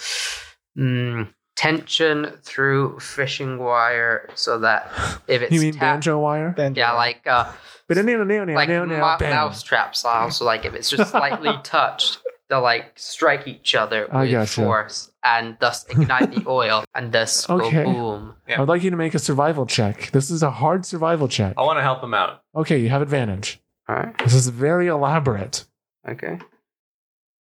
Speaker 3: mm, tension through fishing wire so that if it's
Speaker 6: you mean
Speaker 3: tapped,
Speaker 6: banjo wire?
Speaker 2: Then-
Speaker 3: yeah, like
Speaker 6: (laughs)
Speaker 3: uh,
Speaker 6: But no, no, no,
Speaker 3: like
Speaker 6: no,
Speaker 3: mo-
Speaker 6: no,
Speaker 3: mouse traps are also like if it's just
Speaker 6: (laughs)
Speaker 3: slightly touched they'll like strike each other
Speaker 6: I
Speaker 3: with
Speaker 6: gotcha.
Speaker 3: force and thus ignite
Speaker 6: (laughs)
Speaker 3: the oil and thus
Speaker 6: Okay.
Speaker 3: go boom
Speaker 1: Yeah.
Speaker 6: I'd like you to make a survival check. This is a hard survival check.
Speaker 1: I
Speaker 3: Oh.
Speaker 1: want to help him out.
Speaker 6: Okay, you have advantage.
Speaker 3: all right
Speaker 6: This is very elaborate.
Speaker 3: okay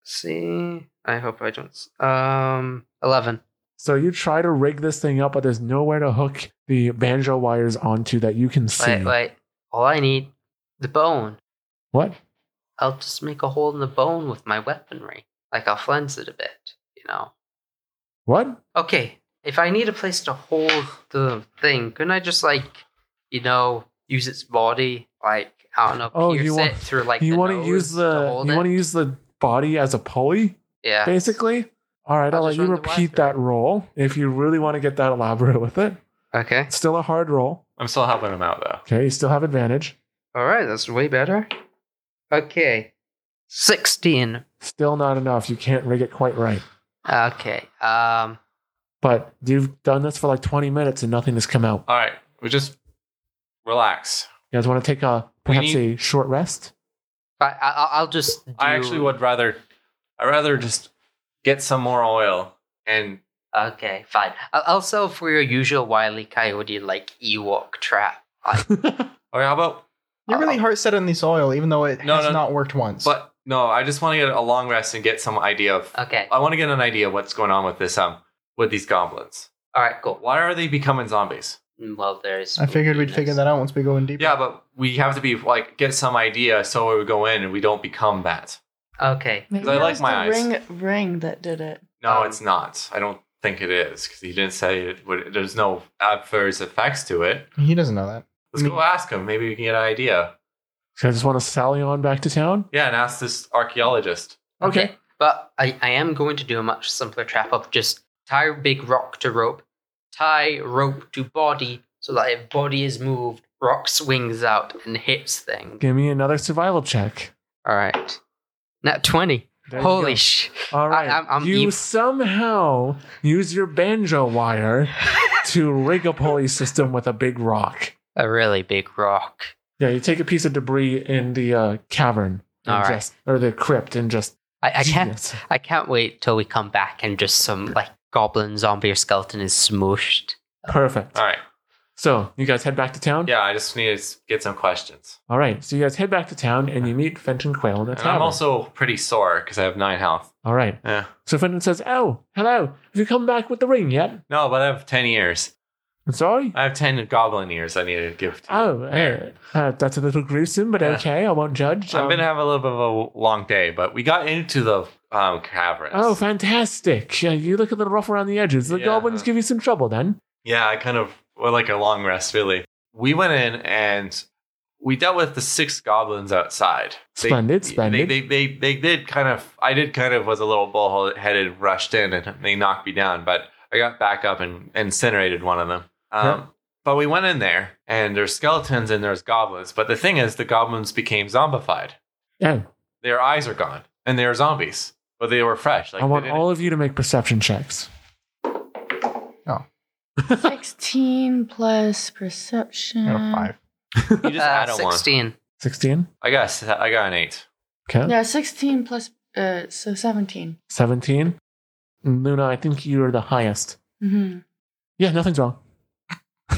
Speaker 3: see i hope i don't s- um 11
Speaker 6: So you try to rig this thing up, but there's nowhere to hook the banjo wires onto that you can see.
Speaker 3: wait wait all i need the bone
Speaker 6: What?
Speaker 3: i'll just make a hole in the bone with my weaponry like i'll flens it a bit you know
Speaker 6: What?
Speaker 3: Okay, if I need a place to hold the thing, couldn't I just like, you know, use its body? Like I don't know,
Speaker 6: Oh,
Speaker 3: pierce
Speaker 6: you want-
Speaker 3: it through like
Speaker 6: you
Speaker 3: the
Speaker 6: want
Speaker 3: nose
Speaker 6: to use the
Speaker 3: hold
Speaker 6: you
Speaker 3: it?
Speaker 6: want to use the body as a pulley,
Speaker 3: yeah.
Speaker 6: basically. All right,
Speaker 3: I'll
Speaker 6: I'll let
Speaker 3: just
Speaker 6: you
Speaker 3: run the wire
Speaker 6: repeat
Speaker 3: through
Speaker 6: that
Speaker 3: it.
Speaker 6: roll if you really want to get that elaborate with it.
Speaker 3: Okay.
Speaker 6: It's still a hard roll.
Speaker 1: I'm still helping him out though.
Speaker 6: Okay, you still have advantage.
Speaker 3: All right, that's way better. Okay, sixteen.
Speaker 6: Still not enough. You can't rig it quite right.
Speaker 3: Okay. Um.
Speaker 6: But you've done this for like 20 minutes and nothing has come out.
Speaker 1: All right, we just relax.
Speaker 6: You guys want to take a perhaps a short rest?
Speaker 3: But I, I'll, I'll just. Do,
Speaker 1: I actually would rather. I rather just get some more oil and
Speaker 3: Okay, fine. I'll, I'll sell for your usual wily coyote like Ewok trap. Like,
Speaker 1: Or oh, how about?
Speaker 2: You're
Speaker 3: uh,
Speaker 2: really hard set on this oil, even though it
Speaker 1: No,
Speaker 2: has
Speaker 1: no,
Speaker 2: not worked once.
Speaker 1: But no, I just want to get a long rest and get some idea of.
Speaker 3: okay.
Speaker 1: I want to get an idea of what's going on with this um with these goblins.
Speaker 3: All right. Cool.
Speaker 1: Why are they becoming zombies?
Speaker 3: Well, there's.
Speaker 2: I figured we'd
Speaker 3: spookiness.
Speaker 2: figure that out once we go in deeper.
Speaker 1: Yeah, but we have to be like get some idea so we would go in and we don't become that.
Speaker 3: Okay.
Speaker 5: Maybe
Speaker 1: 'Cause I
Speaker 5: it
Speaker 1: like
Speaker 5: was
Speaker 1: my
Speaker 5: the
Speaker 1: eyes.
Speaker 5: ring ring that did it.
Speaker 1: No,
Speaker 3: Um,
Speaker 1: it's not. I don't think it is because he didn't say it. Would, there's no adverse effects to it.
Speaker 2: He doesn't know that.
Speaker 1: Let's
Speaker 6: Mm.
Speaker 1: go ask him. Maybe we can get an idea.
Speaker 6: So I just want to sally on back to town.
Speaker 1: Yeah, and ask this archaeologist.
Speaker 6: Okay.
Speaker 3: But I, I am going to do a much simpler trap of just tie a big rock to rope, tie rope to body so that if body is moved, rock swings out and hits thing.
Speaker 6: Give me another survival check.
Speaker 3: All right. Nat 20.
Speaker 6: There you
Speaker 3: Holy
Speaker 6: go.
Speaker 3: sh.
Speaker 6: All right.
Speaker 3: I'm- I'm
Speaker 6: you
Speaker 3: ev-
Speaker 6: somehow use your banjo wire to rig a pulley system with a big rock.
Speaker 3: A really big rock.
Speaker 6: Yeah, you take a piece of debris in the uh, cavern, and
Speaker 3: All right.
Speaker 6: just, or the crypt, and just.
Speaker 3: I, I can't
Speaker 6: Genius.
Speaker 3: I can't wait till we come back and just some like goblin zombie or skeleton is smooshed.
Speaker 6: Perfect.
Speaker 1: All right.
Speaker 6: So you guys head back to town.
Speaker 1: Yeah, I just need to s- get some questions.
Speaker 6: All right. So you guys head back to town, and you meet Fenton Quail in the
Speaker 1: And
Speaker 6: tavern.
Speaker 1: I'm also pretty sore because I have nine health.
Speaker 6: All right.
Speaker 1: Yeah.
Speaker 6: So Fenton says, "Oh, hello. Have you come back with the ring yet?
Speaker 1: No, but I have ten ears.
Speaker 6: I'm sorry."
Speaker 1: I have ten goblin ears. I need to give. To
Speaker 6: Oh,
Speaker 1: you.
Speaker 6: eh, uh, that's a little gruesome, but
Speaker 1: Yeah.
Speaker 6: okay. I won't judge.
Speaker 1: I'm
Speaker 6: Um,
Speaker 1: gonna have a little bit of a long day, but we got into the um, caverns.
Speaker 6: Oh, fantastic. Yeah, You look a little rough around the edges. The
Speaker 1: Yeah.
Speaker 6: goblins give you some trouble then.
Speaker 1: Yeah, I kind of well, like a long rest, really. We went in and we dealt with the six goblins outside.
Speaker 6: Splendid,
Speaker 1: they,
Speaker 6: splendid.
Speaker 1: They, they, they, they did kind of, I did kind of was a little bull headed, rushed in, and they knocked me down, but I got back up and incinerated one of them. Um,
Speaker 6: Yeah.
Speaker 1: But we went in there, and there's skeletons and there's goblins. But the thing is, the goblins became zombified.
Speaker 6: Yeah,
Speaker 1: Their eyes are gone, and they are zombies, but they were fresh. Like
Speaker 6: I
Speaker 1: they
Speaker 6: want
Speaker 1: didn't-
Speaker 6: all of you to make perception checks.
Speaker 5: 16 plus perception.
Speaker 2: Out of five.
Speaker 1: You just
Speaker 3: Uh,
Speaker 1: add a one.
Speaker 3: 16.
Speaker 6: 16,
Speaker 1: I got, a se- I got an eight.
Speaker 6: okay,
Speaker 5: Yeah, 16 plus, uh, so 17.
Speaker 6: 17. And Luna, I think you're the highest.
Speaker 5: Mm-hmm.
Speaker 6: Yeah, nothing's wrong. (laughs)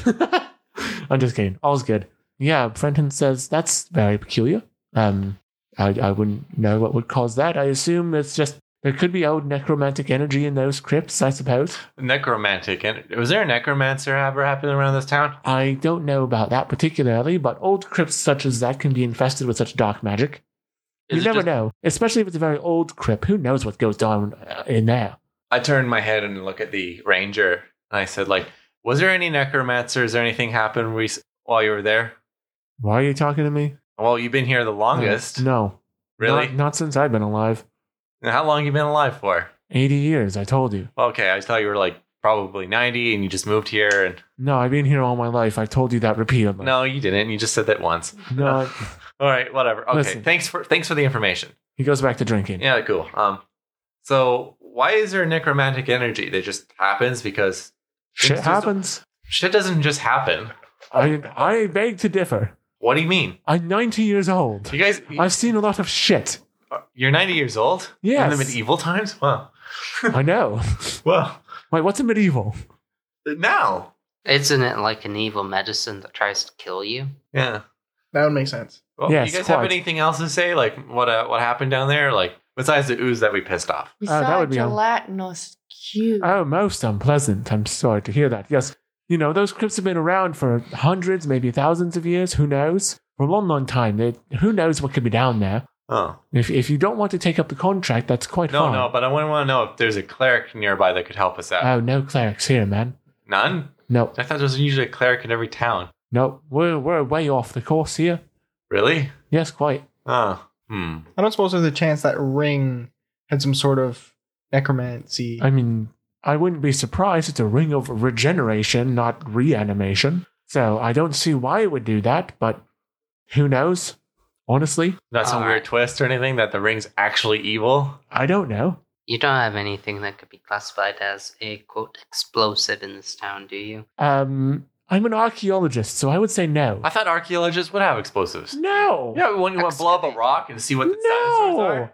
Speaker 6: I'm just kidding. All's good. Yeah, Brenton says that's very peculiar. Um, I, I wouldn't know what would cause that. I assume it's just there could be old necromantic energy in those crypts. I suppose.
Speaker 1: Necromantic. And was there a necromancer ever happening around this town?
Speaker 6: I don't know about that particularly, but old crypts such as that can be infested with such dark magic.
Speaker 1: Is
Speaker 6: you
Speaker 1: it
Speaker 6: never
Speaker 1: just-
Speaker 6: know, especially if it's a very old crypt. Who knows what goes down uh, in there?
Speaker 1: I turned my head and look at the ranger, and I said, "Like, was there any necromancers or anything happened re- while you were there?
Speaker 6: Why are you talking to me?
Speaker 1: Well, you've been here the longest,
Speaker 6: No,
Speaker 1: really.
Speaker 6: not, not since I've been alive.
Speaker 1: And How long you been alive for?
Speaker 6: Eighty years, I told you.
Speaker 1: Well, okay, I thought you were like probably ninety, and you just moved here. And
Speaker 6: No, I've been here all my life. I've told you that repeatedly.
Speaker 1: no, you didn't. You just said that once.
Speaker 6: no. I-
Speaker 1: All right, whatever. Okay,
Speaker 6: Listen.
Speaker 1: thanks for thanks for the information.
Speaker 6: He goes back to drinking.
Speaker 1: Yeah, cool. Um, so why is there necromantic energy that just happens? Because
Speaker 6: Shit
Speaker 1: Things just-
Speaker 6: happens.
Speaker 1: shit doesn't just happen.
Speaker 6: I I beg to differ.
Speaker 1: What do you mean?
Speaker 6: I'm 90 years old.
Speaker 1: You guys,
Speaker 6: I've seen a lot of
Speaker 1: (laughs)
Speaker 6: shit.
Speaker 1: you're ninety years old. in
Speaker 6: Yes.
Speaker 1: the medieval times. Wow,
Speaker 6: I know.
Speaker 1: wow.
Speaker 6: Wait, what's a medieval?
Speaker 1: now.
Speaker 3: Isn't it like an evil medicine that tries to kill you?
Speaker 1: Yeah.
Speaker 2: That would make sense.
Speaker 1: Well,
Speaker 6: Yes,
Speaker 1: you guys have
Speaker 6: quite.
Speaker 1: anything else to say? Like what uh, what happened down there? Like besides the ooze that we pissed off.
Speaker 5: We
Speaker 6: Uh,
Speaker 5: saw
Speaker 6: that
Speaker 5: a
Speaker 6: would be a-
Speaker 5: gelatinous cube.
Speaker 6: Oh, most unpleasant. I'm sorry to hear that. Yes. You know, those crypts have been around for hundreds, maybe thousands of years. Who knows? For a long, long time. They, who knows what could be down there?
Speaker 1: Oh
Speaker 6: If, if you don't want to take up the contract, that's quite
Speaker 1: no,
Speaker 6: fine.
Speaker 1: no. But I want to know if there's a cleric nearby that could help us out.
Speaker 6: Oh, no clerics here, man.
Speaker 1: None.
Speaker 6: No,
Speaker 1: I thought there was usually a cleric in every town.
Speaker 6: no. We're, we're way off the course here.
Speaker 1: Really?
Speaker 6: Yes, quite.
Speaker 1: Oh. Hmm.
Speaker 2: I don't suppose there's a chance that ring had some sort of necromancy.
Speaker 6: I mean, I wouldn't be surprised. It's a ring of regeneration, not reanimation. So I don't see why it would do that, but who knows? Honestly,
Speaker 1: Not
Speaker 6: Uh,
Speaker 1: some
Speaker 3: All
Speaker 1: weird
Speaker 3: right.
Speaker 1: twist or anything that the ring's actually evil.
Speaker 6: I don't know.
Speaker 3: You don't have anything that could be classified as a quote explosive in this town, do you?
Speaker 6: Um, I'm an archaeologist, so I would say no.
Speaker 1: I thought archaeologists would have explosives.
Speaker 6: no.
Speaker 1: Yeah, when you want to blow up a rock and see what the dinosaurs
Speaker 6: Mm, No.
Speaker 1: are.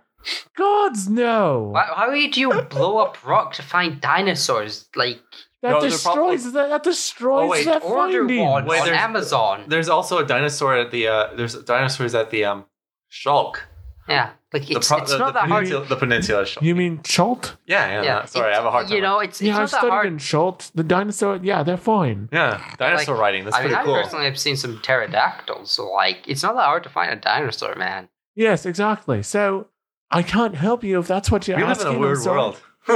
Speaker 6: Gods, no.
Speaker 3: Why, why would you blow up rock to find dinosaurs? Like
Speaker 6: That,
Speaker 1: No, they're
Speaker 6: destroys that, that destroys
Speaker 1: Oh, wait,
Speaker 6: that
Speaker 3: order
Speaker 6: finding.
Speaker 3: one
Speaker 1: Wait,
Speaker 3: on
Speaker 1: there's-
Speaker 3: Amazon.
Speaker 1: There's also a dinosaur at the uh, there's dinosaurs at the um Shulk.
Speaker 3: yeah, like
Speaker 1: The
Speaker 3: it's,
Speaker 1: pro-
Speaker 3: it's
Speaker 1: the-
Speaker 3: not
Speaker 1: the
Speaker 3: that hard.
Speaker 1: peninsula, the peninsula Shulk.
Speaker 6: You mean Chult?
Speaker 1: Yeah, yeah. no, sorry, I
Speaker 3: it-
Speaker 1: have a hard time.
Speaker 3: You know, it's, it's
Speaker 6: Yeah,
Speaker 3: not
Speaker 6: I've
Speaker 3: that
Speaker 6: studied
Speaker 3: hard.
Speaker 6: in Chult. The dinosaur, yeah, they're fine.
Speaker 1: yeah, dinosaur
Speaker 3: Like,
Speaker 1: riding. That's
Speaker 3: I mean,
Speaker 1: pretty
Speaker 3: I
Speaker 1: cool.
Speaker 3: personally have seen some pterodactyls. So like, it's not that hard to find a dinosaur, man.
Speaker 6: Yes, exactly. So I can't help you if that's what you're
Speaker 1: we live
Speaker 6: asking.
Speaker 1: in a
Speaker 6: I'm
Speaker 1: weird
Speaker 6: sorry.
Speaker 1: world. (laughs)
Speaker 6: Uh,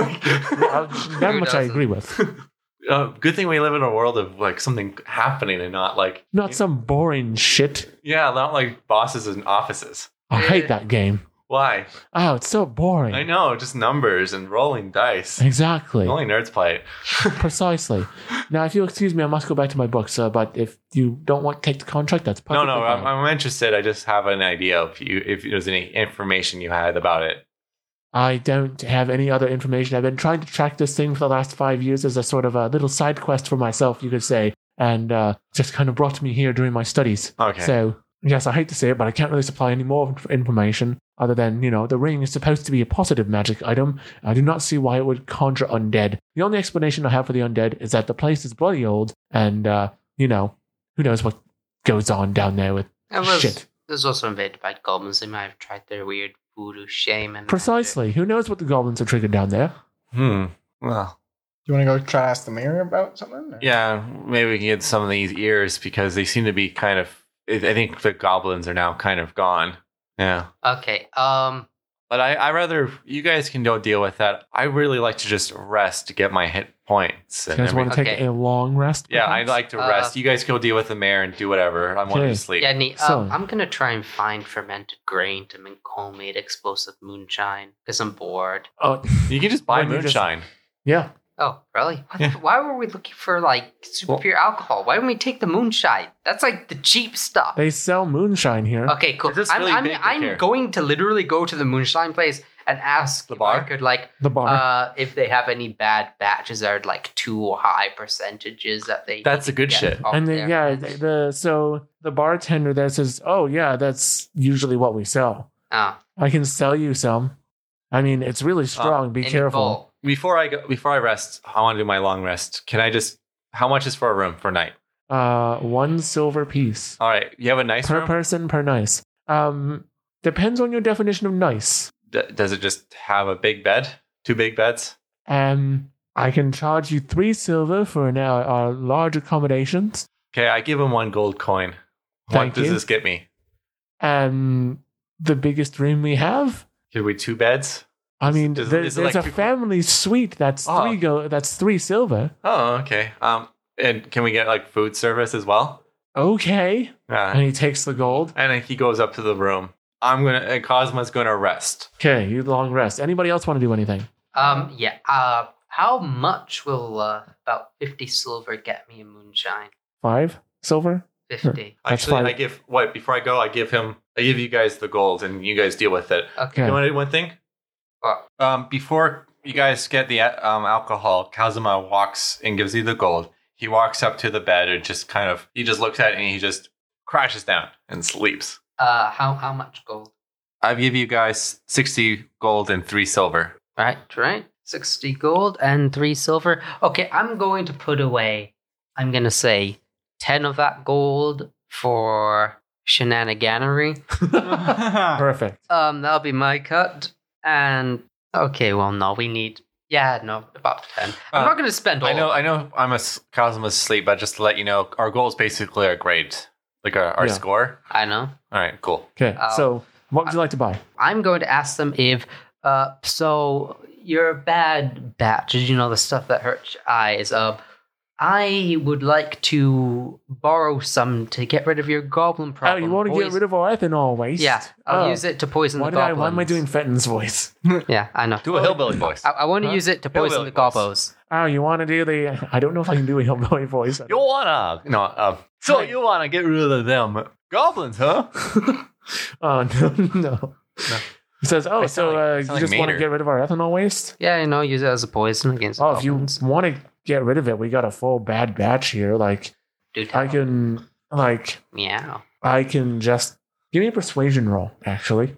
Speaker 6: that
Speaker 3: Who
Speaker 6: much I
Speaker 3: doesn't?
Speaker 6: agree with.
Speaker 1: uh, good thing we live in a world of like something happening and not like (laughs)
Speaker 6: Not some boring shit.
Speaker 1: yeah, not like bosses and offices.
Speaker 6: I hate
Speaker 3: Eh.
Speaker 6: that game.
Speaker 1: Why?
Speaker 6: Oh, it's so boring.
Speaker 1: I know, just numbers and rolling dice.
Speaker 6: Exactly.
Speaker 1: Only nerds play it.
Speaker 6: Precisely. Now, if you'll excuse me, I must go back to my books. Uh, but if you don't want to take the contract, that's
Speaker 1: No,
Speaker 6: perfectly
Speaker 1: no,
Speaker 6: fine.
Speaker 1: I'm, I'm interested. I just have an idea if you if there's any information you had about it.
Speaker 6: I don't have any other information. I've been trying to track this thing for the last five years as a sort of a little side quest for myself, you could say, and uh, just kind of brought me here during my studies.
Speaker 1: Okay.
Speaker 6: So, yes, I hate to say it, but I can't really supply any more inf- information other than, you know, the ring is supposed to be a positive magic item. I do not see why it would conjure undead. The only explanation I have for the undead is that the place is bloody old, and, uh, you know, who knows what goes on down there with
Speaker 3: It was,
Speaker 6: shit.
Speaker 3: It was also invaded by goblins. They might have tried their weird voodoo shaman. magic.
Speaker 6: Precisely. Who knows what the goblins are triggered down there?
Speaker 1: hmm. Well,
Speaker 2: Do you want to go try to ask the mayor about something? or-
Speaker 1: (laughs) Yeah, maybe we can get some of these ears because they seem to be kind of. I I think the goblins are now kind of gone. Yeah.
Speaker 3: Okay. Um.
Speaker 1: But I, I rather you guys can go deal with that. I really like to just rest to get my hit points.
Speaker 6: You
Speaker 1: And
Speaker 6: guys
Speaker 1: everything.
Speaker 6: want to take
Speaker 3: Okay.
Speaker 6: a long rest?
Speaker 1: yeah, I
Speaker 6: perhaps?
Speaker 1: like to
Speaker 3: Uh,
Speaker 1: rest. you guys go deal with the mayor and do whatever. I want
Speaker 6: Okay.
Speaker 1: to sleep.
Speaker 3: Yeah, neat.
Speaker 6: So-
Speaker 3: Um, I'm gonna try and find fermented grain to make homemade explosive moonshine because I'm bored.
Speaker 6: Oh,
Speaker 1: You can just buy
Speaker 6: Why don't you just-
Speaker 1: moonshine.
Speaker 6: yeah.
Speaker 3: Oh, really? What
Speaker 1: Yeah.
Speaker 3: the- Why were we looking for like super
Speaker 6: Well-
Speaker 3: pure alcohol? Why didn't we take the moonshine? That's like the cheap stuff.
Speaker 6: They sell moonshine here.
Speaker 3: okay, cool.
Speaker 1: Is this
Speaker 3: I'm,
Speaker 1: really
Speaker 3: I'm,
Speaker 1: big
Speaker 3: I'm
Speaker 1: here?
Speaker 3: going to literally go to the moonshine place and ask
Speaker 1: The
Speaker 3: if I
Speaker 1: bar?
Speaker 3: could like
Speaker 6: The bar.
Speaker 3: uh, if they have any bad batches that are like too high percentages that they
Speaker 1: That's the good shit.
Speaker 3: off
Speaker 6: and
Speaker 3: there.
Speaker 6: then, yeah, the, the so the bartender there says, "Oh yeah, that's usually what we sell.
Speaker 3: Oh,
Speaker 6: I can sell you some. I mean, it's really
Speaker 1: Uh,
Speaker 6: strong. Be
Speaker 3: any
Speaker 6: careful."
Speaker 3: bowl.
Speaker 1: Before I go, before I rest, I want to do my long rest. Can I just? How much is for a room for night?
Speaker 6: Uh, one silver piece
Speaker 1: All right, you have a nice
Speaker 6: per
Speaker 1: Uh, room.
Speaker 6: person per nice. Um, depends on your definition of nice.
Speaker 1: D- does it just have a big bed? Two big beds?
Speaker 6: Um, I can charge you three silver for an hour, uh, large accommodations.
Speaker 1: Okay, I give him one gold coin.
Speaker 6: Thank
Speaker 1: what does
Speaker 6: you.
Speaker 1: this get me?
Speaker 6: Um, the biggest room we have.
Speaker 1: Could we two beds?
Speaker 6: I mean,
Speaker 1: Is- is
Speaker 6: there-
Speaker 1: it
Speaker 6: there's
Speaker 1: like
Speaker 6: a
Speaker 1: two-
Speaker 6: family suite that's
Speaker 1: Oh.
Speaker 6: three go. That's three silver.
Speaker 1: Oh, okay. Um, and can we get like food service as well?
Speaker 6: Okay,
Speaker 1: Uh,
Speaker 6: and he takes the gold.
Speaker 1: and he goes up to the room. I'm gonna. And Cosma's gonna rest.
Speaker 6: Okay, you long rest. Anybody else want to do anything?
Speaker 3: Um, yeah. Uh, how much will uh, about fifty silver get me in moonshine?
Speaker 6: Five silver.
Speaker 3: Fifty.
Speaker 6: That's
Speaker 1: Actually,
Speaker 6: fine.
Speaker 1: I give what before I go. I give him. I give you guys the gold, and you guys deal with it.
Speaker 3: Okay.
Speaker 6: Okay.
Speaker 1: You want to do one thing?
Speaker 3: What?
Speaker 1: Um, before you guys get the uh, um, alcohol, Kazuma walks and gives you the gold. He walks up to the bed and just kind of he just looks at it and he just crashes down and sleeps.
Speaker 3: Uh, how how much gold?
Speaker 1: I give you guys sixty gold and three silver.
Speaker 3: Right, right. Sixty gold and three silver. Okay, I'm going to put away. I'm gonna say ten of that gold for shenaniganery.
Speaker 6: Perfect.
Speaker 3: Um, that'll be my cut. And okay, well, no, we need. Yeah, no, about ten. I'm
Speaker 1: Uh,
Speaker 3: not gonna spend all.
Speaker 1: I know,
Speaker 3: of it.
Speaker 1: I know. I'm a s- Kazuma's asleep, but just to let you know, our goal is basically our grade, like our, our
Speaker 6: Yeah.
Speaker 1: score.
Speaker 3: I know.
Speaker 1: All right, cool.
Speaker 6: Okay,
Speaker 3: Oh.
Speaker 6: so what would you like to buy?
Speaker 3: I'm going to ask them if, uh, so your bad batches, you know, the stuff that hurts your eyes. Uh, I would like to borrow some to get rid of your goblin problem.
Speaker 6: Oh, you want to get rid of our ethanol waste?
Speaker 3: Yeah, I'll
Speaker 6: Oh,
Speaker 3: use it to poison
Speaker 6: Why
Speaker 3: the
Speaker 6: did I?
Speaker 3: goblins.
Speaker 6: Why am I
Speaker 3: (laughs)
Speaker 6: doing Fenton's voice?
Speaker 3: Yeah, I know.
Speaker 1: Do a hillbilly voice.
Speaker 3: I, I want to
Speaker 6: Huh?
Speaker 3: use it to poison
Speaker 1: Hillbilly
Speaker 3: the gobos.
Speaker 6: Oh, you want to do the? I don't know if I can do a hillbilly voice.
Speaker 1: You wanna no? Uh, so
Speaker 6: Right.
Speaker 1: you wanna get rid of them goblins, huh?
Speaker 6: (laughs) Oh no, no. He says, "Oh,
Speaker 1: I sound
Speaker 6: so
Speaker 1: like-
Speaker 6: uh,
Speaker 1: I
Speaker 6: you
Speaker 1: sound like
Speaker 6: just want to
Speaker 1: Mater.
Speaker 6: get rid of our ethanol waste?
Speaker 3: Yeah, you know, use it as a poison against.
Speaker 6: Oh,
Speaker 3: the
Speaker 6: if you
Speaker 3: goblins.
Speaker 6: want to get rid of it, we got a full bad batch here. Like,
Speaker 3: do tell.
Speaker 6: I can, like,
Speaker 3: Meow.
Speaker 6: I can just give me a persuasion roll. Actually,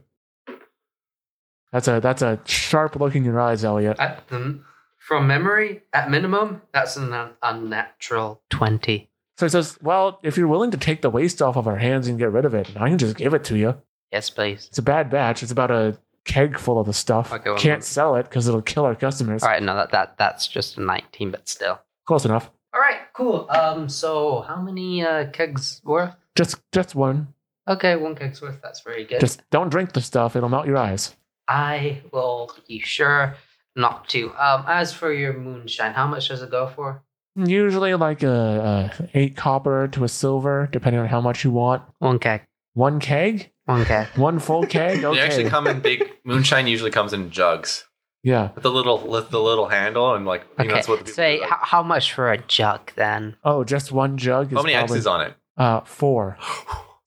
Speaker 6: that's a that's a sharp look in your eyes, Elliot.
Speaker 3: At the, from memory, at minimum, that's an un- unnatural twenty.
Speaker 6: So he says, "Well, if you're willing to take the waste off of our hands and get rid of it, I can just give it to you.
Speaker 3: Yes, please.
Speaker 6: It's a bad batch. It's about a keg full of the stuff.
Speaker 3: Okay, well,
Speaker 6: Can't
Speaker 3: then-
Speaker 6: sell it because it'll kill our customers.
Speaker 3: All right, no, that, that that's just a 19, but still.
Speaker 6: Close enough.
Speaker 3: All right, cool. Um, so how many uh, kegs worth?
Speaker 6: Just just one.
Speaker 3: Okay, one keg's worth. That's very good.
Speaker 6: Just don't drink the stuff; it'll melt your eyes.
Speaker 3: I will be sure not to. Um, as for your moonshine, how much does it go for?
Speaker 6: Usually, like a, a eight copper to a silver, depending on how much you want.
Speaker 3: One keg.
Speaker 6: One keg,
Speaker 3: One keg. (laughs)
Speaker 6: one
Speaker 1: (laughs)
Speaker 6: full keg.
Speaker 1: They actually
Speaker 6: Okay,
Speaker 1: come in big.
Speaker 6: (laughs)
Speaker 1: Moonshine usually comes in jugs
Speaker 6: yeah.
Speaker 1: with the little with the little handle and like you know
Speaker 3: Okay,
Speaker 1: that's what the people
Speaker 3: say
Speaker 1: do, like,
Speaker 3: how, how much for a jug then?
Speaker 6: Oh, just one jug. Is
Speaker 1: how many
Speaker 6: probably,
Speaker 1: X's on it?
Speaker 3: (sighs)
Speaker 6: Uh, four.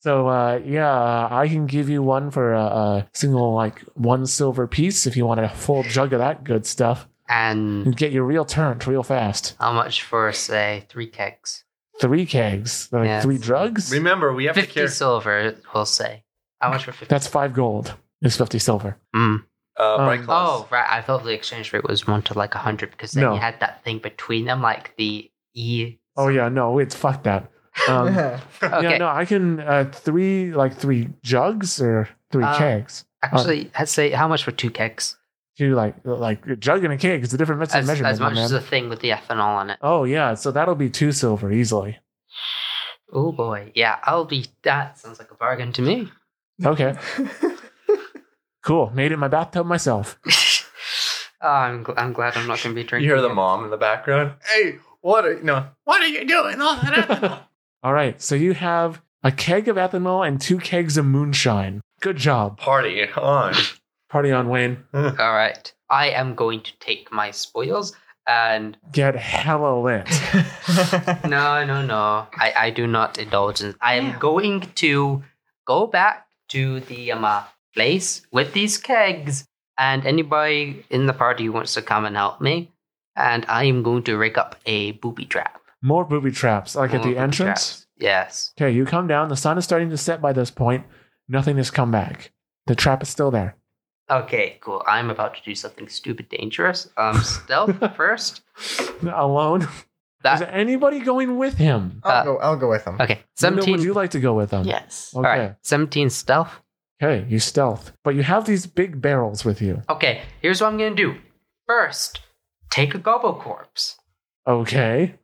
Speaker 6: So uh, yeah, I can give you one for a, a single like one silver piece if you want a full jug of that good stuff.
Speaker 3: And
Speaker 6: You get your real turned real fast.
Speaker 3: how much for say three kegs?
Speaker 6: Three kegs, like
Speaker 3: Yeah.
Speaker 6: three drugs.
Speaker 1: Remember, we have to
Speaker 3: Fifty
Speaker 1: care.
Speaker 3: silver, we'll say. How much for fifty?
Speaker 6: That's five gold. Is fifty silver.
Speaker 3: Mm.
Speaker 1: Uh, bright
Speaker 6: um,
Speaker 1: claws.
Speaker 3: Oh, right. I thought the exchange rate was one to like 100 because then
Speaker 6: No.
Speaker 3: you had that thing between them, like the E.
Speaker 6: Oh yeah, no, it's fuck that. Um,
Speaker 3: (laughs) Okay.
Speaker 6: (laughs) Yeah, no, I can uh, three like three jugs or three
Speaker 3: Uh,
Speaker 6: kegs.
Speaker 3: Actually,
Speaker 6: Uh,
Speaker 3: I'd say how much for two kegs?
Speaker 6: Two like like a jug and a keg is a different mes-
Speaker 3: As,
Speaker 6: measurement,
Speaker 3: as
Speaker 6: my
Speaker 3: much
Speaker 6: man.
Speaker 3: as the thing with the ethanol on it.
Speaker 6: oh yeah, so that'll be two silver easily.
Speaker 3: Oh boy. Yeah, I'll be. That sounds like a bargain to me.
Speaker 6: Okay, Cool. Made it in my bathtub myself.
Speaker 3: (laughs) Oh, I'm, gl- I'm glad I'm not
Speaker 6: (laughs)
Speaker 3: going to be drinking.
Speaker 1: You hear the
Speaker 3: it.
Speaker 1: mom in the background. Hey, what are you no? What are you doing? All that (laughs) ethanol?"
Speaker 6: All right. So you have a keg of ethanol and two kegs of moonshine. Good job.
Speaker 1: Party (laughs) on.
Speaker 6: Party on, Wayne.
Speaker 3: All right. I am going to take my spoils and
Speaker 6: Get hella
Speaker 3: (laughs)
Speaker 6: lit.
Speaker 3: no, no, no. I, I do not indulge in. I am going to go back to the um, uh, place with these kegs, and anybody in the party who wants to come and help me, and I am going to rig up a booby trap.
Speaker 6: More booby traps, like at
Speaker 3: More
Speaker 6: the
Speaker 3: booby
Speaker 6: entrance.
Speaker 3: traps. Yes.
Speaker 6: Okay, you come down. The sun is starting to set by this point. Nothing has come back. The trap is still there.
Speaker 3: Okay, cool. I'm about to do something stupid dangerous.
Speaker 6: (laughs)
Speaker 3: Um, stealth first. (laughs)
Speaker 6: Alone.
Speaker 3: That-
Speaker 6: Is there anybody going with him?
Speaker 2: I'll
Speaker 3: Uh,
Speaker 2: go. I'll go with him.
Speaker 3: Okay,
Speaker 6: Linda,
Speaker 3: seventeen.
Speaker 6: Would you like to go with them?
Speaker 5: Yes.
Speaker 6: Okay.
Speaker 3: All right, seventeen stealth.
Speaker 6: Okay, you stealth. But you have these big barrels with you.
Speaker 3: Okay, here's what I'm gonna do. First, take a gobo corpse,
Speaker 6: Okay.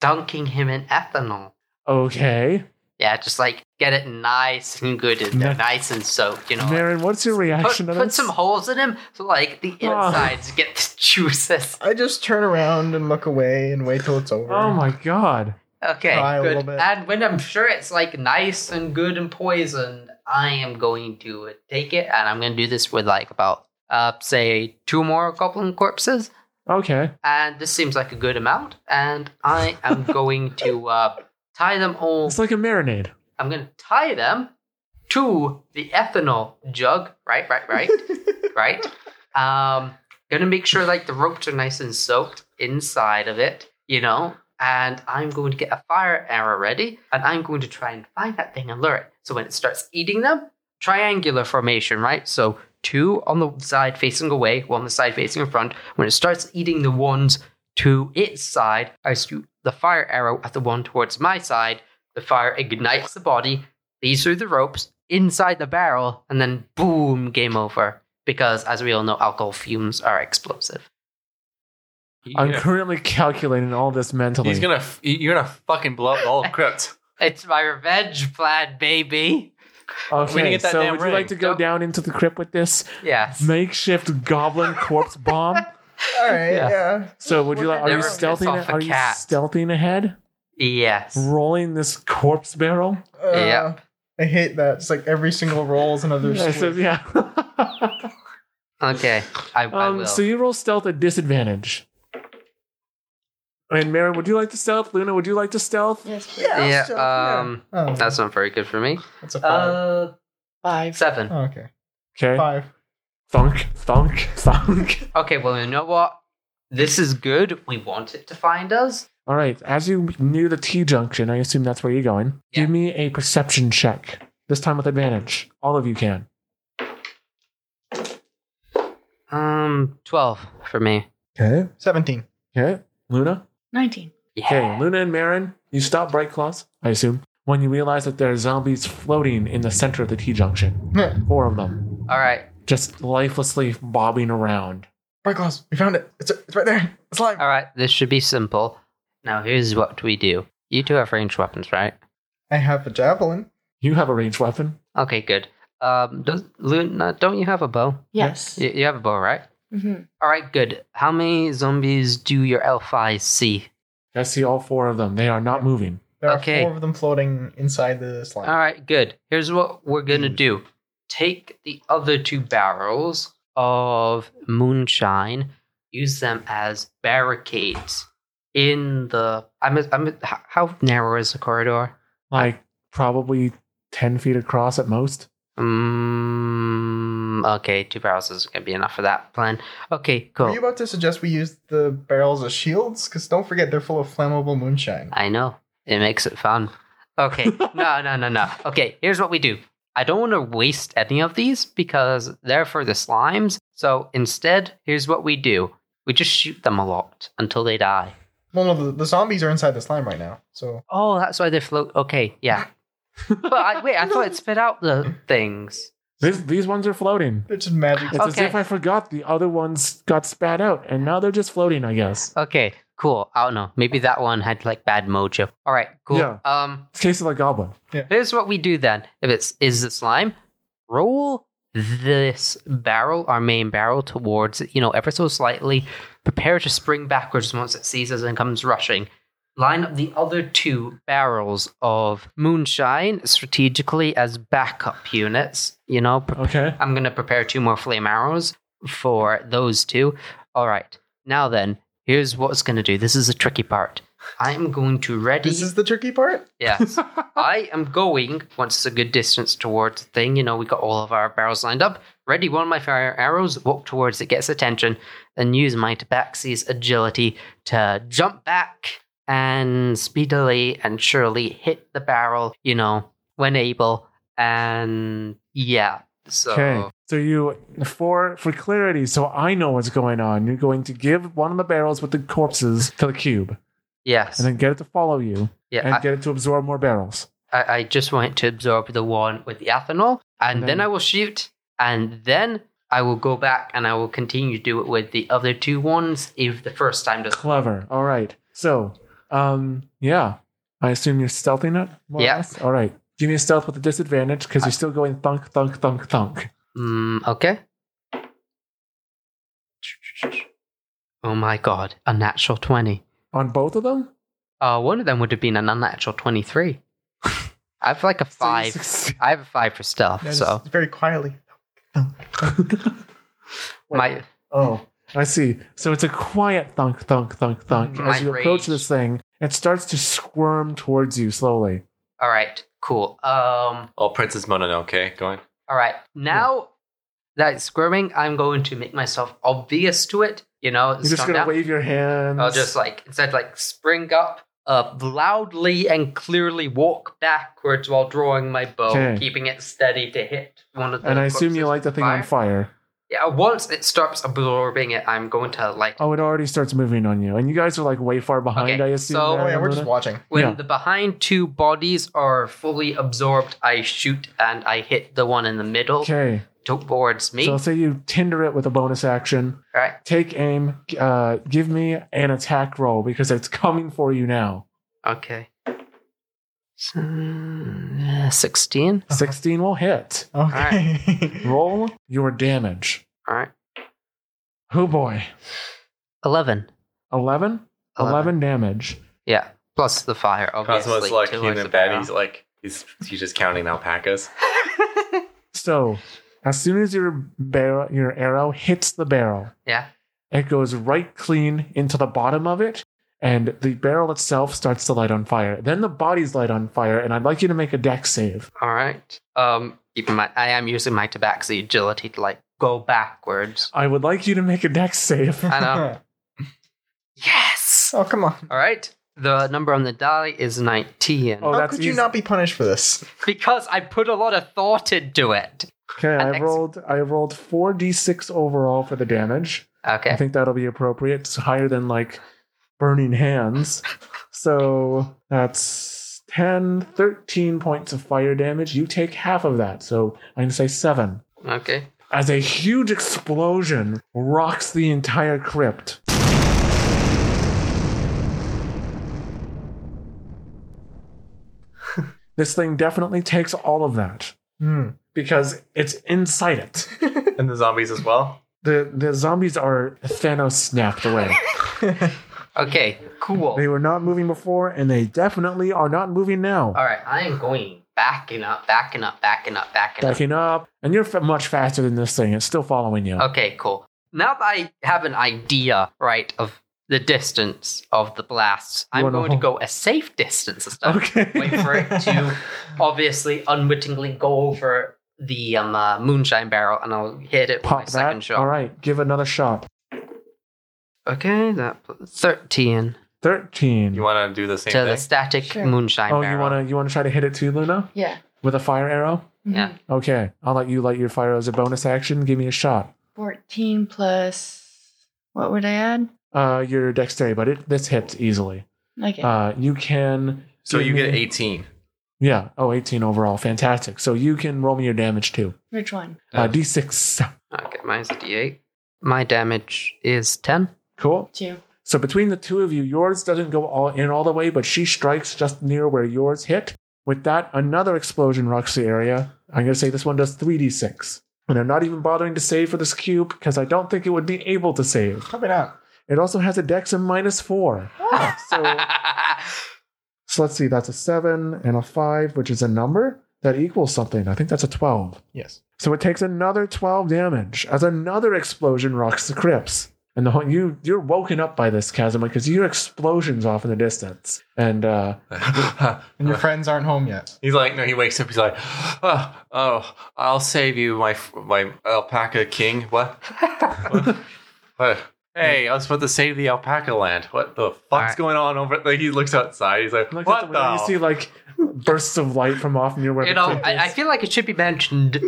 Speaker 3: dunking him in ethanol.
Speaker 6: Okay.
Speaker 3: Yeah, just like get it nice and good and
Speaker 6: Ma-
Speaker 3: nice and soaked, you know. like,
Speaker 6: Marin, what's your
Speaker 3: put,
Speaker 6: reaction to
Speaker 3: put
Speaker 6: this?
Speaker 3: some holes in him so like the
Speaker 6: Oh.
Speaker 3: insides get the juices.
Speaker 2: I just turn around and look away and wait till it's over.
Speaker 6: Oh my god.
Speaker 3: Okay,
Speaker 2: Try a
Speaker 3: good.
Speaker 2: little bit.
Speaker 3: And when I'm sure it's like nice and good and poisoned, I am going to take it and I'm gonna do this with like about uh say two more goblin corpses.
Speaker 6: Okay.
Speaker 3: and this seems like a good amount. And I am going to uh, tie them all.
Speaker 6: It's like a marinade.
Speaker 3: I'm going to tie them to the ethanol jug. Right, right, right, right. Um, gonna make sure like the ropes are nice and soaked inside of it, you know. And I'm going to get a fire arrow ready, and I'm going to try and find that thing and lure it. So when it starts eating them, triangular formation, right? So two on the side facing away, one on the side facing in front. When it starts eating the ones to its side, I shoot the fire arrow at the one towards my side. The fire ignites the body, leads through the ropes, inside the barrel, and then boom, game over. Because as we all know, alcohol fumes are explosive.
Speaker 6: I'm currently calculating all this mentally.
Speaker 1: He's gonna. f- You're gonna fucking blow up all of crypt.
Speaker 3: It's my revenge plan, baby.
Speaker 6: okay,
Speaker 1: gonna get that
Speaker 6: so
Speaker 1: damn
Speaker 6: would you
Speaker 1: ring.
Speaker 6: like to go
Speaker 3: Don't-
Speaker 6: down into the crypt with this
Speaker 3: Yes.
Speaker 6: makeshift goblin corpse bomb?
Speaker 2: All right.
Speaker 6: Yeah.
Speaker 2: Yeah.
Speaker 3: (laughs)
Speaker 6: So would you like? Are you
Speaker 3: Never piss
Speaker 6: stealthing?
Speaker 3: off a
Speaker 6: Are you
Speaker 3: cat.
Speaker 6: stealthing ahead?
Speaker 3: Yes.
Speaker 6: Rolling this corpse barrel?
Speaker 2: Uh,
Speaker 3: Yeah.
Speaker 2: I hate that. It's like every single roll is another.
Speaker 6: I said,
Speaker 2: swing.
Speaker 6: yeah. (laughs)
Speaker 3: Okay. I, I
Speaker 6: um,
Speaker 3: will.
Speaker 6: so you roll stealth at disadvantage. And Marin, would you like to stealth? Luna, would you like to stealth?
Speaker 5: Yes. please.
Speaker 2: Yeah.
Speaker 3: yeah,
Speaker 2: so-
Speaker 3: um,
Speaker 2: Oh,
Speaker 3: that's not very good for me.
Speaker 2: that's a five.
Speaker 3: Uh,
Speaker 5: Five.
Speaker 3: seven.
Speaker 2: Oh, okay.
Speaker 6: Okay.
Speaker 2: Five.
Speaker 6: Thunk, thunk, (laughs) thunk.
Speaker 3: Okay, well, you know what? This is good. We want it to find us.
Speaker 6: All right. As you near the T junction, I assume that's where you're going.
Speaker 3: Yeah.
Speaker 6: Give me a perception check. This time with advantage. All of you can.
Speaker 3: Um, 12 for me.
Speaker 6: Okay.
Speaker 2: Seventeen.
Speaker 6: Okay. Luna.
Speaker 5: Nineteen.
Speaker 6: Okay.
Speaker 3: Yeah.
Speaker 6: Luna and Marin, you stop Bright Claws, I assume, when you realize that there are zombies floating in the center of the T junction.
Speaker 2: Yeah.
Speaker 6: Four of them.
Speaker 3: All right.
Speaker 6: just lifelessly bobbing around.
Speaker 2: Bright claws. We found it. It's, it's right there. It's live.
Speaker 3: All right. This should be simple. Now, here's what we do. You two have ranged weapons, right?
Speaker 2: I have a javelin.
Speaker 6: You have a ranged weapon.
Speaker 3: Okay, good. Um, does, Luna, don't you have a bow?
Speaker 5: Yes.
Speaker 3: You, you have a bow, right?
Speaker 5: Mhm.
Speaker 3: All right, good. How many zombies do your elf eyes see?
Speaker 6: I see all four of them. They are not moving.
Speaker 2: There are
Speaker 3: Okay.
Speaker 2: four of them floating inside the slime.
Speaker 3: All right, good. Here's what we're gonna do: take the other two barrels of moonshine, use them as barricades in the. I'm. I'm. h- How narrow is the corridor?
Speaker 6: Like probably ten feet across at most.
Speaker 3: Um. Okay, two barrels is gonna be enough for that plan. Okay,
Speaker 2: Were
Speaker 3: cool.
Speaker 2: you about to suggest we use the barrels as shields? Because don't forget, they're full of flammable moonshine.
Speaker 3: I know. It makes it fun. Okay. No, no, no, no. Okay, here's what we do. I don't want to waste any of these because they're for the slimes. So instead, here's what we do. We just shoot them a lot until they die.
Speaker 2: Well, no, the, the zombies are inside the slime right now. So
Speaker 3: Oh, that's why they float. Okay, yeah. but I, wait, I thought it spit out the things.
Speaker 6: These these ones are floating.
Speaker 2: they're just magic.
Speaker 6: It's as
Speaker 3: Okay.
Speaker 6: if I forgot the other ones got spat out, and now they're just floating. I guess.
Speaker 3: Okay, cool. I don't know. Maybe that one had like bad mojo. All right, cool.
Speaker 6: Yeah.
Speaker 3: Um,
Speaker 6: It's case of the goblin.
Speaker 3: here's what we do then. If it's is the slime, roll this barrel, our main barrel, towards it, you know, ever so slightly. Prepare to spring backwards once it sees us and comes rushing. Line up the other two barrels of moonshine strategically as backup units. You know, pre-
Speaker 6: Okay.
Speaker 3: I'm going to prepare two more flame arrows for those two. All right. Now then, here's what's going to do. This is the tricky part. I'm going to ready.
Speaker 2: This is the tricky part.
Speaker 3: Yes. I am going, once it's a good distance towards the thing, you know, we got all of our barrels lined up. Ready one of my fire arrows, walk towards it, gets attention, then use my Tabaxi's agility to jump back and speedily and surely hit the barrel, you know, when able. And yeah. So
Speaker 6: Okay. So you for for clarity, so I know what's going on. You're going to give one of the barrels with the corpses to the cube,
Speaker 3: yes.
Speaker 6: and then get it to follow you, and
Speaker 3: yeah, I-
Speaker 6: get it to absorb more barrels.
Speaker 3: I, I just want to absorb the one with the ethanol, and
Speaker 6: And
Speaker 3: then,
Speaker 6: then-
Speaker 3: I will shoot, and then I will go back and I will continue to do it with the other two ones if the first time does.
Speaker 6: Clever. All right. So, um, yeah, I assume you're stealthing it. More or
Speaker 3: Yeah.
Speaker 6: less? All right. Give me a stealth with a disadvantage because you're still going thunk thunk thunk thunk.
Speaker 3: Mm, okay. Oh my god, a natural 20.
Speaker 6: On both of them?
Speaker 3: Uh, one of them would have been an unnatural 23. (laughs) I have like a
Speaker 6: So you
Speaker 3: five.
Speaker 6: succeed-
Speaker 3: I have a five for stealth,
Speaker 2: That is
Speaker 3: so
Speaker 2: very quietly.
Speaker 3: my
Speaker 2: Oh,
Speaker 6: I see. So it's a quiet thunk thunk thunk thunk.
Speaker 3: Mm, My
Speaker 6: As you approach
Speaker 3: rage.
Speaker 6: this thing, it starts to squirm towards you slowly.
Speaker 3: all right, cool. Um,
Speaker 1: (laughs) Oh, Princess Mononoke, go on.
Speaker 3: All right. Now that it's squirming, I'm going to make myself obvious to it. You know,
Speaker 6: You're just
Speaker 3: come
Speaker 6: gonna
Speaker 3: down.
Speaker 6: wave your hands.
Speaker 3: I'll just like instead like spring up, uh, loudly and clearly walk backwards while drawing my bow,
Speaker 6: Okay.
Speaker 3: keeping it steady to hit one of the.
Speaker 6: and I assume you
Speaker 3: corpses
Speaker 6: light the
Speaker 3: with
Speaker 6: thing on fire.
Speaker 3: Yeah. Once it starts absorbing it, I'm going to like
Speaker 6: Oh, it already starts moving on you, and you guys are like way far behind.
Speaker 3: Okay,
Speaker 6: I assume.
Speaker 3: so-
Speaker 6: there,
Speaker 2: oh yeah, we're just
Speaker 6: Luna?
Speaker 2: watching.
Speaker 3: when
Speaker 6: yeah.
Speaker 3: the behind two bodies are fully absorbed. I shoot and I hit the one in the middle
Speaker 6: okay.
Speaker 3: towards me.
Speaker 6: So I'll
Speaker 3: All
Speaker 6: say you tinder it with a bonus action.
Speaker 3: right.
Speaker 6: Take aim. Uh, give me an attack roll because it's coming for you now.
Speaker 3: Okay. So, uh, 16.
Speaker 6: Sixteen will hit.
Speaker 2: Okay.
Speaker 6: (laughs) Roll your damage.
Speaker 3: All right.
Speaker 6: Oh boy,
Speaker 3: 11.
Speaker 6: 11? 11.
Speaker 3: 11.
Speaker 6: damage.
Speaker 3: Yeah. Plus the fire, obviously.
Speaker 1: Cosmo's like
Speaker 3: towards
Speaker 1: human
Speaker 3: the
Speaker 1: bad.
Speaker 3: barrel.
Speaker 1: He's like he's he's just counting (laughs) alpacas.
Speaker 6: So as soon as your barrel, your arrow hits the barrel,
Speaker 3: (laughs) Yeah.
Speaker 6: it goes right clean into the bottom of it, and the barrel itself starts to light on fire. Then the bodies light on fire, and I'd like you to make a deck save.
Speaker 3: All right. Um, keep in mind, I am using my tabaxi agility to like go backwards.
Speaker 6: I would like you to make a
Speaker 3: (laughs)
Speaker 6: deck save.
Speaker 3: I
Speaker 6: (laughs)
Speaker 3: know. Yes.
Speaker 2: (laughs) oh come on.
Speaker 3: All right. The number on the die is 19.
Speaker 6: Oh,
Speaker 2: How
Speaker 6: that's
Speaker 2: could you
Speaker 6: easy.
Speaker 2: not be punished for this?
Speaker 3: Because I put a lot of thought into it.
Speaker 6: Okay, I
Speaker 3: Dex-
Speaker 6: rolled. I rolled four d6 overall for the damage. I
Speaker 3: Okay.
Speaker 6: think that'll be appropriate. It's higher than like burning hands. So that's 10, 13 points of fire damage. You take half of that. So I'm going to say seven.
Speaker 3: Okay.
Speaker 6: As a huge explosion rocks the entire crypt. (laughs) this thing definitely takes all of that
Speaker 2: Hmm.
Speaker 6: because it's inside it.
Speaker 1: And the zombies as well.
Speaker 6: The, the zombies are Thanos snapped away.
Speaker 3: Okay. Cool.
Speaker 6: They were not moving before, and they definitely are not moving now.
Speaker 3: All right, I am going backing up, backing up, backing up, backing up.
Speaker 6: Backing up, and you're f- much faster than this thing. It's still following you.
Speaker 3: Okay, cool. Now that I have an idea, right, of the distance of the blasts, I'm
Speaker 6: wanna
Speaker 3: going to
Speaker 6: hold-
Speaker 3: go a safe distance this time.
Speaker 6: Okay.
Speaker 3: Wait for it
Speaker 6: (laughs)
Speaker 3: to obviously unwittingly go over the um, uh, moonshine barrel, and I'll hit it
Speaker 6: Pop
Speaker 3: with my second
Speaker 6: that.
Speaker 3: shot.
Speaker 6: All right, give another shot.
Speaker 3: Okay, that thirteen
Speaker 6: Thirteen.
Speaker 1: You want to do the same
Speaker 3: to
Speaker 1: thing?
Speaker 3: the static
Speaker 2: Sure.
Speaker 3: moonshine
Speaker 6: oh,
Speaker 3: barrel.
Speaker 6: you wanna you wanna try to hit it too, Luna,
Speaker 5: Yeah. Mm-hmm.
Speaker 6: with a fire arrow?
Speaker 3: Yeah.
Speaker 6: Okay, I'll let you light your fire as a bonus action. Give me a shot.
Speaker 5: 14 plus. What would I add?
Speaker 6: Uh, your dexterity, but it this hits easily.
Speaker 5: Okay.
Speaker 6: Uh, you can.
Speaker 1: so
Speaker 6: give
Speaker 1: you get
Speaker 6: me-
Speaker 1: 18.
Speaker 6: Yeah. Oh, 18 overall. Fantastic. So you can roll me your damage too.
Speaker 5: Which one?
Speaker 6: Uh, D6.
Speaker 3: Okay, mine's a D8. My damage is ten.
Speaker 6: (laughs) Cool.
Speaker 5: Two.
Speaker 6: So between the two of you, yours doesn't go all in all the way, but she strikes just near where yours hit. With that, another explosion rocks the area. I'm gonna say this one does 3d6. And I'm not even bothering to save for this cube because I don't think it would be able to save.
Speaker 2: Probably not.
Speaker 6: It also has a dex of minus four.
Speaker 3: (laughs)
Speaker 6: So, so let's see, that's a seven and a five, which is a number that equals something. I think that's a 12.
Speaker 2: Yes.
Speaker 6: So it takes another 12 damage as another explosion rocks the crypts. And the whole, you you're woken up by this chasm because you hear explosions off in the distance. And uh,
Speaker 2: And your friends aren't home yet.
Speaker 1: (laughs) He's like, no, he wakes up. He's like, oh, oh I'll save you, my my alpaca king. What? (laughs) what? What? Hey, I was supposed to save the alpaca land. What the fuck's
Speaker 3: Alright.
Speaker 1: going on over? Like he looks outside. He's like,
Speaker 6: look
Speaker 1: what
Speaker 6: at
Speaker 1: the?
Speaker 6: window, you see like bursts of light from off near where
Speaker 3: You
Speaker 6: the
Speaker 3: know,
Speaker 6: crypt
Speaker 3: I, I
Speaker 6: is.
Speaker 3: feel like it should be mentioned,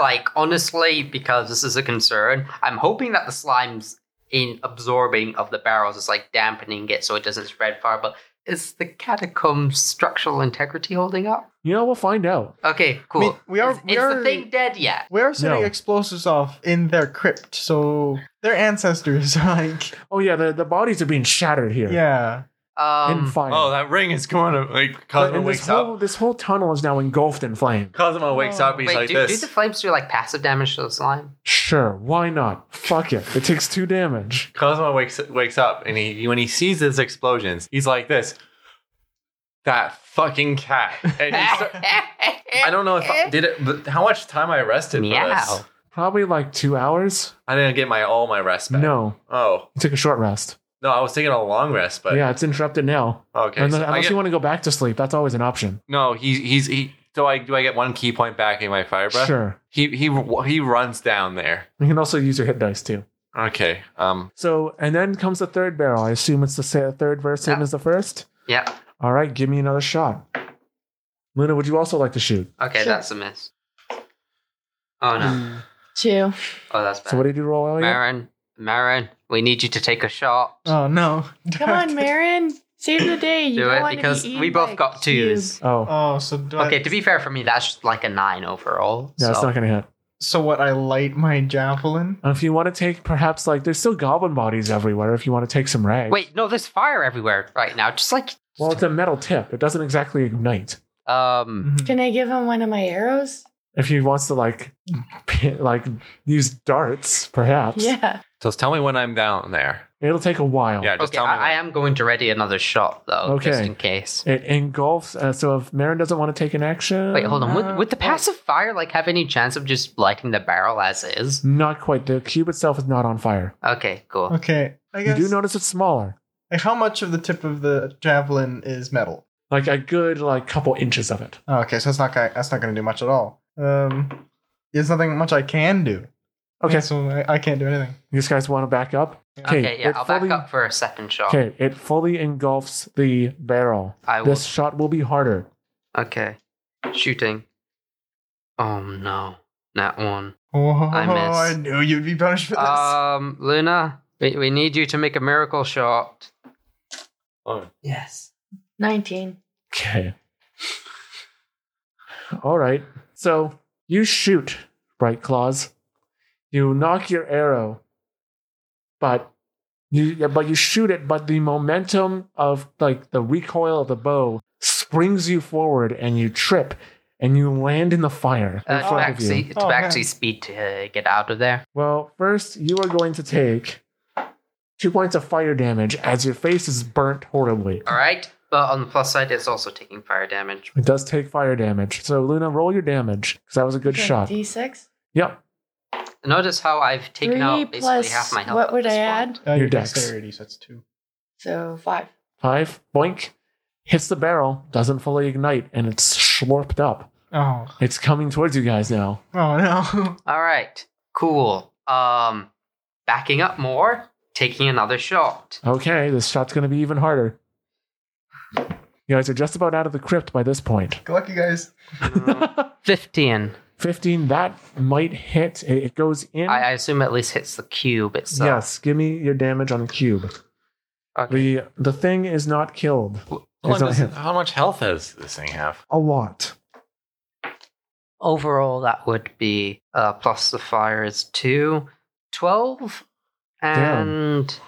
Speaker 3: like, honestly, because this is a concern. I'm hoping that the slime's in absorbing of the barrels is like dampening it so it doesn't spread far, but is the catacomb's structural integrity holding up?
Speaker 6: you know, we'll find out.
Speaker 3: Okay, cool.
Speaker 2: mean, we are-
Speaker 3: Is,
Speaker 2: we
Speaker 3: is
Speaker 2: are-
Speaker 3: the thing dead yet?
Speaker 2: We are setting
Speaker 6: No.
Speaker 2: explosives off in their crypt, so their ancestors (laughs) are like,
Speaker 6: Oh yeah, the, the bodies are being shattered here.
Speaker 2: yeah.
Speaker 6: In
Speaker 3: Um,
Speaker 6: fire.
Speaker 1: Oh, that ring is going to like
Speaker 6: But-
Speaker 1: Cosmo
Speaker 6: and this
Speaker 1: wakes
Speaker 6: whole
Speaker 1: up.
Speaker 6: this whole tunnel is now engulfed in flame.
Speaker 1: Cosmo wakes up. He's
Speaker 3: wait,
Speaker 1: like
Speaker 3: do,
Speaker 1: this.
Speaker 3: do the flames do like passive damage to the slime?
Speaker 6: Sure, why not? Fuck it. It takes two damage.
Speaker 1: Cosmo wakes wakes up and he when he sees these explosions, he's like this. That fucking cat. And he
Speaker 3: (laughs)
Speaker 1: start- I don't know if I, did it. But how much time I rested for
Speaker 3: Meow.
Speaker 1: this?
Speaker 6: Probably like two hours.
Speaker 1: I didn't get my all my rest back.
Speaker 6: No,
Speaker 1: Oh
Speaker 6: you took a short rest.
Speaker 1: no, I was taking a long rest, but
Speaker 6: yeah, it's interrupted now.
Speaker 1: okay.
Speaker 6: unless
Speaker 1: so I
Speaker 6: unless
Speaker 1: get-
Speaker 6: you want to go back to sleep, that's always an option.
Speaker 1: no, he's he's he. Do I do I get one key point back in my fire breath?
Speaker 6: Sure.
Speaker 1: He he he runs down there.
Speaker 6: You can also use your hit dice too.
Speaker 1: Okay. Um.
Speaker 6: So, and then comes the third barrel. I assume it's the sa- third verse, same
Speaker 3: Yeah.
Speaker 6: as the first.
Speaker 3: Yep.
Speaker 6: All right, give me another shot. Luna, would you also like to shoot?
Speaker 3: Okay,
Speaker 5: Sure.
Speaker 3: that's a miss. Oh
Speaker 2: Hmm.
Speaker 3: no.
Speaker 2: Mm.
Speaker 5: Two.
Speaker 3: Oh, that's bad.
Speaker 6: So, what did you roll, Elliot?
Speaker 3: Marin, Marin, we need you to take a shot.
Speaker 2: Oh no.
Speaker 5: Come
Speaker 2: (laughs)
Speaker 5: on,
Speaker 6: (laughs)
Speaker 5: Marin. Save the day. You
Speaker 3: Do
Speaker 5: don't
Speaker 3: it
Speaker 5: want to
Speaker 3: because
Speaker 5: be eaten
Speaker 3: we both
Speaker 5: by a
Speaker 3: got
Speaker 5: cube.
Speaker 3: twos.
Speaker 6: Oh,
Speaker 2: Oh, so do I-
Speaker 3: Okay, to be fair for me, that's just like a nine overall.
Speaker 6: yeah, it's
Speaker 3: so-
Speaker 6: not going to hit.
Speaker 2: so what? I light my javelin.
Speaker 6: If you want to take, perhaps like there's still goblin bodies everywhere. If you want to take some rags,
Speaker 3: Wait, no, there's fire everywhere right now. Just like
Speaker 6: Well, it's a metal tip. It doesn't exactly ignite. Mm-hmm.
Speaker 3: um,
Speaker 2: Mhm.
Speaker 5: Can I give him one of my arrows?
Speaker 6: If he wants to like, (laughs) like use darts, perhaps
Speaker 5: Yeah.
Speaker 1: Just tell me when I'm down there.
Speaker 6: it'll take a while.
Speaker 1: Yeah. Just
Speaker 3: okay,
Speaker 1: tell me.
Speaker 3: I, I
Speaker 1: when.
Speaker 3: am going to ready another shot though, just
Speaker 6: Okay.
Speaker 3: in case.
Speaker 6: It engulfs. Uh, so if Marin doesn't want to take an action,
Speaker 3: Wait, hold on.
Speaker 2: Uh,
Speaker 3: Would, would the
Speaker 2: oh.
Speaker 3: passive fire like have any chance of just lighting the barrel as is?
Speaker 6: Not quite. The cube itself is not on fire.
Speaker 3: Okay, cool.
Speaker 2: Okay. I
Speaker 6: You
Speaker 2: guess.
Speaker 6: do notice it's smaller,
Speaker 2: Like, how much of the tip of the javelin is metal?
Speaker 6: like a good like couple inches of it.
Speaker 2: Oh, okay, so that's not gonna, that's not going to do much at all. Um, there's nothing much I can do.
Speaker 6: Okay,
Speaker 2: so I, I can't do anything.
Speaker 6: you guys want to back up?
Speaker 3: Okay, yeah,
Speaker 6: it
Speaker 3: I'll
Speaker 6: fully-
Speaker 3: back up for a second shot.
Speaker 6: Okay, it fully engulfs the barrel.
Speaker 3: I will.
Speaker 6: This shot will be harder.
Speaker 3: Okay, shooting. Oh no, not one.
Speaker 6: (laughs)
Speaker 2: Oh,
Speaker 3: I miss.
Speaker 2: I knew you'd be punished for this.
Speaker 3: Um, Luna, we, we need you to make a miracle shot.
Speaker 1: Oh.
Speaker 3: Yes.
Speaker 5: 19.
Speaker 6: Okay. All right. So you shoot, Bright Claws. You knock your arrow, but you but you shoot it, but the momentum of like the recoil of the bow springs you forward, and you trip, and you land in the fire in
Speaker 3: Uh, to
Speaker 6: front of you.
Speaker 3: actually, to
Speaker 2: Oh,
Speaker 3: actually
Speaker 2: man.
Speaker 3: speed to uh, get out of there.
Speaker 6: Well, first you are going to take two points of fire damage as your face is burnt horribly.
Speaker 3: All right. But on the plus side, it's also taking fire damage.
Speaker 6: It does take fire damage. So Luna, roll your damage because that was a good
Speaker 5: Okay,
Speaker 6: shot.
Speaker 5: D6.
Speaker 6: Yep.
Speaker 3: Notice how I've taken
Speaker 5: Three
Speaker 3: out basically
Speaker 5: plus.
Speaker 3: half my health.
Speaker 5: what
Speaker 3: at
Speaker 5: would
Speaker 3: this
Speaker 5: I
Speaker 3: point.
Speaker 5: add?
Speaker 2: Uh,
Speaker 6: your dex.
Speaker 2: dexterity, so that's two.
Speaker 5: So five.
Speaker 6: Five. Boink. Hits the barrel. Doesn't fully ignite, and it's slurped up.
Speaker 2: Oh,
Speaker 6: It's coming towards you guys now.
Speaker 2: oh no. (laughs)
Speaker 3: All right. Cool. Um, backing up more, taking another shot.
Speaker 6: Okay, this shot's going to be even harder. You guys are just about out of the crypt by this point.
Speaker 2: Good luck, you guys.
Speaker 3: Fifteen.
Speaker 6: 15, that might hit. It it goes in.
Speaker 3: I, I assume at least hits the cube itself.
Speaker 6: Yes, give me your damage on the cube.
Speaker 3: Okay.
Speaker 6: The the thing is not killed.
Speaker 1: Hold on,
Speaker 6: It's
Speaker 1: this-
Speaker 6: not him.
Speaker 1: how much health does this thing have?
Speaker 6: A lot.
Speaker 3: Overall, that would be uh, plus the fire is two, 12. And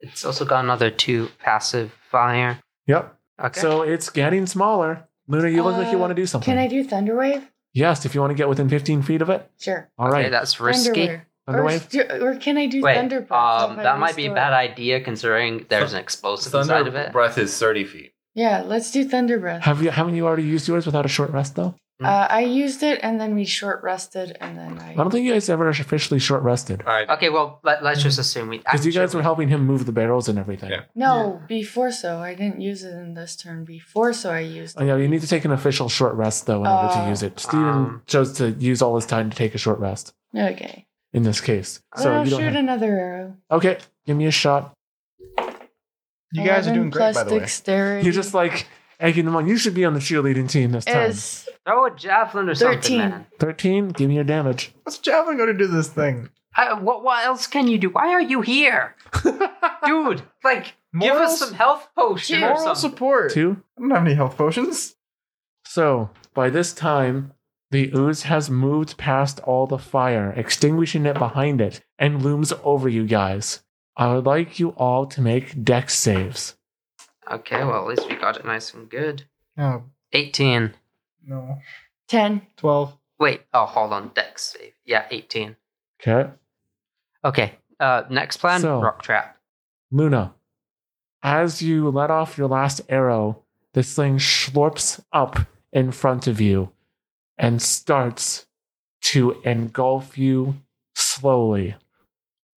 Speaker 3: it's also got another two passive fire.
Speaker 6: Yep.
Speaker 3: Okay.
Speaker 6: So it's getting smaller. Luna, you look like you
Speaker 5: Uh,
Speaker 6: want to do something.
Speaker 5: Can I do Thunderwave?
Speaker 6: Yes, if you want to get within 15 feet of it.
Speaker 5: Sure.
Speaker 6: All right.
Speaker 3: Okay, that's risky.
Speaker 5: Thunderwave. Or,
Speaker 6: Thunderwave?
Speaker 5: st- or can I do
Speaker 3: Wait,
Speaker 5: thunder breath?
Speaker 3: um, that might be a bad idea considering there's an explosive inside of
Speaker 1: Thunder
Speaker 3: it.
Speaker 1: breath is 30 feet.
Speaker 5: Yeah, let's do thunder breath.
Speaker 6: Have you haven't you already used yours without a short rest though?
Speaker 5: Uh, I used it and then we short rested and then
Speaker 6: I don't
Speaker 5: I.
Speaker 6: think you guys ever officially short rested.
Speaker 1: All right.
Speaker 3: Okay, well let, let's just assume we.
Speaker 6: Because you guys
Speaker 3: actually-
Speaker 6: were helping him move the barrels and everything.
Speaker 1: Yeah.
Speaker 5: No, before so. I didn't use it in this turn. Before so, I used
Speaker 6: Oh, yeah, you need to take an official short rest though in order to
Speaker 5: Oh.
Speaker 6: use it. Steven
Speaker 3: Um.
Speaker 6: chose to use all his time to take a short rest
Speaker 5: Okay.
Speaker 6: in this case.
Speaker 5: Then
Speaker 6: So
Speaker 5: I'll
Speaker 6: you don't
Speaker 5: shoot
Speaker 6: have-
Speaker 5: another arrow.
Speaker 6: Okay, give me a shot.
Speaker 2: You guys are
Speaker 5: 11
Speaker 2: doing great,
Speaker 5: plus
Speaker 2: by the way.
Speaker 5: dexterity
Speaker 6: You're just like egging them on. You should be on the cheerleading team this time.
Speaker 5: is
Speaker 3: Throw a javelin or something,
Speaker 5: 13.
Speaker 3: man.
Speaker 6: 13, give me your damage.
Speaker 2: What's Javelin going to do this thing?
Speaker 3: I, what, what else can you do? Why are you
Speaker 6: (laughs)
Speaker 3: here? Dude, like, give
Speaker 2: Moral
Speaker 3: us some health potion or
Speaker 2: Moral
Speaker 3: something.
Speaker 2: support.
Speaker 6: Two.
Speaker 2: I don't have any health potions.
Speaker 6: So by this time, the ooze has moved past all the fire, extinguishing it behind it, and looms over you guys. I would like you all to make dex saves.
Speaker 3: Okay, well, at least we got it nice and good.
Speaker 2: Oh,
Speaker 3: 18.
Speaker 2: no.
Speaker 5: 10.
Speaker 2: 12.
Speaker 3: Wait, oh, hold on. Dex save. Yeah, 18.
Speaker 6: Okay.
Speaker 3: Okay, uh, next plan
Speaker 6: So-
Speaker 3: Rock Trap.
Speaker 6: Luna, as you let off your last arrow, this thing slurps up in front of you and starts to engulf you slowly.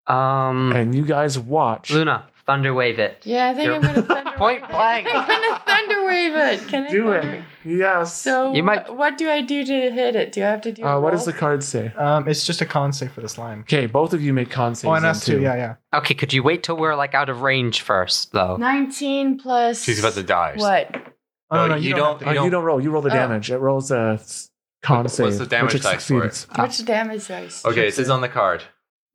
Speaker 3: Um,
Speaker 6: And you guys watch.
Speaker 3: Luna, thunder wave it.
Speaker 5: Yeah, I think
Speaker 3: You're- (laughs)
Speaker 5: I'm going to thunder
Speaker 3: Point
Speaker 5: wave (laughs)
Speaker 3: blank.
Speaker 5: It. I'm going to thunder wave it. Can I
Speaker 6: Do
Speaker 5: thunder-
Speaker 6: it. Yes.
Speaker 5: So
Speaker 3: You
Speaker 5: you
Speaker 3: might-
Speaker 5: might... what do I do to hit it? Do I have to do
Speaker 6: uh, what does the
Speaker 5: roll?
Speaker 6: card say?
Speaker 2: Um, it's just a con save for this line.
Speaker 6: Okay, both of you make con saves.
Speaker 2: Oh, and
Speaker 6: then,
Speaker 2: us too. Yeah, yeah.
Speaker 3: Okay, could you wait till we're, like, out of range first, though?
Speaker 5: 19 plus
Speaker 1: She's about to die.
Speaker 5: What?
Speaker 2: Oh,
Speaker 1: No,
Speaker 2: no, no,
Speaker 1: you
Speaker 2: you,
Speaker 1: don't-
Speaker 2: don't.
Speaker 6: Oh,
Speaker 1: You
Speaker 6: you don't roll. You roll the
Speaker 5: Oh.
Speaker 6: damage. It rolls a s- con
Speaker 1: What's
Speaker 6: save.
Speaker 1: the damage
Speaker 6: which it
Speaker 1: dice for it?
Speaker 6: succeeds.
Speaker 5: Which damage dice?
Speaker 1: Okay, it says on the card.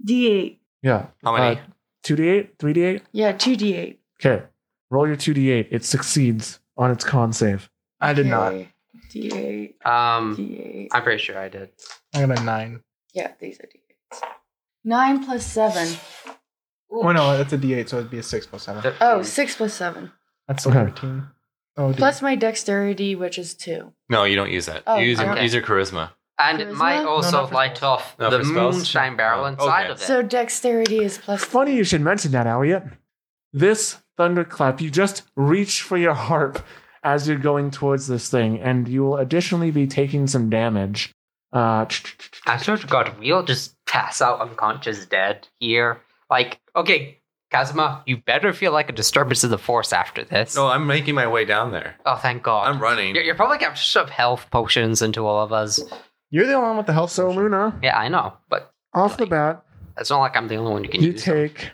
Speaker 5: D8.
Speaker 6: Yeah.
Speaker 1: How many?
Speaker 6: Uh, 2d8? 3d8?
Speaker 5: Yeah, 2d8.
Speaker 6: Okay. Roll your 2d8. It succeeds on its con save.
Speaker 2: I did not.
Speaker 5: Okay. D8.
Speaker 3: Um,
Speaker 5: D8.
Speaker 3: I'm pretty sure I did.
Speaker 2: I got a nine.
Speaker 5: Yeah, these are D8s. 9 plus 7.
Speaker 2: Oh no, that's a D8, so it'd be a six plus
Speaker 1: Uh,
Speaker 2: seven.
Speaker 5: Oh, 6 plus 7.
Speaker 2: That's
Speaker 6: Okay.
Speaker 2: thirteen. Oh, dear.
Speaker 5: Plus my dexterity, which is 2.
Speaker 1: No, you don't use that.
Speaker 5: Oh,
Speaker 1: you use, your,
Speaker 3: okay.
Speaker 1: use your charisma.
Speaker 3: And it might
Speaker 5: Charisma? No,
Speaker 3: also
Speaker 2: not for
Speaker 3: light
Speaker 2: spells.
Speaker 3: off
Speaker 1: No,
Speaker 3: the
Speaker 1: for spells?
Speaker 3: moonshine barrel
Speaker 1: Oh,
Speaker 3: inside
Speaker 1: okay.
Speaker 3: of it.
Speaker 5: So dexterity is plus
Speaker 6: Funny you should mention that, Elliot. This thunderclap, you just reach for your harp as you're going towards this thing, and you will additionally be taking some damage. Uh,
Speaker 3: I swear to God, we'll just pass out unconscious dead here. Like, okay, Kazuma, you better feel like a disturbance of the force after this.
Speaker 1: No, I'm making my way down there.
Speaker 3: Oh, thank God.
Speaker 1: I'm running.
Speaker 3: You're, you're probably going to shove health potions into all of us.
Speaker 2: you're the only one with the health.
Speaker 6: so,
Speaker 2: potion.
Speaker 6: Luna,
Speaker 3: Yeah, I know, but
Speaker 6: off the bat,
Speaker 3: it's not like I'm the only one who can
Speaker 6: you
Speaker 3: use them.
Speaker 6: take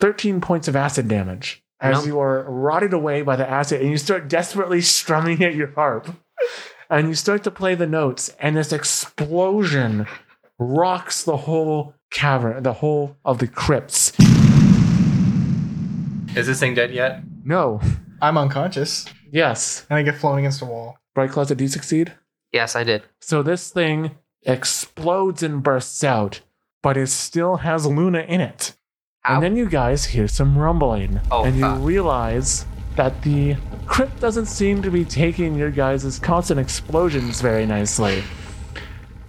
Speaker 6: 13 points of acid damage as
Speaker 3: Nope.
Speaker 6: you are rotted away by the acid and you start desperately strumming at your harp and you start to play the notes and this explosion rocks the whole cavern the whole of the crypts
Speaker 1: Is this thing dead yet?
Speaker 6: no
Speaker 2: I'm unconscious,
Speaker 6: yes
Speaker 2: and I get flown against a wall.
Speaker 6: bright claws did you succeed
Speaker 3: Yes, I did.
Speaker 6: so this thing explodes and bursts out but it still has luna in it
Speaker 3: Ow.
Speaker 6: And then you guys hear some rumbling,
Speaker 3: Oh,
Speaker 6: and you
Speaker 3: fuck.
Speaker 6: realize that the crypt doesn't seem to be taking your guys' constant explosions very nicely.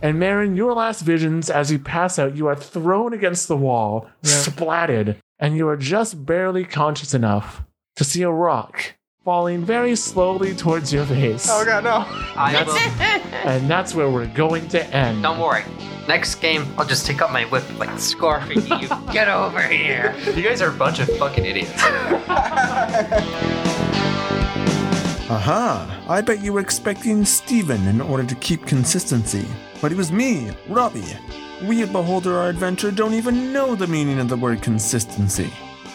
Speaker 6: And Marin, your last visions as you pass out, you are thrown against the wall,
Speaker 2: Yeah.
Speaker 6: splatted, and you are just barely conscious enough to see a rock falling very slowly towards your face.
Speaker 2: Oh god, no!
Speaker 3: I will,
Speaker 5: (laughs)
Speaker 6: And that's where we're going to end.
Speaker 3: don't worry. Next game, I'll just take out my whip like scarfing you.
Speaker 5: (laughs)
Speaker 3: Get over here.
Speaker 1: You guys are a bunch of fucking idiots.
Speaker 4: Aha! I bet you were expecting Steven in order to keep consistency. But it was me, Robbie. We at Beholder Our Adventure don't even know the meaning of the word consistency.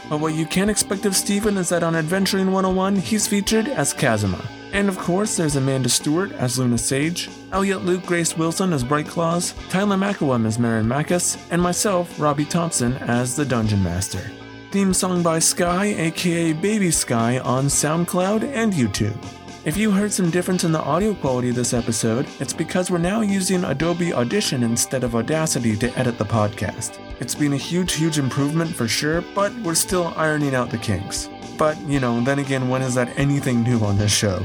Speaker 4: But what you can expect of Steven is that on Adventuring 101, he's featured as Kazuma. And of course, there's Amanda Stewart as Luna Sage, Elliot Luke Grace Wilson as Bright Claws, Tyler McElwem as Marin Macus, and myself, Robbie Thompson, as the Dungeon Master. Theme song by Sky, aka Baby Sky, on SoundCloud and YouTube. If you heard some difference in the audio quality of this episode, it's because we're now using Adobe Audition instead of Audacity to edit the podcast. It's been a huge, huge improvement for sure, but we're still ironing out the kinks. But, you know, then again, when is that anything new on this show?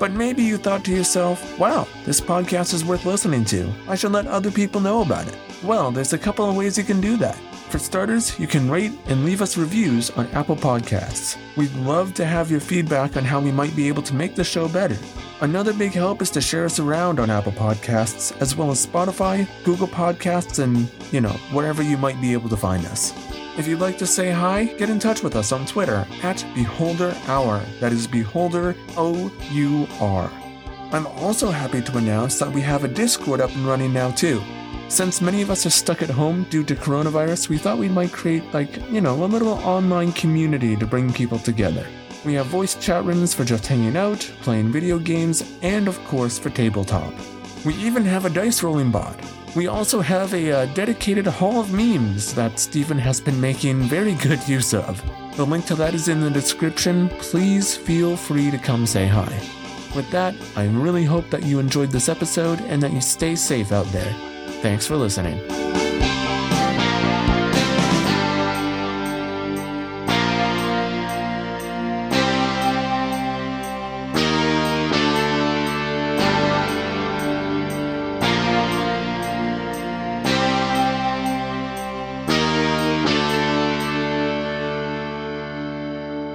Speaker 6: But maybe you thought to yourself, wow, this podcast is worth listening to. I should let other people know about it. Well, there's a couple of ways you can do that. For starters, you can rate and leave us reviews on Apple Podcasts. We'd love to have your feedback on how we might be able to make the show better. Another big help is to share us around on Apple Podcasts, as well as Spotify, Google Podcasts, and, you know, wherever you might be able to find us. If you'd like to say hi, get in touch with us on Twitter at Beholder Hour. That is Beholder O U R. I'm also happy to announce that we have a Discord up and running now, too. Since many of us are stuck at home due to coronavirus, we thought we might create, like, you know, a little online community to bring people together. We have voice chat rooms for just hanging out, playing video games, and of course for tabletop. We even have a dice rolling bot. We also have a uh, dedicated hall of memes that Steven has been making very good use of. The link to that is in the description. Please feel free to come say hi. With that, I really hope that you enjoyed this episode and that you stay safe out there. Thanks for listening.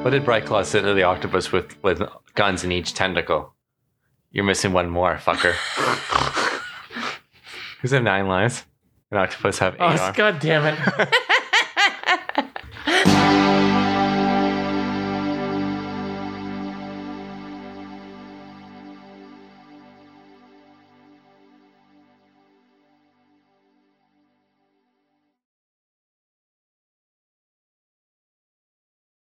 Speaker 1: What did Bright Claw say to the octopus with, with guns in each tentacle? You're missing one more, fucker.
Speaker 3: (laughs)
Speaker 1: Who's have nine lives? An octopus have eight
Speaker 7: Oh,
Speaker 1: arms.
Speaker 7: God damn it.